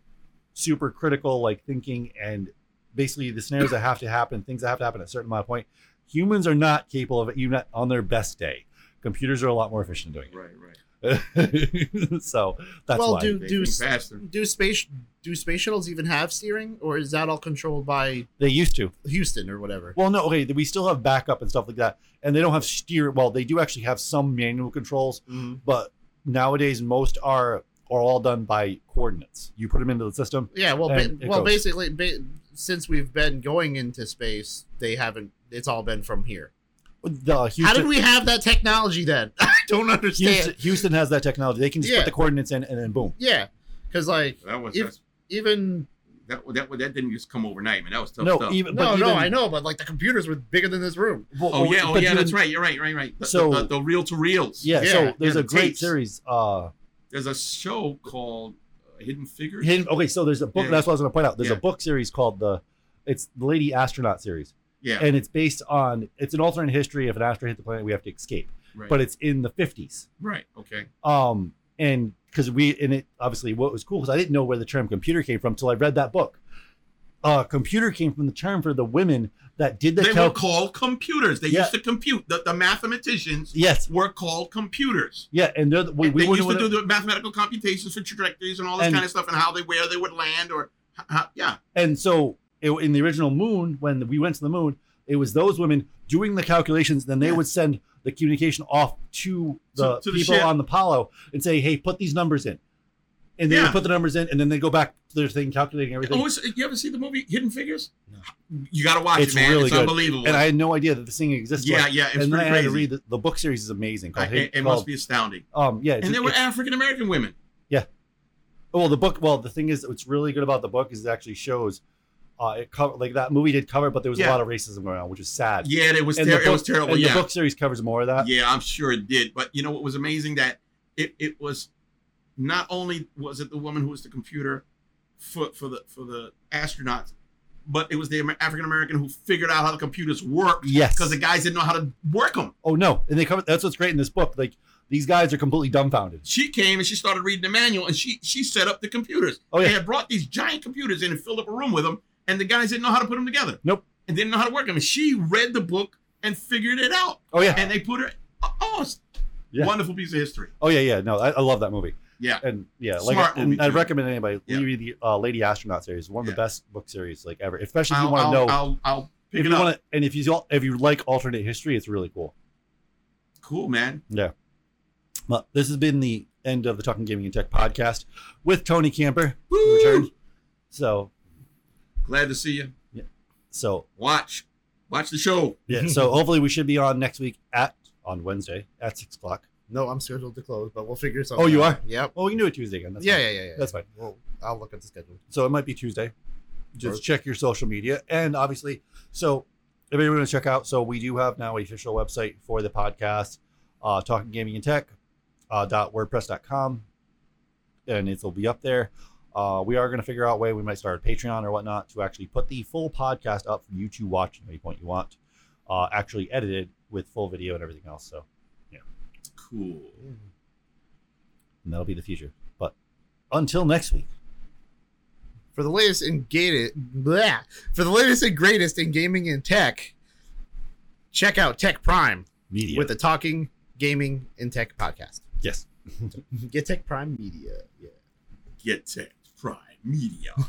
Speaker 2: super critical like thinking and basically the scenarios that have to happen, things that have to happen at a certain amount of point. Humans are not capable of it. You not on their best day. Computers are a lot more efficient at doing
Speaker 4: Right, right.
Speaker 2: it. <laughs> so that's
Speaker 5: well,
Speaker 2: why.
Speaker 5: do
Speaker 4: They
Speaker 5: do
Speaker 4: think
Speaker 5: s-
Speaker 4: faster.
Speaker 5: do space do space shuttles even have steering, or is that all controlled by
Speaker 2: they used to.
Speaker 5: Houston or whatever?
Speaker 2: Well, no, okay. We still have backup and stuff like that, and they don't have steer. Well, they do actually have some manual controls,
Speaker 4: Mm-hmm.
Speaker 2: but nowadays most are are all done by coordinates. You put them into the system,
Speaker 5: Yeah, well, ba-
Speaker 2: And it
Speaker 5: well,
Speaker 2: goes.
Speaker 5: basically, ba- since we've been going into space, they haven't. It's all been from here.
Speaker 2: the Houston,
Speaker 5: How did we have that technology then? <laughs> I don't understand.
Speaker 2: Houston, Houston has that technology. They can just
Speaker 5: Yeah.
Speaker 2: put the coordinates in and then boom.
Speaker 5: Yeah, because like
Speaker 4: That was
Speaker 5: If-
Speaker 4: that's-
Speaker 5: even
Speaker 4: that that that didn't just come overnight, man. That was tough
Speaker 2: no,
Speaker 4: stuff.
Speaker 2: even
Speaker 5: no,
Speaker 2: but
Speaker 5: no,
Speaker 2: even-
Speaker 5: I know, but like the computers were bigger than this room.
Speaker 2: well,
Speaker 4: oh yeah, oh
Speaker 2: but
Speaker 4: yeah, that's
Speaker 2: even-
Speaker 4: right. You're right, right, right. The,
Speaker 2: So-
Speaker 4: the, the reel to reels.
Speaker 2: Yeah,
Speaker 5: Yeah,
Speaker 2: so there's
Speaker 4: yeah,
Speaker 2: a
Speaker 4: the
Speaker 2: great
Speaker 4: tapes.
Speaker 2: series. Uh,
Speaker 4: There's a show called uh, Hidden Figures.
Speaker 2: hidden, okay, so there's a book.
Speaker 4: Yeah.
Speaker 2: That's what I was going to point out. There's
Speaker 4: Yeah.
Speaker 2: a book series called the, it's the Lady Astronaut series,
Speaker 4: yeah,
Speaker 2: and it's based on it's an alternate history. If an astronaut hit the planet, we have to escape,
Speaker 4: right.
Speaker 2: but it's in the 50s.
Speaker 4: right, okay.
Speaker 2: um and because we and it obviously what was cool because i didn't know where the term computer came from till i read that book uh computer came from the term for the women that did the
Speaker 4: They were
Speaker 2: calc-
Speaker 4: called computers. They
Speaker 2: Yeah.
Speaker 4: used to compute. The, the mathematicians
Speaker 2: yes
Speaker 4: were called computers.
Speaker 2: yeah and they're the, we,
Speaker 4: And
Speaker 2: we
Speaker 4: they
Speaker 2: wouldn't
Speaker 4: used to do
Speaker 2: wanna-
Speaker 4: the mathematical computations for trajectories and all this
Speaker 2: And-
Speaker 4: kind of stuff, and how they where they would land, or how, how- yeah,
Speaker 2: and so it, in the original moon when we went to the moon it was those women doing the calculations then they
Speaker 4: Yeah.
Speaker 2: would send the communication off to the
Speaker 4: To- to the
Speaker 2: people
Speaker 4: ship.
Speaker 2: on the apollo and say hey put these numbers in and they
Speaker 4: Yeah.
Speaker 2: would put the numbers in and then they go back to their thing calculating everything
Speaker 4: Oh, is- you ever see the movie Hidden Figures? You got to watch
Speaker 2: It's
Speaker 4: it, man.
Speaker 2: really
Speaker 4: it's
Speaker 2: good.
Speaker 4: unbelievable.
Speaker 2: and i had no idea that this thing existed
Speaker 4: yeah, yeah, it's
Speaker 2: and then I
Speaker 4: pretty
Speaker 2: had
Speaker 4: crazy.
Speaker 2: to read the, the book series is amazing.
Speaker 4: I-
Speaker 2: Called,
Speaker 4: it, it
Speaker 2: called-
Speaker 4: must be astounding.
Speaker 2: um yeah. It's,
Speaker 4: And they were
Speaker 2: it's-
Speaker 4: African American women.
Speaker 2: well, the book. Well, the thing is, what's really good about the book is it actually shows. Uh, it cover like that movie did cover, but there was
Speaker 4: Yeah.
Speaker 2: a lot of racism going on, which is sad.
Speaker 4: Yeah, it was
Speaker 2: And the
Speaker 4: ter- it was
Speaker 2: book-
Speaker 4: terrible.
Speaker 2: and
Speaker 4: Yeah,
Speaker 2: the book series covers more of that.
Speaker 4: yeah, I'm sure it did. But you know what was amazing that it, it was not only was it the woman who was the computer for for the for the astronauts, but it was the African American who figured out how the computers work
Speaker 2: Yes.
Speaker 4: because the guys didn't know how to work them.
Speaker 2: oh no, and they cover. That's what's great in this book. Like these guys are completely dumbfounded.
Speaker 4: She came and she started reading the manual and she she set up the computers.
Speaker 2: Oh, yeah.
Speaker 4: They had brought these giant computers in and filled up a room with them, and the guys didn't know how to put them together.
Speaker 2: Nope.
Speaker 4: And didn't know how to work them. And she read the book and figured it out.
Speaker 2: Oh yeah.
Speaker 4: And they put her. Oh, it's
Speaker 2: Yeah.
Speaker 4: wonderful piece of history.
Speaker 2: Oh yeah. Yeah. No, I, I love that movie.
Speaker 4: Yeah.
Speaker 2: And yeah, like
Speaker 4: Smart
Speaker 2: and
Speaker 4: movie,
Speaker 2: I
Speaker 4: too.
Speaker 2: recommend anybody
Speaker 4: Yeah.
Speaker 2: read the uh, Lady Astronaut series. One of
Speaker 4: Yeah.
Speaker 2: the best book series like ever. Especially if you
Speaker 4: I'll,
Speaker 2: want to
Speaker 4: I'll,
Speaker 2: know.
Speaker 4: I'll, I'll pick
Speaker 2: if
Speaker 4: it
Speaker 2: you
Speaker 4: up.
Speaker 2: want to, and if you if you like alternate history, it's really cool.
Speaker 4: Cool, man.
Speaker 2: Well, this has been the end of the Talking Gaming and Tech podcast with Tony Camper.
Speaker 6: Woo!
Speaker 2: Return. So,
Speaker 4: Glad to see you.
Speaker 2: so
Speaker 4: Watch, watch the show.
Speaker 2: yeah.
Speaker 5: <laughs>
Speaker 2: So hopefully we should be on next week at on Wednesday at six o'clock.
Speaker 5: No, I'm scheduled to close, but we'll figure something.
Speaker 2: Oh, you
Speaker 5: out. Yep.
Speaker 2: Well, we can do it Tuesday again. That's
Speaker 5: yeah,
Speaker 2: fine.
Speaker 5: yeah, yeah, yeah.
Speaker 2: That's fine.
Speaker 5: Well, I'll look at the schedule.
Speaker 2: So it might be Tuesday. Just
Speaker 5: Sure.
Speaker 2: check your social media. And obviously, so if anyone wants to check out, so we do have now an official website for the podcast, uh, talking gaming and tech, uh, dot wordpress.com. And it'll be up there. Uh, we are going to figure out a way we might start a Patreon or whatnot to actually put the full podcast up for you to watch at any point you want, uh, actually edited with full video and everything else. So
Speaker 4: Cool.
Speaker 2: and that'll be the future. But until next week,
Speaker 5: For the latest and gated, blah, for the latest and greatest in gaming and tech, check out Tech Prime
Speaker 2: media.
Speaker 5: with the Talking Gaming and Tech podcast.
Speaker 2: yes.
Speaker 5: <laughs> Get Tech Prime Media. Yeah.
Speaker 4: Get Tech Prime Media.